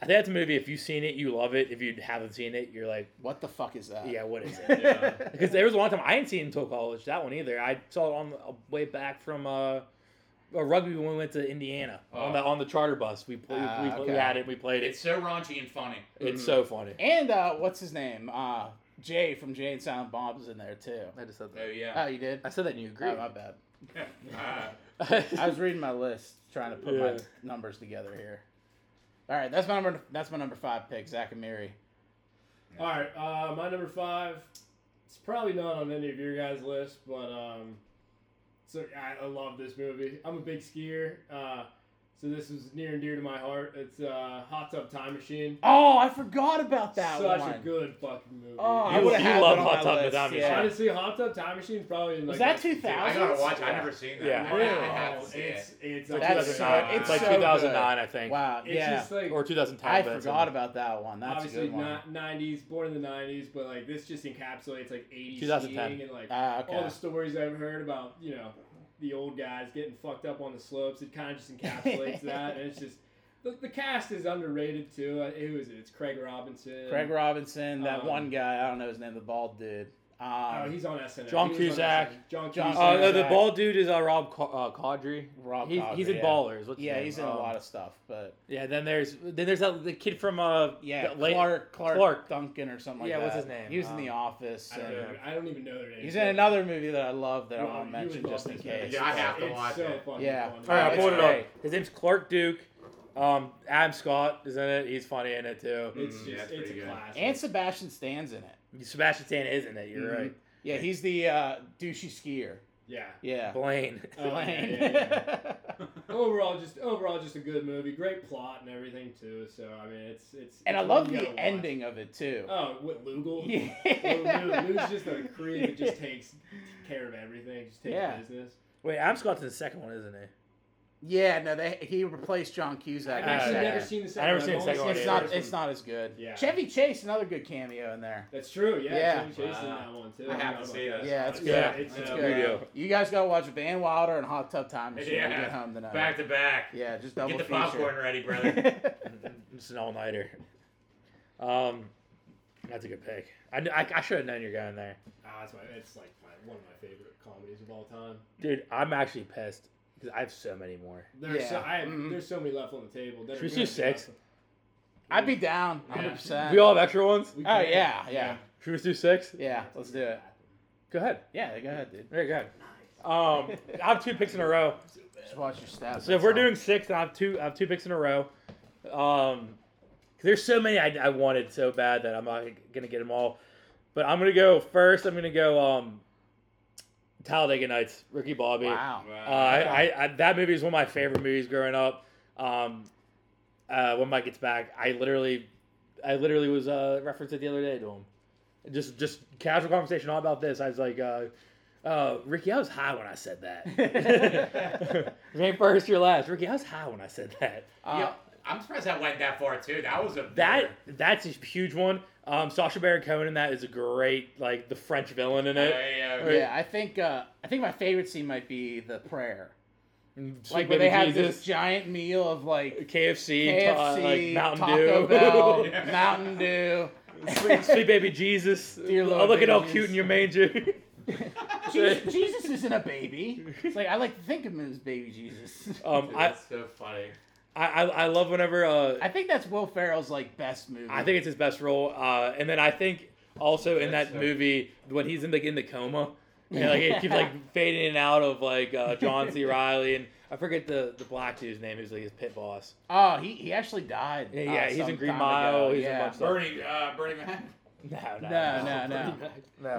I think that's a movie. If you've seen it, you love it. If you haven't seen it, you're like,
What the fuck is that?
yeah, what is it?
Yeah.
Because there was one time I didn't see it until college. That one either. I saw it on the way back from uh, a rugby when we went to Indiana on
Oh.
the on the charter bus. We played.
Ah,
we, we
okay.
had it. We played it.
It's mm-hmm.
It's,
so raunchy and funny.
Uh,
so funny.
And uh, what's his name? Uh, Jay from Jay and Silent Bob is in there too.
I just said
Oh
Oh,
yeah.
you did?
I said that and you
Oh,
agreed.
my bad.
Uh,
I was reading my list, trying to put my
Yeah.
numbers together here. All right, that's my number. That's my number five pick, Zach and Miri.
All right, uh, my number five. It's probably not on any of your guys' list, but um, so I, I love this movie. I'm a big skier, uh, so this is near and dear to my heart. It's uh, Hot Tub Time Machine.
Oh, I forgot about that
Such
one.
a good fucking movie.
oh, I
You-
would
you
have
love
on
Hot
my
Tub
list,
Without Me,
yeah.
Honestly, Hot Tub Time Machine probably in,
Was
like
that
my-
two
I
thousand?
gotta watch. it. I never seen that.
Yeah.
one. I
Really?
have
Oh,
to see it.
it's it's
Like
That's
2009.
so-
it's
it's
like
so
2009, I think.
Wow.
it's
Yeah.
just like
Or 2010.
I
but it's-
forgot about that one. That's a
obviously
good one.
not 90s, born in the 90s, but like this just encapsulates like 80s
2010.
skiing and like
Ah, okay.
all the stories I've heard about, you know, the old guys getting fucked up on the slopes. It kind of just encapsulates that, and it's just the, the cast is underrated too. Uh, Who is it? It's Craig Robinson.
Craig Robinson, that
Um,
one guy. I don't know his name. The bald dude. Um,
Oh, he's on SNL.
John
He was on
Cusack.
SNL. John
John- oh,
Cusack.
Uh, no, the
Yeah.
bald dude is uh, Rob Co- uh, Caudry.
Rob
he's,
Cosby,
he's in
yeah.
Ballers. What's his
Yeah,
name?
he's in
Um,
a lot of stuff, but
Yeah, then there's then there's that the kid from uh
yeah,
the late-
Clark, Clark
Clark.
Duncan or something like
Yeah,
that.
what's his name?
He was in The
Um,
Office.
I don't,
and-
know, I don't even know their name.
He's in another movie that I love that I
Wow,
won't
you
mention
would
just
love
in
this movie.
case.
Yeah, I have to
it's
watch
so
it.
Fucking
Yeah.
funny.
All right, I
It's
pulled it
great.
up. His name's Clark Duke. Um, Adam Scott is in it. He's funny in it
Mm-hmm.
too.
It's
Mm,
just
yeah, it's
it's a
pretty good.
classic.
And Sebastian Stan's in it.
Sebastian Stan is in it. You're
Mhm.
right.
Yeah, he's the uh, douchey skier.
yeah.
Yeah.
Blaine.
Oh, yeah,
Blaine.
yeah, yeah. overall, just overall, just a good movie. Great plot and everything too. So I mean, it's it's.
and I
it's
love
one you
the
gotta watch.
ending of it too.
Oh, what Lugal? Lou- Lou's
yeah.
just a creep that just takes care of everything, just takes
Yeah.
business.
Wait, Adam Scott's in the second one, isn't he?
yeah, no, they, he replaced John Cusack.
I've
Uh,
actually
Yeah.
never seen the second.
I never
one.
seen the
I've only
second one
It's
the
either.
not.
first
It's not as good.
Yeah.
Chevy Chase, another good cameo in there.
That's true. Yeah.
Yeah.
Chevy Chase in
Wow.
that one too.
I have
forgot
to
about
see
that.
this.
Yeah, it's
Yeah,
good.
it's,
it's
uh,
good.
Video.
You guys gotta watch Van Wilder and Hot Tub Time Machine when you
Yeah.
get home tonight.
Back to back.
yeah, just double
Get the
feature.
popcorn ready, brother.
It's an all nighter. Um, that's a good pick. I, kn- I, I should have known you're going there,
Ah, it's, my, it's like my, one of my favorite comedies of all time.
dude. I'm actually pissed because I have so many more.
There's so
Yeah.
I have,
Mhm.
there's so many left on the table. that
Mm-hmm. Should
are
we do
good.
six?
I'd be down,
Yeah.
100. percent
We all have extra ones.
We
Oh
can.
yeah, yeah,
Should we just do six?
yeah. Let's do it.
Go ahead.
Yeah, go ahead, dude.
Very good. Um, I have two picks in a row.
Just watch your stats.
So if we're doing six, I have two. I have two picks in a row. Um, 'cause there's so many I, I wanted so bad that I'm not gonna get them all. But I'm gonna go first. I'm gonna go um, Talladega Nights, Ricky Bobby.
wow,
Uh, I, I, I that movie is one of my favorite movies growing up. Um, uh, when Mike gets back, I literally, I literally was uh, referenced it the other day to him. Just just casual conversation all about this. I was like, uh, uh, Ricky, I was high when I said that. you ain't first, you're last. Ricky, I was high when I said that.
uh,
yeah, I'm surprised that went that far too. That was a
That that's a huge one. Um, Sasha Baron Cohen in that is a great like the
Uh,
French villain in
Yeah,
it.
yeah, yeah.
yeah. I think uh, I think my favorite scene might be the prayer.
Mm,
like where they have this giant meal of like
KFC,
KFC,
ta- like Mountain
Taco
Dew,
Bell,
Yeah.
Mountain Dew.
sweet, sweet baby Jesus.
Dear
oh,
Lord
look at how
baby
cute in your manger.
Jesus, Jesus isn't a baby. It's like I like to think of him as baby Jesus.
Um,
Dude,
I,
that's so funny.
I, I I love whenever uh,
I think that's Will Ferrell's like best movie.
I think it's his best role. Uh, and then I think also in
That's
that
so-
movie when he's in the in the coma, and like it keeps like fading in and out of like uh, John C. Riley and I forget the the black dude's name. Who's like his pit boss?
Oh, he, he actually died.
Yeah,
uh,
yeah, he's in
some
Green
time
Mile,
ago,
he's in
yeah.
Bunch-
Bernie, uh, Bernie Mac.
No, no,
No, no, no.
no.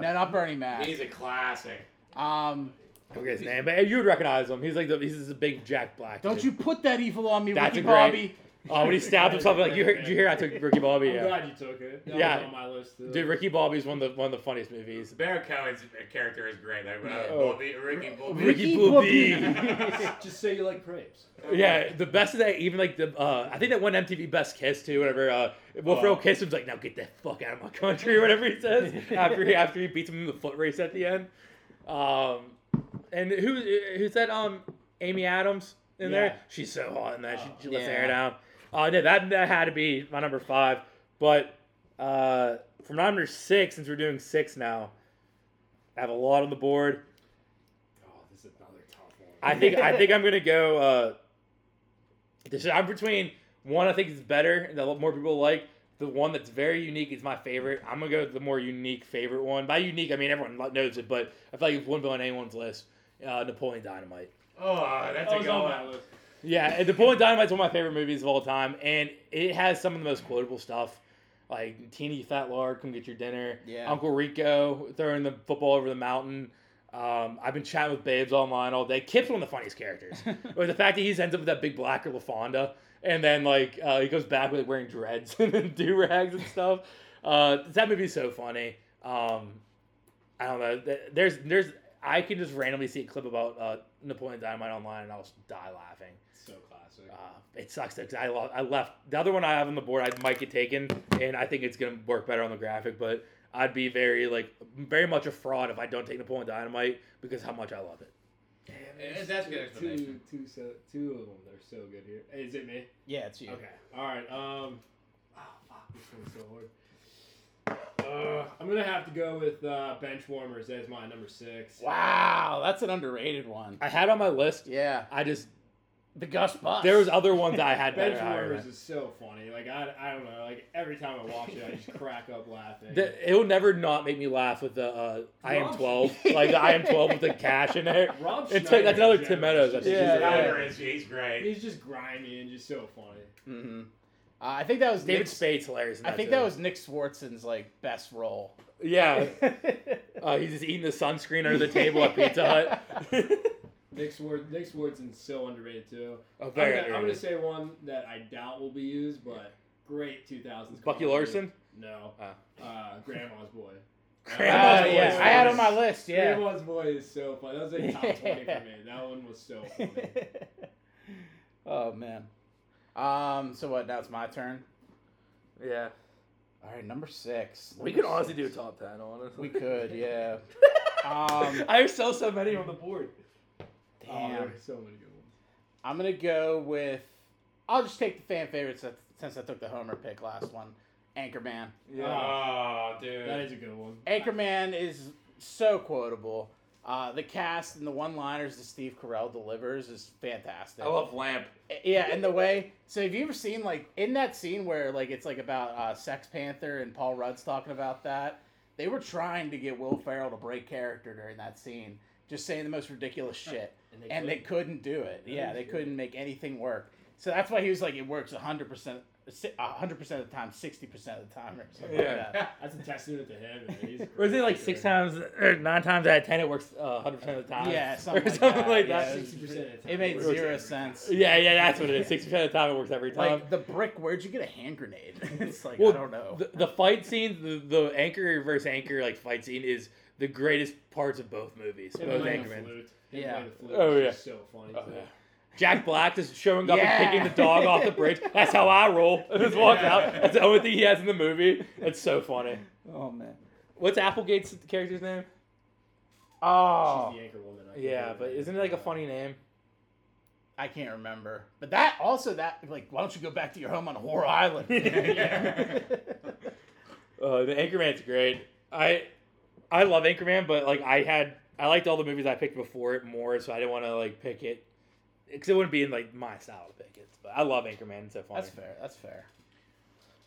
No, not Bernie Mac.
He's a classic.
Um,
I forget his name, but you would recognize him. He's like the, he's a big Jack Black.
don't you
dude.
put that evil on me,
That's
Ricky
a great-
Bobby.
Oh, when he stabbed himself, like you heard, did you hear? I took Ricky Bobby.
I'm
Yeah.
glad you took it. That
Yeah.
was on my list. Too.
Dude, Ricky Bobby's one of the one of the funniest movies.
Barry Cohen's character is great. Like, uh,
Oh.
Bobby, Ricky Bobby.
Ricky
Bobby.
Bobby.
Just say you like crepes.
Yeah, the best of that, even like the, uh, I think that one MTV Best Kiss too, whatever. Uh, Will
Oh.
Ferrell kissed him's like, now get the fuck out of my country, or whatever he says after he after he beats him in the foot race at the end. Um, and who who's that? Um, Amy Adams in
Yeah.
there. She's so hot in that. She,
Oh,
she lets her
yeah.
hair down. Uh, no, that that had to be my number five. But uh, from number six, since we're doing six now, I have a lot on the board.
Oh, this is another tough one.
I think I think I'm gonna go. Uh, this I'm between one I think is better and that more people like. The one that's very unique is my favorite. I'm gonna go with the more unique favorite one. By unique, I mean everyone lo- knows it, but I feel like it's one on anyone's list. Uh, Napoleon Dynamite.
Oh, that's a
was
good
on
one.
my list.
Yeah, and Napoleon Dynamite's one of my favorite movies of all time, and it has some of the most quotable stuff. Like Teeny Fat Lard, come get your dinner.
Yeah.
Uncle Rico throwing the football over the mountain. Um, I've been chatting with babes online all day. Kip's one of the funniest characters. Or the fact that he ends up with that big black or LaFonda, and then like uh, he goes back with like, wearing dreads and do rags and stuff. Uh, that movie's so funny. Um, I don't know. Th- There's there's I can just randomly see a clip about uh, Napoleon Dynamite online and I'll just die laughing.
So classic.
Uh, it sucks because I, lo- I left the other one I have on the board. I might get taken, and I think it's gonna work better on the graphic. But I'd be very like very much a fraud if I don't take Napoleon Dynamite because how much I love it.
Damn,
That's- Eh, that's a good
Two,
explanation.
two, so, two of them. They're so good here. Hey, is it me?
Yeah, it's you.
Okay. All right. Um. Oh fuck, this one's so hard. Uh, I'm gonna have to go with uh, bench warmers as my number six.
Wow, that's an underrated one.
I had it on my list.
Yeah,
I just
the Gus Bus.
there was other ones I had better.
Bench
higher
warmers
than.
is so funny. Like I, I don't know. Like every time I watch it, I just crack up laughing.
The- It'll never not make me laugh with the uh, I am
Rob-
twelve, like the I am twelve with the cash in there.
Rob
It's
Schneider,
like- that's another
in
Tim
general,
Meadows,
is
I think.
just-
Yeah, yeah.
Tyler is he's great.
He's just grimy and just so funny.
hmm Uh, I think that was
David
Nick-
Spade's hilarious. in
I think
too.
that was Nick Swartzen's like best role.
yeah. Uh, he's just eating the sunscreen under the table at Pizza Hut.
Nick Sward, Nick Swartzen's so underrated too.
oh,
I'm
very
gonna, I'm gonna
underrated.
say one that I doubt will be used, but great
Bucky
2000s. comedy.
Larson.
No.
Ah.
Uh, Grandma's Boy.
Grandma's
Uh,
Boy
yeah,
is
I had
hilarious.
on my list. Yeah.
Grandma's Boy is so funny. That was like top 20 for me. That one was so funny.
oh man. Um. So what? Now it's my turn.
Yeah.
All right, number six.
We
Number
could honestly do a
six.
top ten, honestly.
We could, yeah. Um,
I have so so many on the board.
Oh, there
damn.
were so many good ones.
I'm gonna go with. I'll just take the fan favorite since- since I took the Homer pick last one. Anchorman. Uh,
Oh,
That
dude.
is a good one.
Anchorman is so quotable. Uh, the cast and the one-liners that Steve Carell delivers is fantastic. Eh,
I love Lamp.
Yeah, and the way. So have you ever seen like in that scene where like it's like about uh, Sex Panther and Paul Rudd's talking about that? They were trying to get Will Ferrell to break character during that scene, just saying the most ridiculous shit, and they couldn't do it. Yeah, they couldn't make anything work. So that's why he was like, it works hundred percent. 100% of the time, 60% of the time, or something
Yeah.
like that.
That's a testament to him. and he's
Was
great
it like
for
six
sure.
times or nine times out of ten? It works uh, hundred percent of the time.
Yeah,
Or
something like that, yeah.
that.
60% of the
It made
time.
zero sense.
Yeah, yeah, that's what it is. Sixty percent of the time, it works every time.
Like, the brick, where'd you get a hand grenade? it's like,
Well,
I don't know.
the, the fight scene, the, the anchor versus anchor like fight scene is the greatest parts of both movies.
Him
Both
playing the
Anchorman.
flute. Him
Yeah.
playing the flute
Oh,
was
yeah.
just so funny.
Oh,
too.
yeah. Jack Black just showing up
Yeah.
and kicking the dog off the bridge. That's how I roll. And just walks out. That's the only thing he has in the movie. It's so funny.
Oh, man.
What's Applegate's character's name?
Oh.
Oh.
She's the anchor woman. I think.
Yeah, but isn't it like a funny name?
I can't remember. But that also that like why don't you go back to your home on Whore Island?
Uh, the Anchorman's great. I I love Anchorman, but like I had I liked all the movies I picked before it more, so I didn't want to like pick it because it wouldn't be in like my style to pick it. But I love Anchorman. It's so funny.
That's fair. That's fair.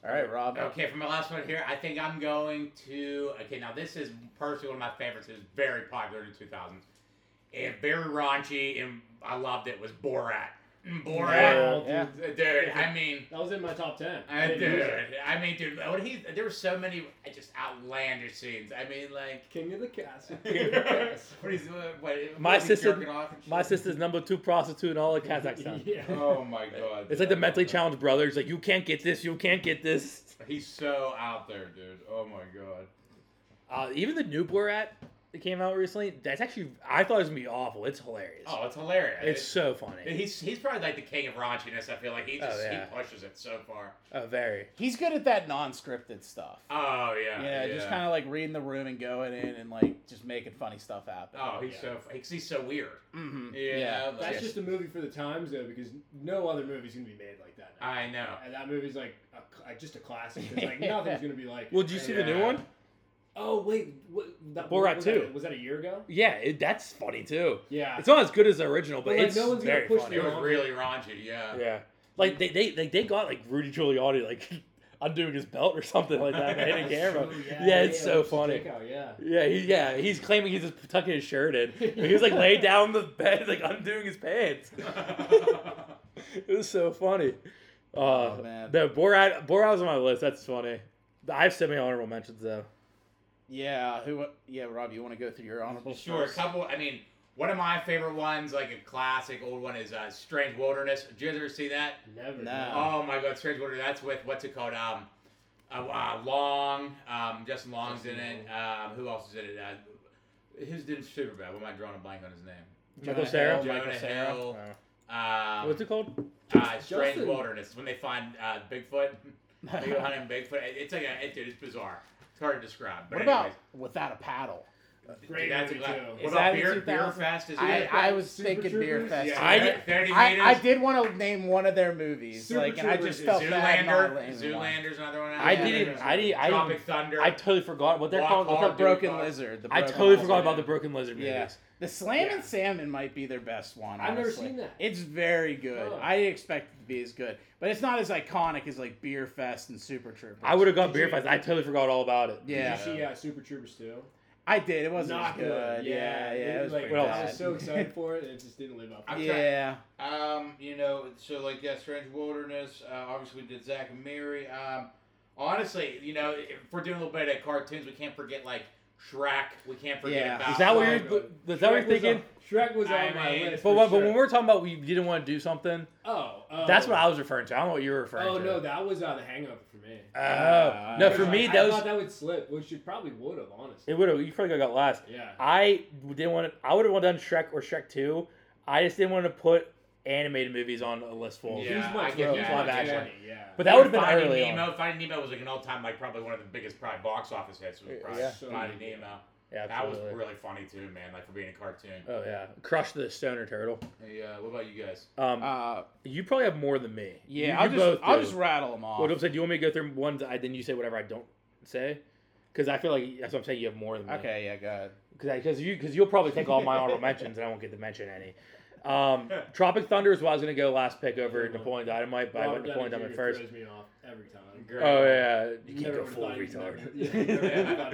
All right, Rob.
Okay, for my last one here, I think I'm going to. Okay, now this is personally one of my favorites. It was very popular in the 2000s. And very raunchy, and I loved it. Was Borat. Mm, Borat,
dude,
Yeah.
dude. I mean,
That was in my top ten.
I,
didn't use
dude.
it.
I mean, dude. What he? There were so many uh, just outlandish scenes. I mean, like.
King of the Castle. King of the Castle.
what he's what, what,
My
he's
sister-
jerking off and
My
shit.
sister's number two prostitute in all of Kazakhstan.
Yeah.
Oh my god.
It's like the
dude, I
mentally
love that.
challenged brothers. Like you can't get this, you can't get this.
He's so out there, dude. Oh my god.
Uh, even the new Borat that came out recently, that's actually I thought it was gonna be awful. It's hilarious.
Oh, it's hilarious.
it's so funny.
He's he's probably like the king of raunchiness. I feel like he just
Oh, yeah.
he pushes it so far.
oh, very.
He's good at that non-scripted stuff.
Oh yeah.
yeah, just kind of like reading the room and going in and like just making funny stuff happen.
Oh, he's so because he's so weird.
hmm
Yeah.
Yeah.
like-
That's just a movie for the times though, because no other movie's gonna be made like that. Now.
I know.
and that movie's like, a, cl- like just a classic. It's like nothing's gonna be like.
Well,
it.
did you see
Yeah.
the new one?
Oh wait, what, that,
Borat
was
2.
That, was that a year ago?
Yeah, it, that's funny too.
Yeah.
It's not as good as the original, but
But, like,
it's
no one's gonna
very
push
funny.
It was really raunchy. Yeah.
Yeah, like they they like, they got like Rudy Giuliani like undoing his belt or something like that and hitting camera. Yeah, it's so
just
funny.
take out, yeah.
Yeah, he, yeah, he's claiming he's just tucking his shirt in. But he was like laying down on the bed, like undoing his pants. It was so funny. Uh,
Oh, man.
The Borat Borat was on my list. That's funny. I have so many honorable mentions though.
Yeah. Who? Yeah, Rob. You want to go through your honorable?
Sure. A
first?
couple. I mean, one of my favorite ones, like a classic old one, is uh, Strange Wilderness. Did you guys ever see that?
Never.
Nah.
Oh my God, Strange Wonder. That's with what's it called? Um, uh, uh, Long. Um, Justin Long's in
Justin
it. Um, who else is in it? Uh, who's did super bad? Why am I drawing a blank on his name?
Michael
Jonah
Cera?
Hill,
Jonah
Michael Cera.
Hill.
Uh,
Um,
What's it called?
uh, Strange
Justin-
Wilderness. When they find uh, Bigfoot, they go hunting Bigfoot. It- It's like a, it, dude, it's bizarre. It's hard to describe. But
What about
anyways,
without a paddle?
Great
that's a
movie,
gla-
too.
What
Is
about
that in
Beer, Beer
2000?
Fest? Is
I,
it?
I was
Super
thinking Beer
Troopers?
Fest.
yeah,
I-
thir- thirty
I,
meters.
I did want to name one of their movies,
Super
like, and I just
Troopers is
felt bad not
Zoolander.
naming one.
Zoolander's another one.
I
Yeah.
didn't. I didn't. I,
Tropic
didn't-
Thunder.
I totally forgot what they're
Walk
called.
It's
Hard.
a
Dude
broken
Bar.
lizard. The
I
Broken
totally
Lizard.
forgot about the Broken Lizard movies.
Yeah. The Slam
Yeah.
and Salmon might be their best one.
I've never
honestly.
seen that.
It's very good.
Oh.
I didn't expect it to be as good, but it's not as iconic as like Beer Fest and Super Troopers.
I would have gone
Did you-
beer fest. I totally forgot all about it.
Yeah,
Did you see uh, Super Troopers 2?
I did. It wasn't
Not
as good. Yeah, yeah.
It
It was
like,
pretty
I
bad.
was so excited for it, and it just didn't live up. to
I'm
it.
trying-
yeah.
Um, you know, so like yeah, Strange Wilderness. Uh, obviously, we did Zach and Mary. Um, honestly, you know, if we're doing a little bit of cartoons, we can't forget like Shrek. We can't forget
Yeah.
about.
Is that what
Oh,
you're?
God.
Is that what
Shrek
you're
was
thinking?
on- Shrek was on
I
my
mean-
list.
But
for
when, but
sure.
when we're talking about we didn't want to do something,
oh, oh.
that's what I was referring to. I don't know what you were referring
Oh
to.
no, that was uh, the Hangover for me.
Oh no, for
Like,
me
I
that was
thought that would slip, which it probably would have, honestly.
it. Would have you probably got last.
yeah.
I didn't want. To, I would have done Shrek or Shrek Two. I just didn't want to put animated movies on a list full.
Yeah.
he's much
I get
more-
that.
he's much
Live
more
action.
funny, Yeah.
But that would have been
Finding
early.
Nemo.
On.
Finding Nemo was like an all-time, like probably one of the biggest probably box office hits. Was probably
Yeah.
Finding Nemo.
Yeah,
That was
absolutely.
really funny too, man. Like for being a cartoon.
Oh yeah, crush the stoner turtle.
Hey, uh, what about you guys?
Um,
Uh,
you probably have more than me.
yeah.
You-
I'll
you
just
both
I'll
do.
just rattle them off.
What I'm saying, do you want me to go through ones? I then you say whatever I don't say, because I feel like that's what I'm saying. You have more than me.
okay. Yeah. Go ahead.
Because you because you'll probably take all my honorable mentions and I won't get to mention any. Um, Tropic Thunder is what I was gonna go last pick over
Good one.
Napoleon Dynamite, but I
Robert
went Napoleon
Downey Jr.
Dynamite first.
throws me off every time.
Great.
Oh yeah, you can't
Never
go
would've
full
thought he's
retard.
never- Yeah, never thought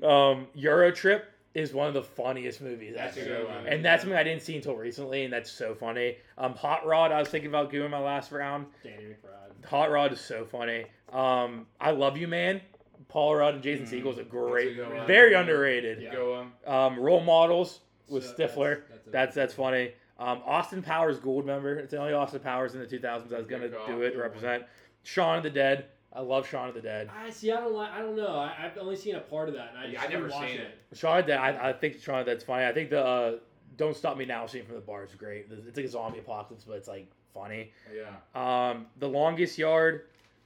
never-
um, Eurotrip is one of the funniest movies.
That's
ever.
a good one.
And that's something I didn't see until recently, and that's so funny. Um, Hot Rod, I was thinking about doing my last round.
Danny McBride.
Hot Rod is so funny. Um, I Love You Man, Paul Rudd and Jason
Mm,
Segel is a
a
great,
good one.
very underrated.
Yeah.
Go um,
Um, Role Models with
So
Stifler,
that's-
that's that's funny. Um, Austin Powers Gold member. It's the only Austin Powers in the 2000s I was gonna
Good call.
do it
Good one.
represent. Shaun of the Dead. I love Shaun of the Dead.
I see. I don't like. I don't know. I, I've only seen a part of that, and I
Yeah,
just
I never
rewatched
seen
it.
Shaun of the Dead. I, I think Shaun of the Dead's funny. I think the uh, Don't Stop Me Now scene from the bar is great. It's like a zombie apocalypse, but it's like funny.
yeah.
Um, the Longest Yard,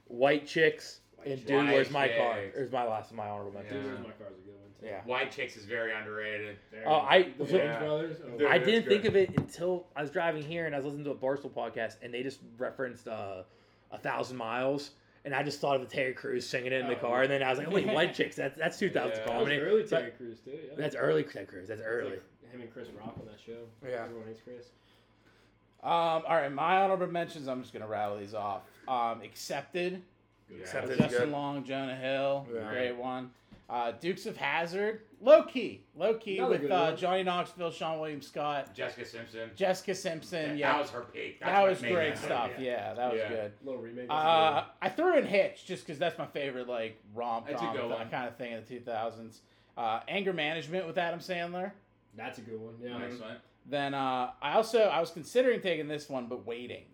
White Chicks, And dude, where's my
White
car?
Chicks.
There's my last, my honorable
Dude,
mention.
Yeah.
Where's my car's a good one. too.
Yeah.
White Chicks is very underrated.
There
Oh,
you go.
I-
the
so-
Wayans brothers. Oh,
Dude,
I
that's
didn't think
good.
of it until I was driving here and I was listening to a Barstool podcast and they just referenced uh, a thousand miles and I just thought of the Terry Crews singing it in the
Oh,
car and then I was like, wait, White Chicks, that's that's 2000
Yeah.
that was
comedy.
early
So-
Terry Crews too. Yeah.
that's early Terry Crews. That's
It's
early.
Like him and Chris Rock on that show.
Yeah.
Everyone hates Chris.
Um, all right, my honorable mentions. I'm just gonna rattle these off. Um, accepted.
Yeah.
Except Accepted. it's
Justin
good.
Long, Jonah Hill,
Yeah.
great one. Uh, Dukes of Hazard, low key, low key
Another
with
good
uh,
one.
Johnny Knoxville, Sean William Scott,
Jessica Simpson.
Jessica Simpson. Yeah,
That was her peak. That's
that
what
was
made
great
that
stuff.
movie.
Yeah. that was
Yeah.
good.
Little remake.
Uh, I threw in Hitch just because that's my favorite like rom
That's a
com
good one.
kind of thing in the 2000s. Uh, Anger Management with Adam Sandler.
that's a good one. Yeah.
Excellent.
Then uh, I also I was considering taking this one, but waiting.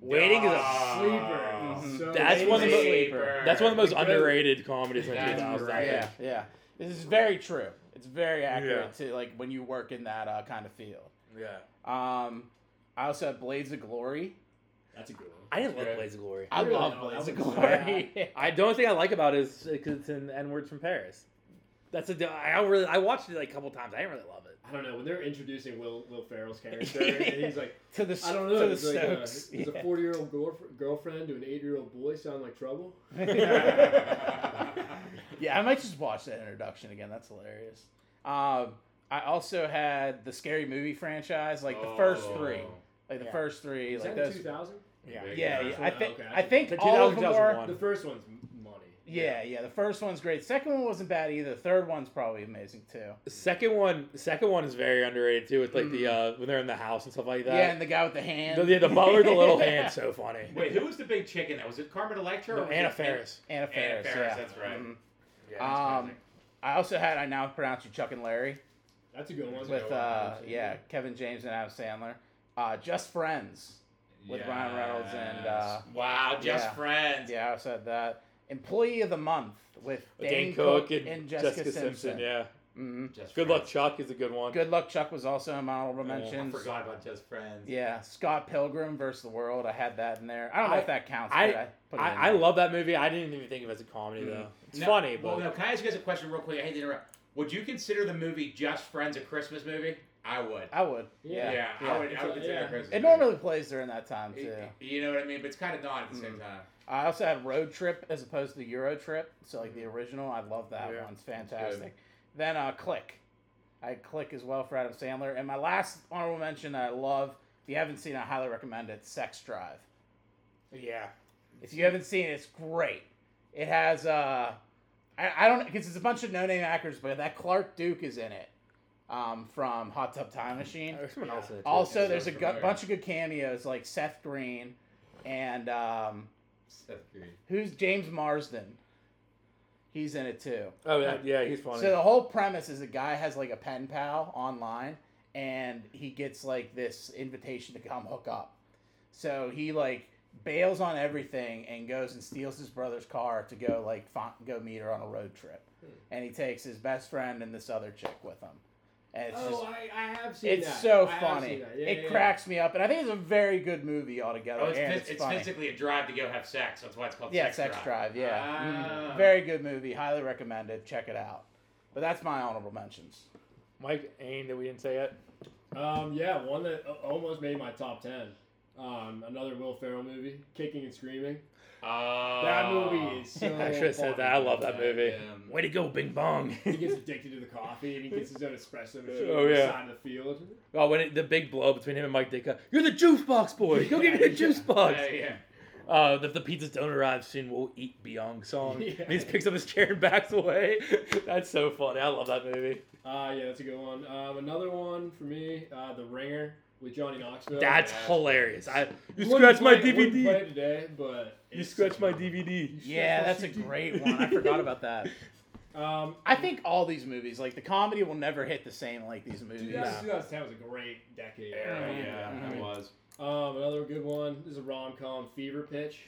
Waiting is a
Ah.
Sleeper.
Mhm.
He's so
That's one of the-
Sleeper.
that's one of the most
Good.
underrated comedies in
That's
2000.
right.
Yeah, yeah. This is very true. It's very accurate to like when you work in that uh, kind of field.
yeah.
Um, I also have Blades of Glory.
That's a good one.
I didn't
Good.
like Blades of Glory.
I
Really?
love
Oh,
Blades of
that was
Glory.
I don't think I like about it is because it's in N Words from Paris. That's a. I don't really. I watched it like a couple times. I didn't really love it.
I don't know when they're introducing Will Will Ferrell's character, and he's like,
to the
I don't know,
to the
he's like, uh,
Stokes.
does a
Yeah.
forty year old girlfriend to an eight year old boy sound like trouble?
yeah, I might just watch that introduction again. That's hilarious. Um, I also had the scary movie franchise, like the first
Oh.
three, like the
Yeah.
first three,
Is
like
that
those.
two thousand?
Yeah,
Yeah.
yeah, I think
Okay, I
I
see.
think
The
all of them
2000
are.
one.
The first one's m- money.
Yeah, yeah. The first one's great. Second one wasn't bad either. The third one's probably amazing too.
The second one, the second one is very underrated too. With like the uh, when they're in the house and stuff like
Mm. yeah,
that.
and the guy with the hand.
the, yeah, the butler, with the little hand, so funny.
Wait, who was the big chicken? That was it, Carmen Electra? or
No,
was
Anna
it-
Faris.
Anna
Anna
Faris.
Faris.
yeah.
That's right.
Mhm.
Yeah, that's
Um,
classic.
I also had I now pronounce you Chuck and Larry
That's a good one.
That's a
with
one,
uh,
Adam Sandler.
yeah Kevin James and Adam Sandler. Uh, Just Friends. with Ryan Reynolds and, uh,
wow, just
yeah.
friends.
Yeah, I also had that. Employee of the Month with
Dan,
Dane,
Cook and,
Jessica, Simpson.
Yeah.
hmm
Just
Good
friends.
luck, Chuck is a good one.
Good Luck Chuck was also in my honorable
Yeah. I
Oh, I
mentions.
forgot about just friends.
yeah, Scott Pilgrim versus the World. I had that in there. I don't know
I-
if that counts.
I-
but I, put it in
I, I
there.
love that movie. I didn't even think of it as a comedy
Mhm.
though. It's
Now-
funny, but
Well, now, can I ask you guys a question real quick? I hate to interrupt. Would you consider the movie Just Friends a Christmas movie? I would.
I would. Yeah.
Yeah.
yeah, I
yeah.
would. I would
Yeah.
consider it a Christmas.
It
movie.
normally plays during that time
Y-
too.
You know what I mean? But it's kind of not at the same
Mm.
time.
I also had Road Trip as opposed to Euro Trip. So like the original, I love that
Yeah.
one. It's fantastic. Then uh, Click. I had Click as well for Adam Sandler. And my last honorable mention that I love, if you haven't seen, it, I highly recommend it. Sex Drive.
yeah.
If you haven't seen it, it's great. It has uh, I, I don't because it's a bunch of no name actors, but that Clark Duke is in it, um, from Hot Tub Time Machine.
There's someone else in it, too.
Also,
sounds
there's a gu-
familiar.
bunch of good cameos like Seth Green and um,
Seth Green.
who's James Marsden. He's in it too.
Oh yeah, yeah, he's funny.
So the whole premise is a guy has like a pen pal online, and he gets like this invitation to come hook up. So he like bails on everything and goes and steals his brother's car to go like fi- go meet her on a road trip,
Hmm.
and he takes his best friend and this other chick with him. And it's
oh,
just
I, I have seen
it's
that.
so
I have
funny.
seen that. Yeah,
it
yeah,
cracks me up, and I think it's a very good movie altogether.
Oh, it's,
and
phys-
it's,
it's
funny.
physically a drive to go have sex. That's why it's called
yeah,
Sex,
Sex Drive. yeah,
Ah.
Mhm. very good movie. Highly recommended. Check it out. But that's my honorable mentions.
Mike Ain that we didn't say yet.
yeah. Um, yeah, one that a- almost made my top ten. Um, another Will Ferrell movie, Kicking and Screaming.
Oh.
That movie is so.
I should have said
funny.
that. I love that
Yeah,
movie.
um,
Way to go, Bing Bong.
He gets addicted to the coffee and he gets his own espresso machine
Oh,
on the
yeah.
side of the field.
Oh, when it, the big blow between him and Mike Ditka, you're the juice box boy. Go give me the juice box.
yeah, yeah.
Uh, if the pizzas don't arrive soon, we'll eat Beyond song.
Yeah.
And he just picks up his chair and backs away. That's so funny. I love that movie.
Ah, yeah, that's a good one. Um, another one for me, uh, The Ringer with Johnny Knoxville.
That's
yeah.
hilarious. I you
Wouldn't
scratch my
play- wouldn't play
DVD.
it today, but
You
it's-
scratch my DVD.
Yeah, that's a
Shit.
great one. I forgot about that.
Um,
I think all these movies, like the comedy, will never hit the same like these movies.
2000- 2010 was a great decade.
Yeah,
Mm-hmm.
right?
yeah,
I
it
mean,
was.
Um, another good one is a rom com, Fever Pitch.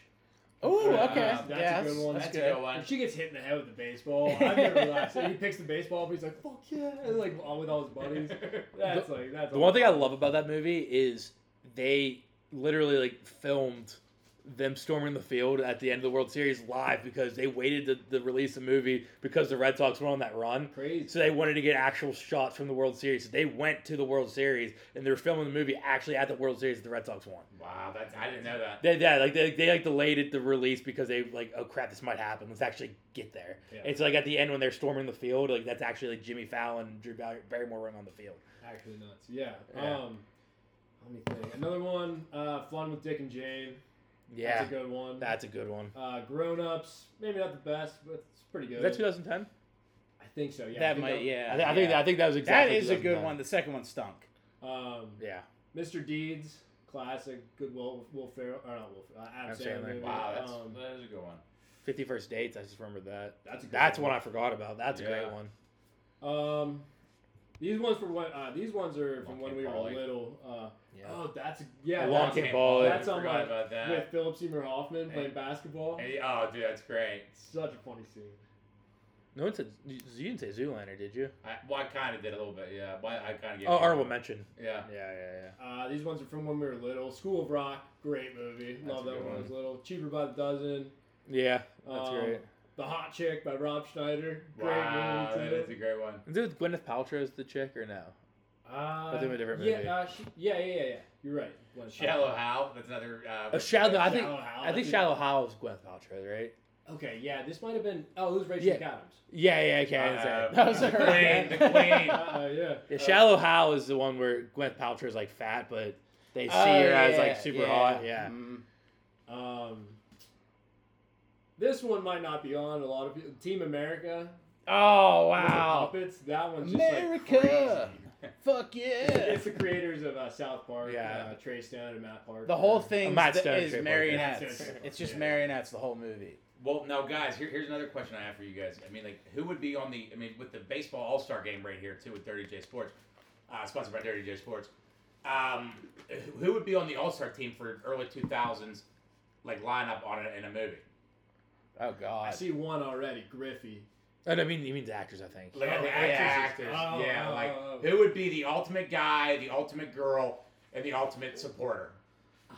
Oh,
Uh,
okay.
that's a
yeah,
good one.
That's,
That's a
good.
good one.
When she gets hit in the head with the baseball, I've never laughed. So he picks the baseball, but he's like, "Fuck yeah!" And like all with all his buddies. That's like that's
The one thing I love about that movie is they literally like filmed them storming the field at the end of the World Series live because they waited to, to release the movie because the Red Sox were on that run.
Crazy.
So they wanted to get actual shots from the World Series. They went to the World Series and they were filming the movie actually at the World Series that the Red Sox won.
Wow, that's I didn't know that.
They, yeah, like they, they like delayed it the release because they like, oh crap, this might happen. Let's actually get there.
Yeah.
It's like at the end when they're storming the field, like that's actually like Jimmy Fallon, and Drew Barry- Barrymore running on the field.
Actually nuts. Yeah.
Yeah.
Um, let me think. Another one. Uh, Fun with Dick and Jane.
Yeah,
That's a good one.
that's a good one.
Uh, grown ups. Maybe not the best, but it's pretty good.
Is that 2010?
I think so. Yeah. I
That
think
might, yeah.
I, thi- I think
yeah.
I think that was exactly.
that is a good
2010.
one. The second one stunk.
Um,
Yeah,
Mr. Deeds, classic. Good Will Will Ferrell. Or not Will. Ferrell, Uh, Adam
Adam
Sandler.
Sandler.
movie.
Wow, that's
um,
that is a good one.
Fifty First Dates. I just remembered that.
that's a good
That's
one.
one I forgot about. That's a
Yeah.
great one.
Um, these ones for what? Uh, these ones are from
Monkey
when we were
Polly.
little. Uh,
Yeah.
Oh, that's yeah.
The
that's-
Long Kick Ball.
That's on
on
my-
about that.
with Philip Seymour Hoffman
Hey.
playing basketball.
Hey, oh, dude, that's great.
Such a funny scene.
No one said you didn't say Zoolander, did you?
I, well, I kind of did a little bit, yeah. But I kind of gave.
Oh,
it-
honorable mention.
Yeah.
Yeah, yeah, yeah.
Uh, these ones are from when we were little. School of Rock, great movie.
That's
Love
a
that
good
when I
one.
was little. Cheaper by the Dozen.
Yeah, that's
Um,
great.
The Hot Chick by Rob Schneider. Great
wow,
movie
that's a
too.
great one.
Is it Gwyneth Paltrow's the chick or no?
Uh,
That's a different movie.
Yeah, uh, she, yeah, yeah, yeah, yeah. You're right. Glenn
Shallow Hal. That's another. Uh,
Oh, Shallow. I think
Shallow Hal,
I think
that's a-
Shallow Hal is Gwyneth Paltrow, right?
Okay, yeah, this might have been. Oh, it was Rachel
Yeah.
McAdams.
Yeah, yeah, okay. I
Uh,
understand. That was
the
her.
Queen. The Queen.
Uh, yeah.
Yeah, Shallow Hal is the one where Gwyneth Paltrow is like fat, but they see
Oh,
her as
yeah,
like super
yeah.
hot. Yeah.
Mm.
Um, this one might not be on a lot of people. Team America.
Oh
with the
wow,
Puppets. That one's just like
America! Fuck yeah!
It's the creators of uh, South Park.
Yeah.
Uh, Trey Stone and Matt Park.
The whole thing
Matt Stone
is
trip,
Matt
marionettes.
Stone trip.
It's just
Yeah.
marionettes. The whole movie.
Well, no, guys. Here, here's another question I have for you guys. I mean, like, who would be on the? I mean, with the baseball All Star game right here too, with Dirty J Sports, uh, sponsored by Dirty J Sports. Um, who- who would be on the All Star team for early 2000s, like lineup on it in a movie?
Oh
I
god.
see one already. Griffey.
And Oh, I mean, he means actors, I think.
Like
Oh,
the
yeah,
actors,
actors.
yeah,
Oh, oh,
like
oh, oh.
who would be the ultimate guy, the ultimate girl, and the ultimate supporter?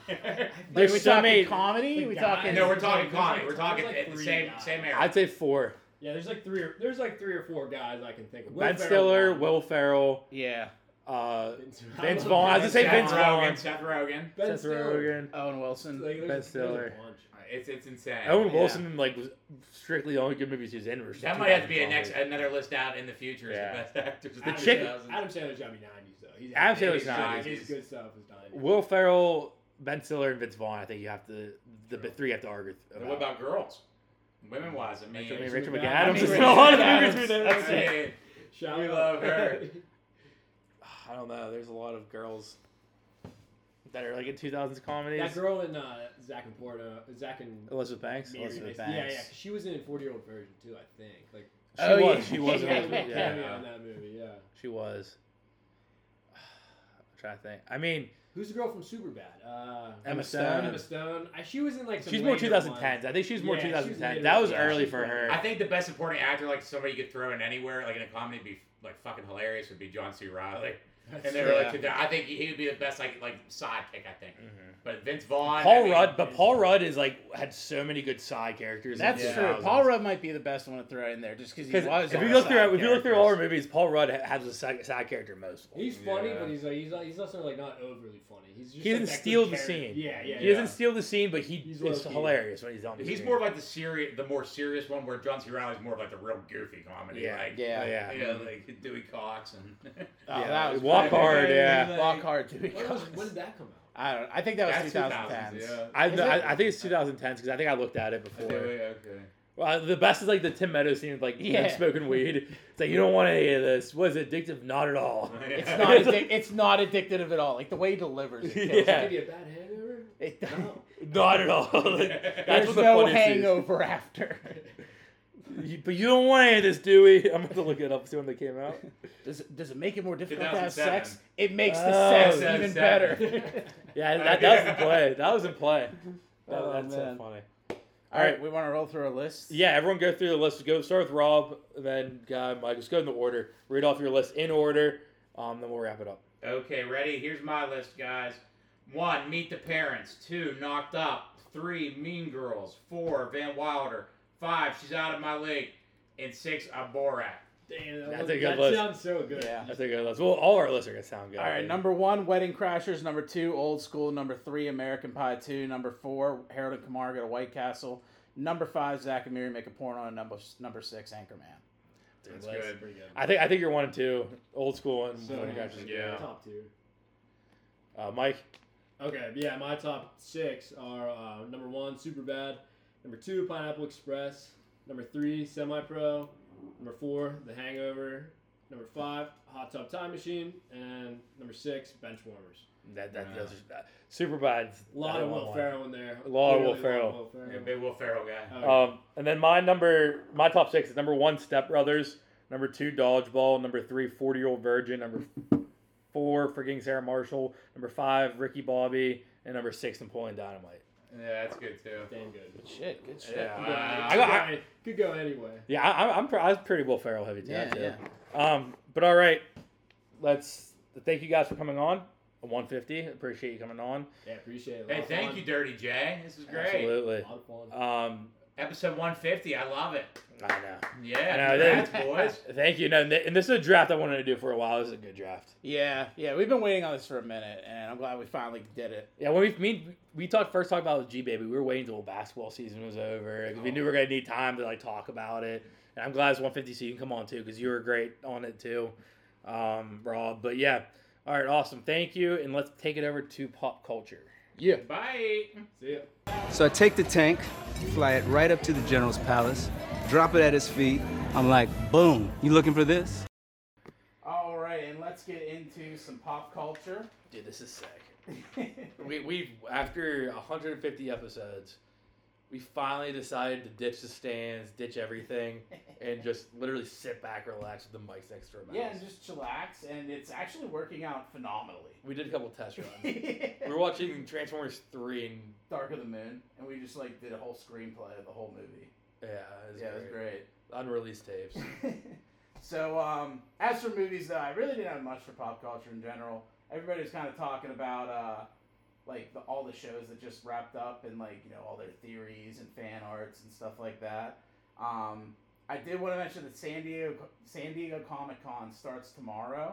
There's
Like, we
so
talking
many-
The
comedy. We
guy-
talking?
no, we're
There's
talking
like- there's
comedy.
like-
We're talking
there's like
at the
three
same
guys.
same era.
I'd say four.
Yeah, there's like three. Or, there's like three or four guys I can think of. Will
ben
Ferrell,
Stiller,
Matt-
Will Ferrell,
yeah.
uh,
Vince,
Vince Vaughn. I was gonna say
Seth
Vince
Rogen.
Vaughn.
Seth Rogen.
Ben
Seth
Stiller.
Rogen.
Owen Wilson.
Like, there's-
Ben
there's a
Stiller.
bunch.
It's it's insane.
Owen
Yeah.
Wilson like was strictly the only good movies he was in. were
That might have to be a
2000s
next
movies.
another list out in the future.
Yeah.
Is the best actors. of
Adam
chick-
Sandler-
2000s.
Adam Sandler's got me 90s though. He's
Adam Sandler's
he's good-
90s.
His good stuff is 90s.
Will Ferrell, Ben Stiller, and Vince Vaughn. I think you have to the the three have to argue.
And what about girls? Women wise, I mean,
Rachel, May-
Rachel
Rachel
McAdams.
McAdams?
I
is
mean,
in a lot of
Rachel
movies we
McAdams.
never
I
seen.
mean,
Shout
We
out.
love her.
I don't know. There's a lot of girls that are like in 2000s comedies.
that girl in uh, Zach and Porta, Zach and
Elizabeth Banks.
Mary
Elizabeth
Mason. Yeah, yeah.
Banks.
'cause She was in Forty Year Old Version too, I think. Like
She
Oh,
was.
yeah.
She was.
she
in
had a
Elizabeth-
little
yeah.
cameo in that movie. Yeah.
She was. I'm trying to think. I mean,
Who's the girl from Superbad? Uh,
Emma
Stone.
Emma Stone. I, she was in like. Some
she's more
later
2010s.
ones.
I think she was more
Yeah, she was
2010.
later.
that was
Yeah,
early
she-
for her.
I think the best supporting actor, like somebody you could throw in anywhere, like in a comedy, be like fucking hilarious, would be John C. Riley. And they were like,
Yeah.
two- I think he would be the best, like like sidekick, I think.
Mhm.
But Vince Vaughn, I
Paul
mean,
Rudd, but Paul Rudd is like had so many good side characters. in
That's
the
true.
2000s.
Paul Rudd might be the best one to throw in there, just because he
Because
was.
if
on
you
the
look through,
side
if you look through all her
characters.
movies, Paul Rudd ha- has a side, side character in most. of them.
He's funny,
Yeah.
but he's like he's like, he's also like not overly funny. He's just
He
like,
doesn't
that good
steal the
character.
scene.
Yeah, yeah.
He
yeah.
doesn't steal the scene, but he
He's
it's
low-key.
hilarious when he's on.
He's
screen.
more of like the serious, the more serious one, where John C. Riley's more of like the real goofy comedy,
yeah,
like
yeah, yeah.
you know, like Dewey Cox and.
Oh,
Yeah,
that was
Walk
pretty-
Hard, yeah.
Walk hard. Dewey
When, was,
Cox.
when did that come out?
I don't. know. I think that was
That's
2010.
2000s, yeah.
I,
Is
no,
it?
I, I think it's 2010 because I think I looked at it
Okay,
before.
wait, okay.
Well, the best is like the Tim Meadows scene, with, like
Yeah.
him smoking weed. It's like you don't want any of this. Was addictive? Not at all.
It's not. Addic- it's not addictive at all. Like the way he delivers it. kills
Yeah.
it.
Give you a bad hangover?
It-
No.
Not at all. Like, that's
There's
what the
no
funniest is.
hangover after.
You- But you don't want any of this, Dewey. I'm gonna look it up. See when they came out.
Does it, does it make it more difficult to have
2007.
sex? It makes the
Oh,
sex even
2007.
better.
Yeah, that, that was in play. That was in play. That,
Oh,
that's
man.
so funny.
All right, we want to roll through a list.
Yeah, everyone go through the list. Go start with Rob, then Guy, Mike. Just go in the order. Read off your list in order. Um, then we'll wrap it up.
Okay, ready? Here's my list, guys. One, meet the parents. Two, knocked up. Three, Mean Girls. Four, Van Wilder. Five, She's Out of My League. And six, a Borat.
Damn, that,
That's
was,
a good
that
list.
sounds so good.
Yeah.
I think our list. Well, all our lists are gonna sound good.
All right, number one, Wedding Crashers. Number two, Old School. Number three, American Pie 2. Number four, Harold and Kumar Go to White Castle. Number five, Zach and Miri Make a Porno. And number, number six, Anchorman.
Dude,
That's
let's-
good.
Pretty good.
I think I think you're one and two, old school one.
So,
Wedding Crashers.
yeah.
Top two.
Uh, Mike.
Okay, yeah, my top six are uh, number one, Superbad. Number two, Pineapple Express. Number three, Semi Pro. Number four, The Hangover. Number five, Hot Tub Time Machine. And number six, Bench Warmers.
That that
Yeah.
those are, that- super bad.
A lot of Will Ferrell in there.
A lot of Will
Clearly
Ferrell.
Will Ferrell.
Yeah, big Will Ferrell guy.
Oh,
Um, and then my number, my top six is number one, Step Brothers. Number two, Dodgeball. Number three, Forty Year Old Virgin. Number four, Forgetting Sarah Marshall. Number five, Ricky Bobby. And number six, Napoleon Dynamite.
Yeah, that's good too.
damn good.
Shit, good shit.
Yeah.
Could
Uh,
go,
I
could
got-
go
I-
any- could go anyway.
Yeah, I, I'm- I'm pr- I was pretty Will Ferrell heavy too.
Yeah,
I'd say.
yeah.
Um, but all right, let's thank you guys for coming on. 150, appreciate you coming on.
Yeah, appreciate it.
Hey, thank you, Dirty J. This is great.
Absolutely.
A lot of fun.
Um,
Episode 150. I love it.
I know.
Yeah,
I know, that-
congrats, boys.
Thank you. No, and th- and this is a draft I wanted to do for a while. This is a good draft.
Yeah, yeah, we've been waiting on this for a minute, and I'm glad we finally did it.
Yeah, when we mean we talked first talked about G baby, we were waiting until basketball season was over. 'cause We knew we were gonna need time to like talk about it. And I'm glad it's 150, so you can come on too, because you were great on it too, um, Rob. But yeah, all right, awesome. Thank you, and let's take it over to pop culture. Yeah.
Bye.
See ya.
So I take the tank, fly it right up to the general's palace, drop it at his feet. I'm like, boom, you looking for this?
All right, and let's get into some pop culture.
Dude, this is sick. We we after 150 episodes, we finally decided to ditch the stands, ditch everything, and just literally sit back, relax with the mics next to our mouths.
yeah, and just chillax, and it's actually working out phenomenally.
we did a couple test runs. we were watching Transformers three, and
Dark of the Moon, and we just like did a whole screenplay of the whole movie.
yeah, it was
yeah,
great.
it was great.
Unreleased tapes.
so um, as for movies though i really didn't have much for pop culture in general everybody was kind of talking about uh, like the, all the shows that just wrapped up and like you know all their theories and fan arts and stuff like that um, i did want to mention that san diego san diego comic-con starts tomorrow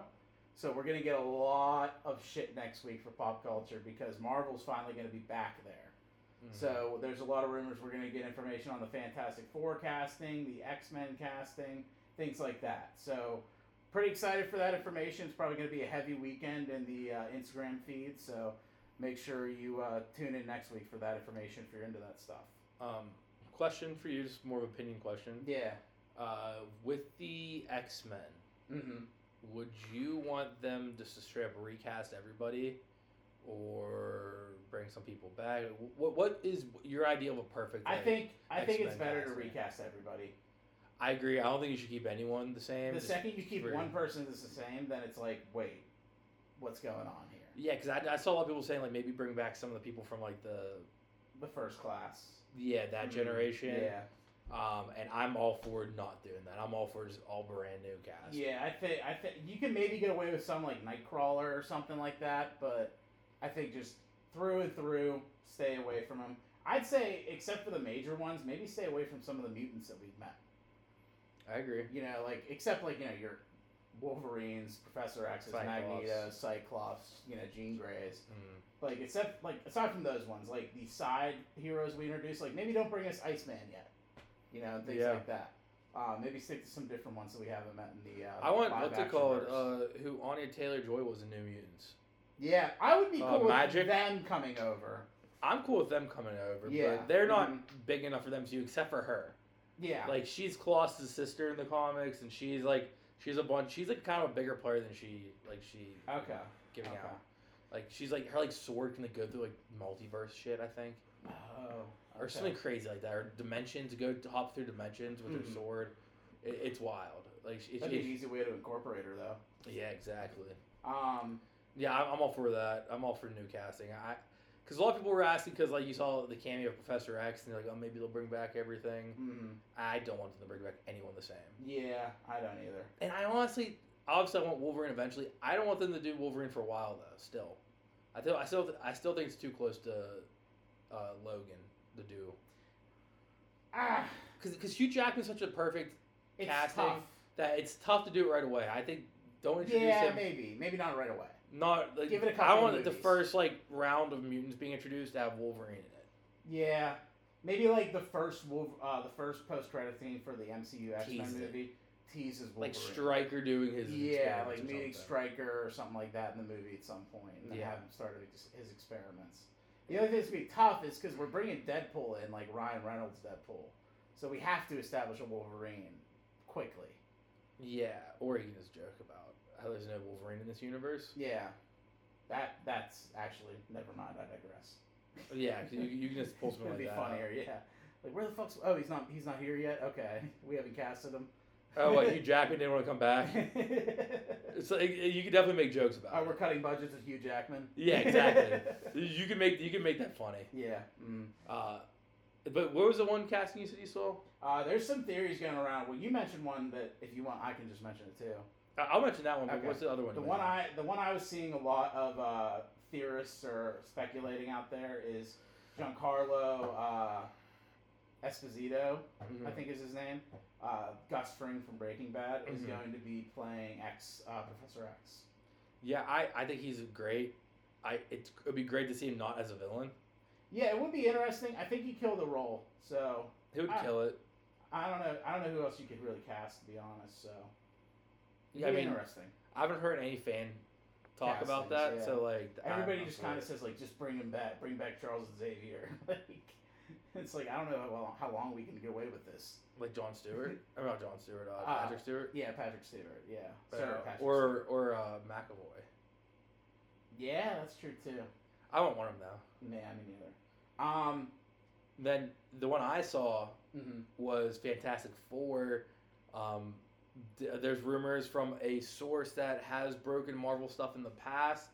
so we're going to get a lot of shit next week for pop culture because marvel's finally going to be back there so there's a lot of rumors we're going to get information on the Fantastic Four casting, the X Men casting, things like that. So pretty excited for that information. It's probably going to be a heavy weekend in the uh, Instagram feed. So make sure you uh, tune in next week for that information if you're into that stuff.
Um, question for you, just more of an opinion question.
Yeah.
Uh, with the X Men,
Mm-hmm.
would you want them just to straight up recast everybody, or bring some people back? What What is your idea of a perfect?
I
like-
think I think it's
X-Men
better to
casting.
recast everybody.
I agree. I don't think you should keep anyone the same.
The
Just-
second you keep
for-
one person that's the same, then it's like, wait, what's going on here?
Yeah, because I, I saw a lot of people saying like maybe bring back some of the people from like the
The first class.
yeah that
Mm,
generation.
Yeah.
Um, and I'm all for not doing that. I'm all for just all brand new cast.
Yeah, I think I think you can maybe get away with some like Nightcrawler or something like that, but I think just through and through, stay away from them. I'd say, except for the major ones, maybe stay away from some of the mutants that we've met.
I agree.
You know, like except like you know your Wolverines, Professor X's,
Cyclops.
Magneto, Cyclops, you know Jean Grey's.
Mm.
Like except like aside from those ones, like the side heroes we introduced, like maybe don't bring us Iceman yet. You know, and things
Yeah.
like that. Uh, maybe stick to some different ones that we haven't met in the. Uh,
I want
live
what's it
action
called?
verse.
Uh, who Anya Taylor Joy was in New Mutants.
Yeah, I would be
Uh,
cool with
Magic?
them coming over.
I'm cool with them coming over,
Yeah.
but they're not
Mhm.
big enough for them to except for her.
Yeah,
Like she's Colossus' sister in the comics, and she's like she's a bunch. She's like kind of a bigger player than she like she
okay.
giving
okay.
out. Like she's like her like sword can go through like multiverse shit. I think.
Oh,
or
okay.
something crazy like that, or dimensions go to hop through dimensions with
Mhm.
her sword. It, it's wild. Like it's,
That'd be an
it's-
easy way to incorporate her, though.
yeah, exactly.
Um,
Yeah, I'm, I'm all for that. I'm all for new casting. I because a lot of people were asking because like you saw the cameo of Professor X and they're like, oh, maybe they'll bring back everything.
mm,
I don't want them to bring back anyone the same.
yeah, I don't either.
And I honestly, obviously, I want Wolverine eventually. I don't want them to do Wolverine for a while though. Still, I still, I still, I still think it's too close to uh, Logan, the do. Ah, because Hugh Jackman's such a perfect
It's
casting
tough.
that it's tough to do it right away. I think don't introduce
Yeah,
him.
maybe. Maybe not right away.
Not like,
Give it a
I
couple
want the
movies.
first like round of mutants being introduced to have Wolverine in it.
Yeah. Maybe like the first Wolf, uh, the first post credit scene for the MCU X Men
Tease it.
movie teases Wolverine.
Like Stryker doing his
Yeah,
experiments
like
or
meeting
something.
Stryker or something like that in the movie at some point, and then
Yeah.
have him start his- his experiments. The other thing that's gonna be tough is because we're bringing Deadpool in, like Ryan Reynolds Deadpool, so we have to establish a Wolverine quickly.
Yeah, or he can just joke about how there's no Wolverine in this universe.
Yeah, that that's actually never mind. I digress.
Yeah, 'cause you, you can just pull something
It'd
like
be
that.
funnier, yeah. Like where the fuck's oh he's not he's not here yet. Okay, we haven't casted him.
Oh, what, Hugh Jackman didn't want to come back. It's like you could definitely make jokes about.
oh,
it.
we're cutting budgets with Hugh Jackman.
Yeah, exactly. you can make you can make that funny.
yeah. Mm.
Uh, but what was the one casting you said you saw?
Uh, there's some theories going around. Well, you mentioned one that if you want, I can just mention it too.
I- I'll mention that one. But
Okay.
What's the other one?
The
you
one
mentioned?
I the one I was seeing a lot of uh, theorists or speculating out there is Giancarlo uh, Esposito.
Mhm.
I think is his name. Uh, Gus Fring from Breaking Bad is
Mhm.
going to be playing X uh, Professor X.
Yeah, I, I think he's great. I it's, it'd be great to see him not as a villain.
Yeah, it would be interesting. I think he killed the role, so
He would
Ah.
kill it.
I don't know. I don't know who else you could really cast to be honest. So
Yeah, I
It'd be
mean,
interesting.
I haven't heard any fan talk about that.
Castings, yeah.
So like, I don't
Everybody
know,
just
so-
kind of says like, just bring him back, bring back Charles Xavier. like, it's like I don't know how long, how long we can get away with this.
like John Stewart. I mean, not John Stewart. Uh,
Ah.
Patrick Stewart.
Yeah, Patrick Stewart. Yeah,
Uh,
Sir Patrick
or
Stewart.
or uh, McAvoy.
yeah, that's true too.
I don't want him now.
Man, me neither. Um,
Then the one I saw
mhm.
was Fantastic Four. Um, th- there's rumors from a source that has broken Marvel stuff in the past.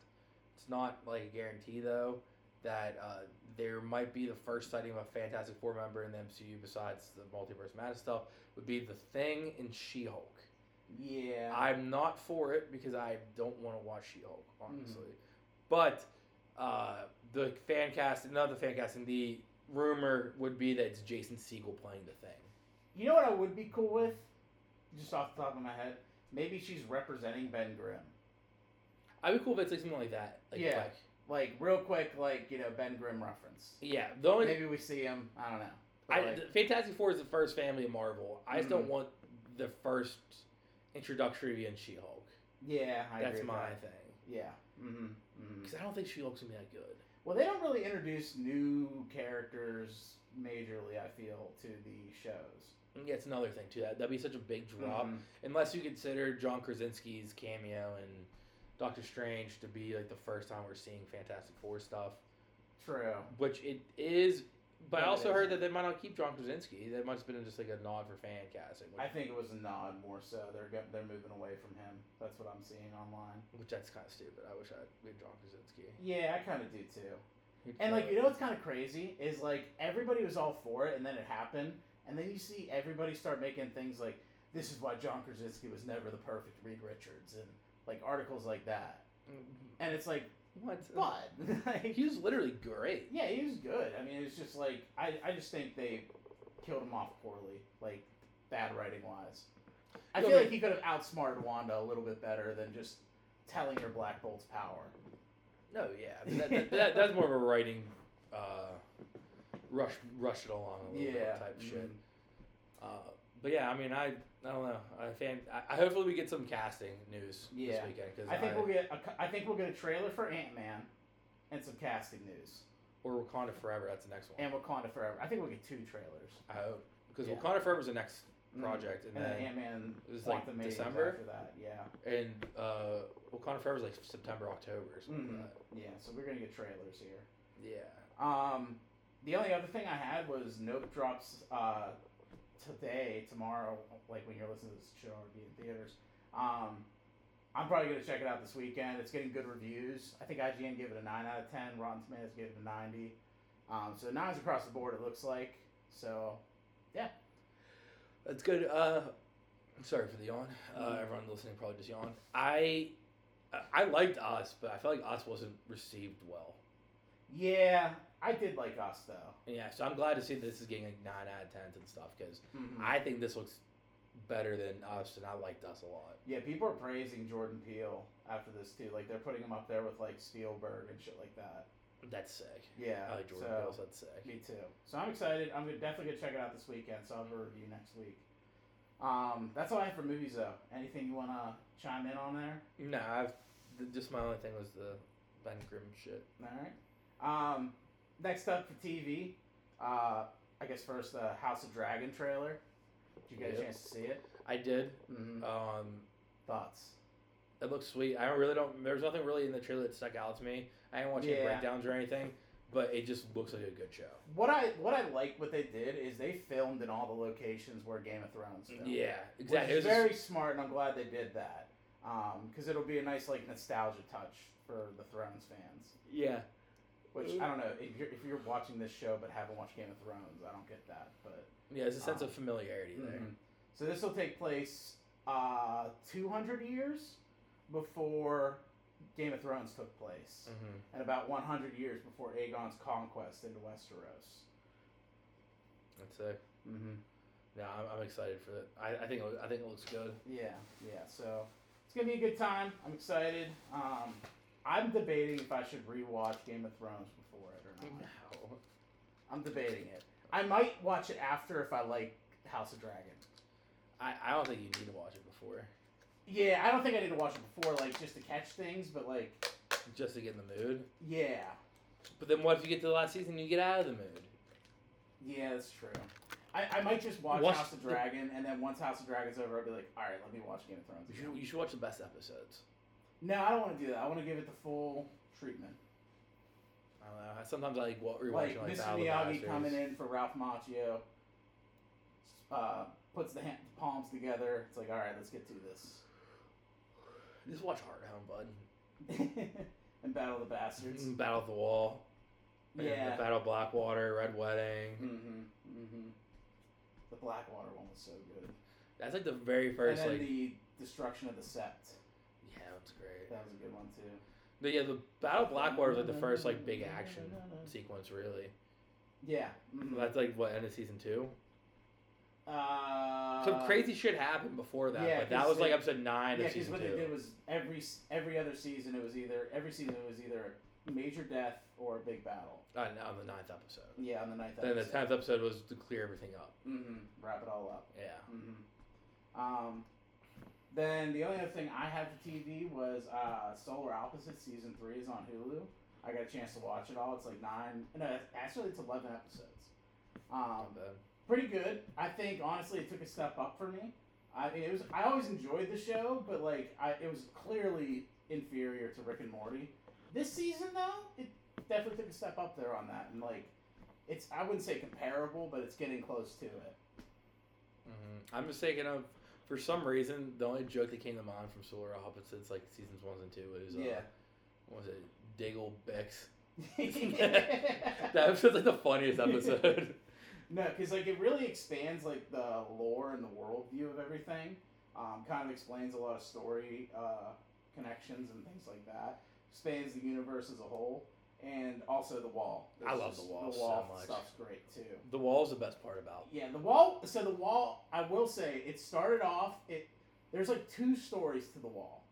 It's not like a guarantee though that uh, there might be the first sighting of a Fantastic Four member in the MCU besides the Multiverse Madness stuff would be the Thing and She Hulk.
yeah,
I'm not for it because I don't want to watch She Hulk, honestly. But uh, the fan cast, not the fan casting, the rumor would be that it's Jason Siegel playing the Thing.
you know what I would be cool with, just off the top of my head, maybe she's representing Ben Grimm.
I'd be cool if it's like something like that. Like,
Yeah.
like-
Like real quick, like you know Ben Grimm reference.
yeah. The only
Maybe we see him. I don't know. But,
I,
like, Mm-hmm.
the Fantastic Four is the first family of Marvel. I just don't want the first introductory in She Hulk.
yeah, I agree
That's
with
my
that.
thing.
Yeah. Mm-hmm. mm-hmm.
Because I don't think She Hulk's gonna be that good.
Well, they don't really introduce new characters majorly. I feel to the shows.
And yeah, it's another thing too. That that'd be such a big drop.
Mhm.
Unless you consider John Krasinski's cameo and Doctor Strange to be like the first time we're seeing Fantastic Four stuff,
True.
which it is. But I
It
also
is.
heard that they might not keep John Krasinski. That must have been just like a nod for fan casting, which,
I think it was a nod more so. They're go- they're moving away from him. That's what I'm seeing online.
which that's kind of stupid. I wish I had John Krasinski.
Yeah, I kind of do too. And like you know what's kind of crazy is like everybody was all for it, and then it happened, and then you see everybody start making things like this is why John Krasinski was never the perfect Reed Richards, and like articles like that. And it's like
what?
what? Like,
He was literally great.
Yeah, he was good. I mean, it's just like I, I just think they killed him off poorly, like bad writing wise. I
Yeah,
feel
but-
like he could have outsmarted Wanda a little bit better than just telling her Black Bolt's power.
No, yeah, that, that, that, that's more of a writing, uh, rush rush it along a little bit type shit.
Mhm.
Uh, but yeah, I mean, I I don't know. I fan. I, I hopefully we get some casting news
Yeah.
this weekend because
I think we'll get a, cu- I think we'll get a trailer for Ant Man and some casting news
or Wakanda Forever. That's the next one.
and Wakanda Forever. I think we'll get two trailers.
I hope because
Yeah.
Wakanda Forever is the next
Mhm.
project,
And
and,
then
then,
Ant Man
it was, like,
Quantum Mania
December?
after that. Yeah,
and uh, Wakanda Forever is like September October or something.
Mhm.
Like that.
yeah. So we're gonna get trailers here.
Yeah.
Um, the only other thing I had was Nope drops uh, today, tomorrow. Like when you're listening to this show, it'll be in theaters. Um, I'm probably gonna check it out this weekend. It's getting good reviews. I think IGN gave it a nine out of ten. Rotten Tomatoes gave it a ninety. Um, so nines across the board. It looks like. So
That's good. Uh, sorry for the yawn. Uh,
Mm-hmm.
everyone listening probably just yawned. I I liked Us, but I felt like Us wasn't received well.
yeah, I did like us though.
Yeah, so I'm glad to see that this is getting like nine out of tens and stuff because
Mm-hmm.
I think this looks better than us, and I liked us a lot.
Yeah, people are praising Jordan Peele after this too. Like they're putting him up there with like Spielberg and shit like that.
That's sick.
Yeah,
I like Jordan
so-
Peele, so that's sick.
Me too. So I'm excited. I'm gonna definitely gonna check it out this weekend. So I'll have a review next week. Um, that's all I have for movies though. Anything you wanna chime in on there?
No, I've th- just my only thing was the Ben Grimm shit.
All right. Um, next up for TV, uh, I guess first the House of Dragon trailer. Did you get a
Yeah.
chance to see it?
I did.
Mm-hmm.
Um,
Thoughts?
it looks sweet. I don't really don't. There's nothing really in the trailer that stuck out to me. I didn't watch
Yeah.
any breakdowns or anything, but it just looks like a good show.
What I what I like what they did is they filmed in all the locations where Game of Thrones. Filmed.
Yeah, exactly. It
Which
was
is very smart, and I'm glad they did that because it'll be a nice like nostalgia touch for the Thrones fans.
yeah.
Which I don't know if you're if you're watching this show but haven't watched Game of Thrones, I don't get that. But
Yeah, there's a sense
Um,
of familiarity there.
Mhm. so this will take place uh, 200 years before Game of Thrones took place,
Mhm.
and about 100 years before Aegon's conquest into Westeros.
That's sick.
Mm-hmm.
No, I'm, I'm excited for that. I, I think it, loo- I think it looks good.
Yeah, yeah. So it's gonna be a good time. I'm excited. Um, I'm debating if I should rewatch Game of Thrones before it or not.
Wow.
I'm debating it. I might watch it after if I like House of Dragon.
I, I don't think you need to watch it before,
Yeah, I don't think I need to watch it before, like just to catch things, but like,
just to get in the mood.
yeah,
But then what if you get to the last season and you get out of the mood?
yeah, that's true. I, I might just watch
Watch
House of
the-
Dragon, and then once House of Dragon's over, I'll be like, all right, let me watch Game of Thrones.
You
Again.
should, you should watch the best episodes.
No, I don't want to do that. I want to give it the full treatment.
I don't know. Sometimes I like wa- rewatching
Like,
like, like
Mr.
Battle of the
Miyagi
Bastards.
coming in for Ralph Macchio, uh, puts the, hand, the palms together. It's like, all right, let's get to this.
Just watch Hard Home, bud.
and Battle of the Bastards.
Mm, Battle of the Wall. and
Yeah.
Mm-hmm. The Battle of Blackwater, Red Wedding.
Mm-hmm. Mm-hmm. The Blackwater one was so good.
That's like the very first
and then
like.
the destruction of the sept.
Yeah, that's great.
That was a good one too.
But yeah, the Battle of Blackwater was like the first like big action sequence really.
Yeah. mhm.
That's like what end of season two.
Uh,
Some crazy shit happened before that,
yeah,
but that
'cause
was like
they-
episode nine
Yeah, because
of season
what
two.
they did was every s- every other season it was either every season it was either a major death or a big battle.
Uh, no, on the ninth episode.
Yeah, on the ninth.
Then the tenth episode was to clear everything up.
hmm Wrap it all up.
Yeah.
hmm Um, then the only other thing I had for TV was uh, Solar Opposite season three is on Hulu. I got a chance to watch it all. It's like nine. No, actually, it's eleven episodes. Um,
Not bad.
pretty good. I think honestly, it took a step up for me. I mean, it was I always enjoyed the show, but like I, it was clearly inferior to Rick and Morty. This season though, it definitely took a step up there on that, and like it's I wouldn't say comparable, but it's getting close to it.
Mhm. I'm mistaken of for some reason the only joke that came to mind from Solar Opposites like seasons one and two was uh,
Yeah.
what was it Diggle Bix?
no,
That was like the funniest episode.
because like it really expands like the lore and the worldview of everything. Um, kind of explains a lot of story uh, connections and things like that. Expands the universe as a whole, and also the wall.
I
It's
love
just-
The Wall
The
so
wall
much.
stuff's great too.
the wall's the best part about.
Yeah, the wall. So the wall, I will say, it started off. It there's like two stories to the wall.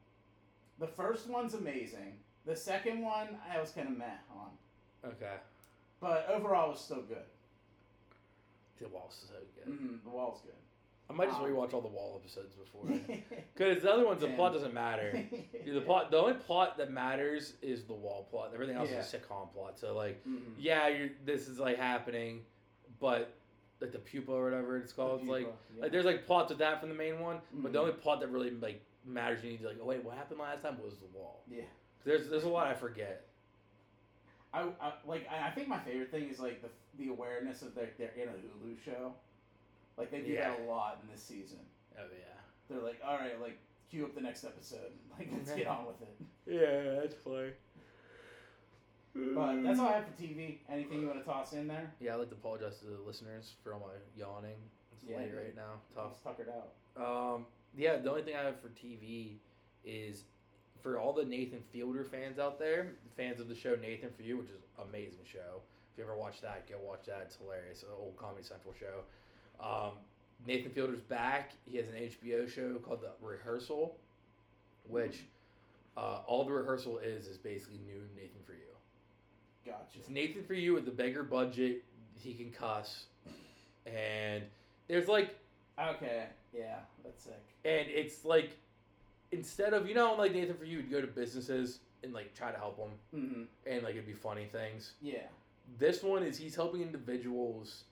The first one's amazing. The second one, I was kind of meh on,
Okay.
but overall, it was still good.
The wall's so good.
Mhm, the wall's good.
I might just
Um,
rewatch all the wall episodes before. Because the other ones, the
Yeah.
plot doesn't matter. Dude, the plot, the only plot that matters is the wall plot. Everything else is a sitcom plot. So like,
Mhm.
yeah, you're, this is like happening, but like the pupa or whatever it's called, it's like,
Yeah.
like there's like plots with that from the main one, but the
Mhm.
only plot that really like matters, you need to like, oh wait, what happened last time was the wall.
Yeah.
There's there's a lot I forget.
I, I like I I think my favorite thing is like the the awareness of like they're in a Hulu show. Like they do that a lot in this season.
Oh yeah.
They're like, all right, like cue up the next episode. Like let's get on with it.
Yeah, that's funny. Mm.
But that's all I have for TV. Anything you want to toss in there?
Yeah, I'd like to apologize to the listeners for all my yawning. It's
Yeah,
late
dude.
right now. Tough.
Toss tuckered out.
Um, yeah, the only thing I have for TV is for all the Nathan Fielder fans out there, fans of the show Nathan for You, which is an amazing show. If you ever watch that, go watch that. It's hilarious. An old Comedy Central show. Um, Nathan Fielder's back. He has an HBO show called The Rehearsal, which uh, all the rehearsal is is basically new Nathan for you.
Gotcha.
It's Nathan for you with a bigger budget. He can cuss, and there's like,
Okay. Yeah, that's sick.
and it's like, instead of you know like Nathan for you, would go to businesses and like try to help them,
hmm
and like it'd be funny things.
Yeah.
This one is he's helping individuals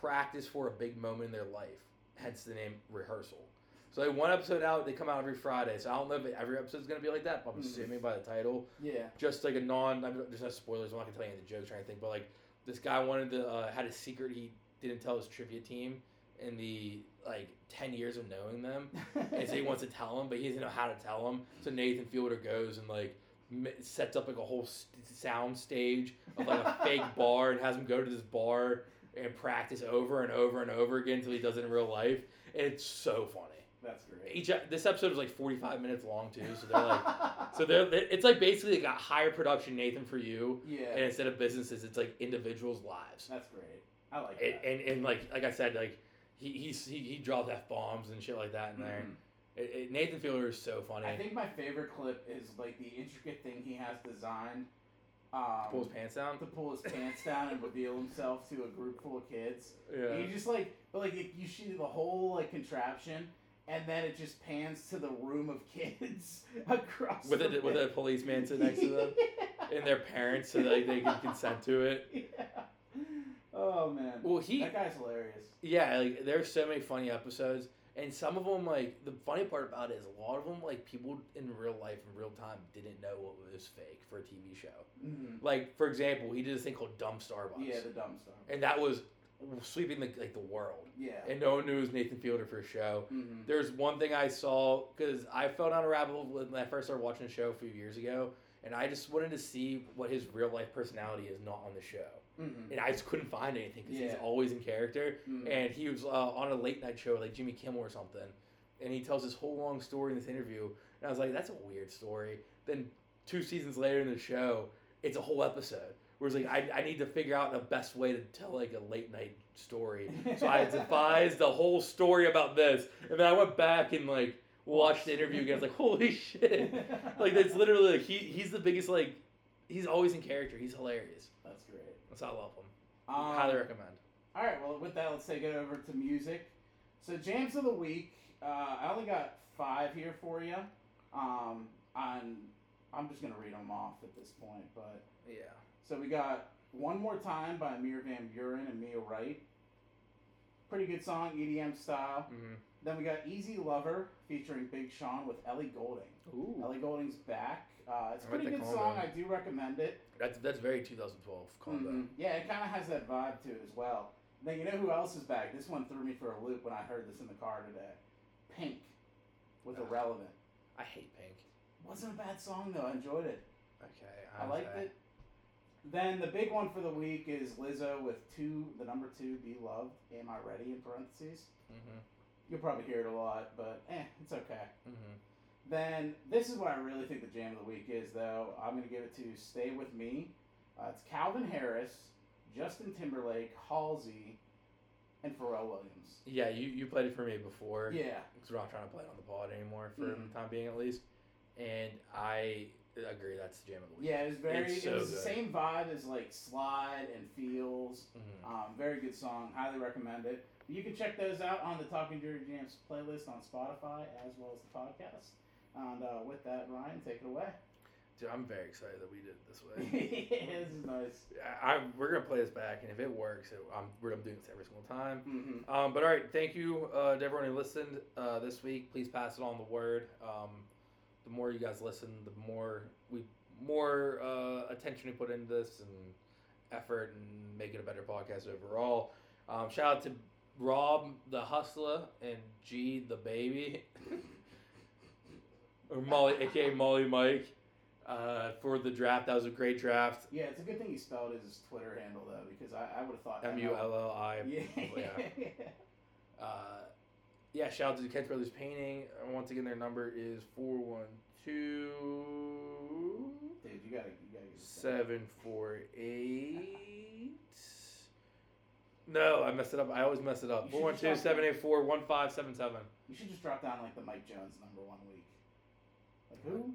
practice for a big moment in their life, hence the name rehearsal. So they one episode out, they come out every Friday. So I don't know if every episode's gonna be like that, but I'm
Mhm.
assuming by the title,
Yeah.
just like a non. I'm, there's no spoilers. I'm not gonna tell you any jokes or anything. But like this guy wanted to uh, had a secret he didn't tell his trivia team in the like ten years of knowing them, and so he wants to tell him, but he doesn't know how to tell him. So Nathan Fielder goes and like m- sets up like a whole st- sound stage of like a fake bar and has him go to this bar and practice over and over and over again until he does it in real life. And it's so funny.
That's great.
Each e, this episode was like forty five minutes long too, so they're like. So they're, it's like basically like a higher production Nathan for you, and
yeah.
instead of businesses, it's like individuals' lives.
That's great. I like
And,
that.
and, and like like I said, like he he's, he he dropped f bombs and shit like that in there.
Mhm.
It, it- Nathan Fielder is so funny.
I think my favorite clip is like the intricate thing he has designed. Um,
Pull his pants down.
to pull his pants down and reveal himself to a group full of kids. And
Yeah.
you just like, but like you- you see the whole like contraption, and then it just pans to the room of kids across
With
the
a with a policeman sitting next to them and their parents, so like they can consent to it.
yeah. Oh man.
Well, he
that guy's hilarious.
yeah, like there's so many funny episodes, and some of them like the funny part about it is a lot of them like people in real life in real time didn't know what was fake for a TV show.
hmm
Like for example, he did this thing called Dumb Starbucks,
Yeah, the dumb stuff.
and that was sweeping the, like the world,
Yeah.
and no one knew it was Nathan Fielder for a show.
hmm
There's one thing I saw because I fell down a rabbit hole when I first started watching the show a few years ago, and I just wanted to see what his real life personality is not on the show,
hmm
and I just couldn't find anything because he's
Yeah.
always in character,
hmm
and he was uh, on a late night show like Jimmy Kimmel or something, and he tells this whole long story in this interview, and I was like, that's a weird story. Then two seasons later in the show, it's a whole episode. where it's like, I, I need to figure out the best way to tell like a late night story. So I devised the whole story about this, and then I went back and like watched the interview again. I was like, holy shit! Like that's literally like, he he's the biggest like he's always in character. He's hilarious.
That's great.
That's how I love him.
Um,
Highly recommend.
All right, well, with that, let's take it over to music. So, jams of the week. Uh, I only got five here for you. Um, on, I'm just gonna read them off at this point. But
Yeah.
so we got one more time by Amir Van Buren and Mia Wright. Pretty good song, EDM style.
Mm-hmm.
Then we got Easy Lover featuring Big Sean with Ellie Golding.
Ooh.
Ellie Golding's back. Uh, it's a
I like
pretty
that
good
combo.
song. I do recommend it.
That's that's very 2012 combo.
Mhm. Yeah, it kind of has that vibe to it as well. Now, you know who else is back? This one threw me for a loop when I heard this in the car today. Pink with
Ah.
Irrelevant.
I hate Pink.
Wasn't a bad song, though. I enjoyed it.
Okay.
I liked it. Then the big one for the week is Lizzo with two, the number two, Be Loved. Am I Ready? in parentheses.
Mm-hmm.
You'll probably hear it a lot, but eh, it's okay.
Mm-hmm.
Then this is what I really think the jam of the week is, though. I'm going to give it to "Stay with Me." Uh, it's Calvin Harris, Justin Timberlake, Halsey, and Pharrell Williams.
Yeah, you, you played it for me before.
Yeah,
because we're not trying to play it on the pod anymore for
Mhm.
the time being at least. And I agree, that's the jam of the week.
yeah, it was very.
It's
it
so
was the
good.
same vibe as like "Slide" and "Feels."
Mhm.
Um, very good song. Highly recommend it. You can check those out on the Talking Dirty Jams playlist on Spotify as well as the podcast. And uh, with that, Ryan, take it away.
Dude, I'm very excited that we did it this
yeah,
way.
this is nice.
I, I, we're gonna play this back, and if it works, it, I'm we're gonna do this every single time.
hmm
Um, but all right, thank you uh, to everyone who listened uh, this week. Please pass it on the word. Um, the more you guys listen, the more we more uh, attention we put into this and effort and making a better podcast overall. Um, shout out to Rob the Hustler and G the Baby, or Molly, aka Molly Mike, uh, for the draft. That was a great draft.
Yeah, it's a good thing he spelled his Twitter handle though, because I, I would have thought
M U L L I. Oh,
Yeah.
uh, yeah, shout out to the Kent Brothers Painting. Uh, Once again, their number is 412
Dude, you gotta you gotta get this thing.
748 No, I messed it up. I always mess it up. Four one two seven eight four one five seven seven.
You should just drop down like the Mike Jones number one week. Like who?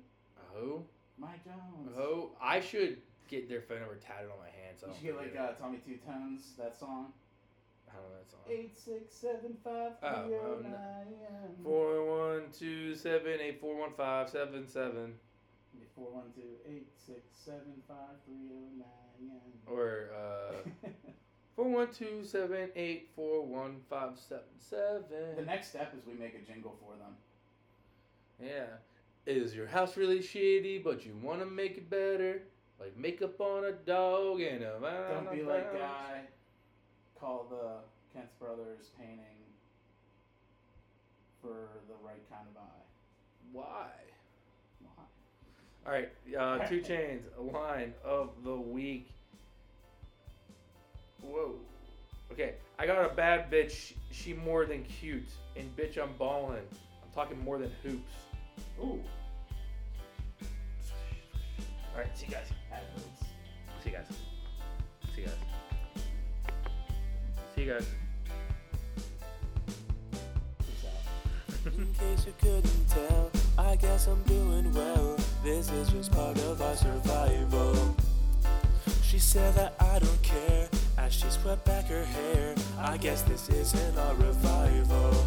Oh,
Mike Jones.
oh! I should get their phone number tatted on my hand. So
You
I
should
don't
get like
forget it. Oh.
uh, Tommy Two Tones that song.
I don't know that song.
Eight six seven five three
Oh,
oh
um,
nine.
Four one two seven eight four one five seven seven.
Four one two eight six seven five three oh nine.
Or uh, four one two seven eight four one five seven
the
seven.
next step is we make a jingle for them.
Yeah. Is your house really shitty, but you want to make it better? Like makeup on a dog and a
Don't be like guy. Call the Kent Brothers painting for the right kind of eye.
Why?
Why?
All right, uh, two chains, a line of the week. Whoa. Okay, I got a bad bitch. She more than cute, and bitch, I'm balling. I'm talking more than hoops.
Ooh,
All right, see you guys.
adverts.
See you guys. See you guys. See you guys.
Peace out.
In case you couldn't tell, I guess I'm doing well. This is just part of our survival. She said that I don't care as she swept back her hair. I guess this isn't our revival.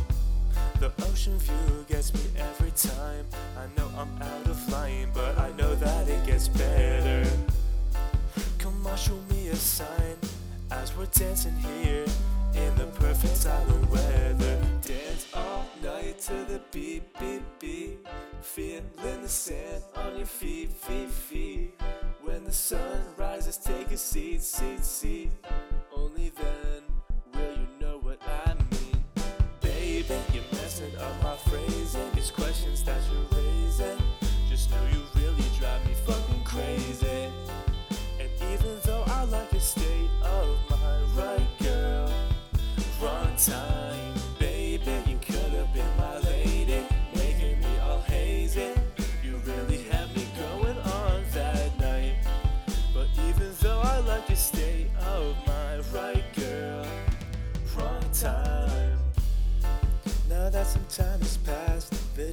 The ocean view gets me every time. I know I'm out of line, but I know that it gets better. Come on, show me a sign as we're dancing here in the perfect silent weather. Dance all night to the beat, beat, beat. Feeling the sand on your feet, feet, feet. When the sun rises, take a seat, seat, seat. Only then will you know what I mean. Baby, you're messing up my phrasing. These questions that you're raising. Just know you really drive me fucking crazy. And even though I like your state of mind, right, girl? Wrong time, baby. You could have been my lady, making me all hazy. You really had me going on that night. But even though I like your state of mind, right, girl? Wrong time. Now that some time has passed, the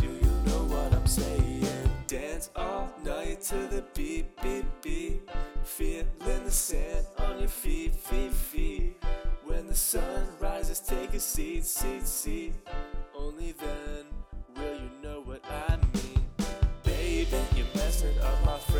Do you know what I'm saying? Dance all night to the beat, beat, beat. Feeling the sand on your feet, feet, feet. When the sun rises, take a seat, seat, seat. Only then will you know what I mean. Baby, you're messing up my phrase.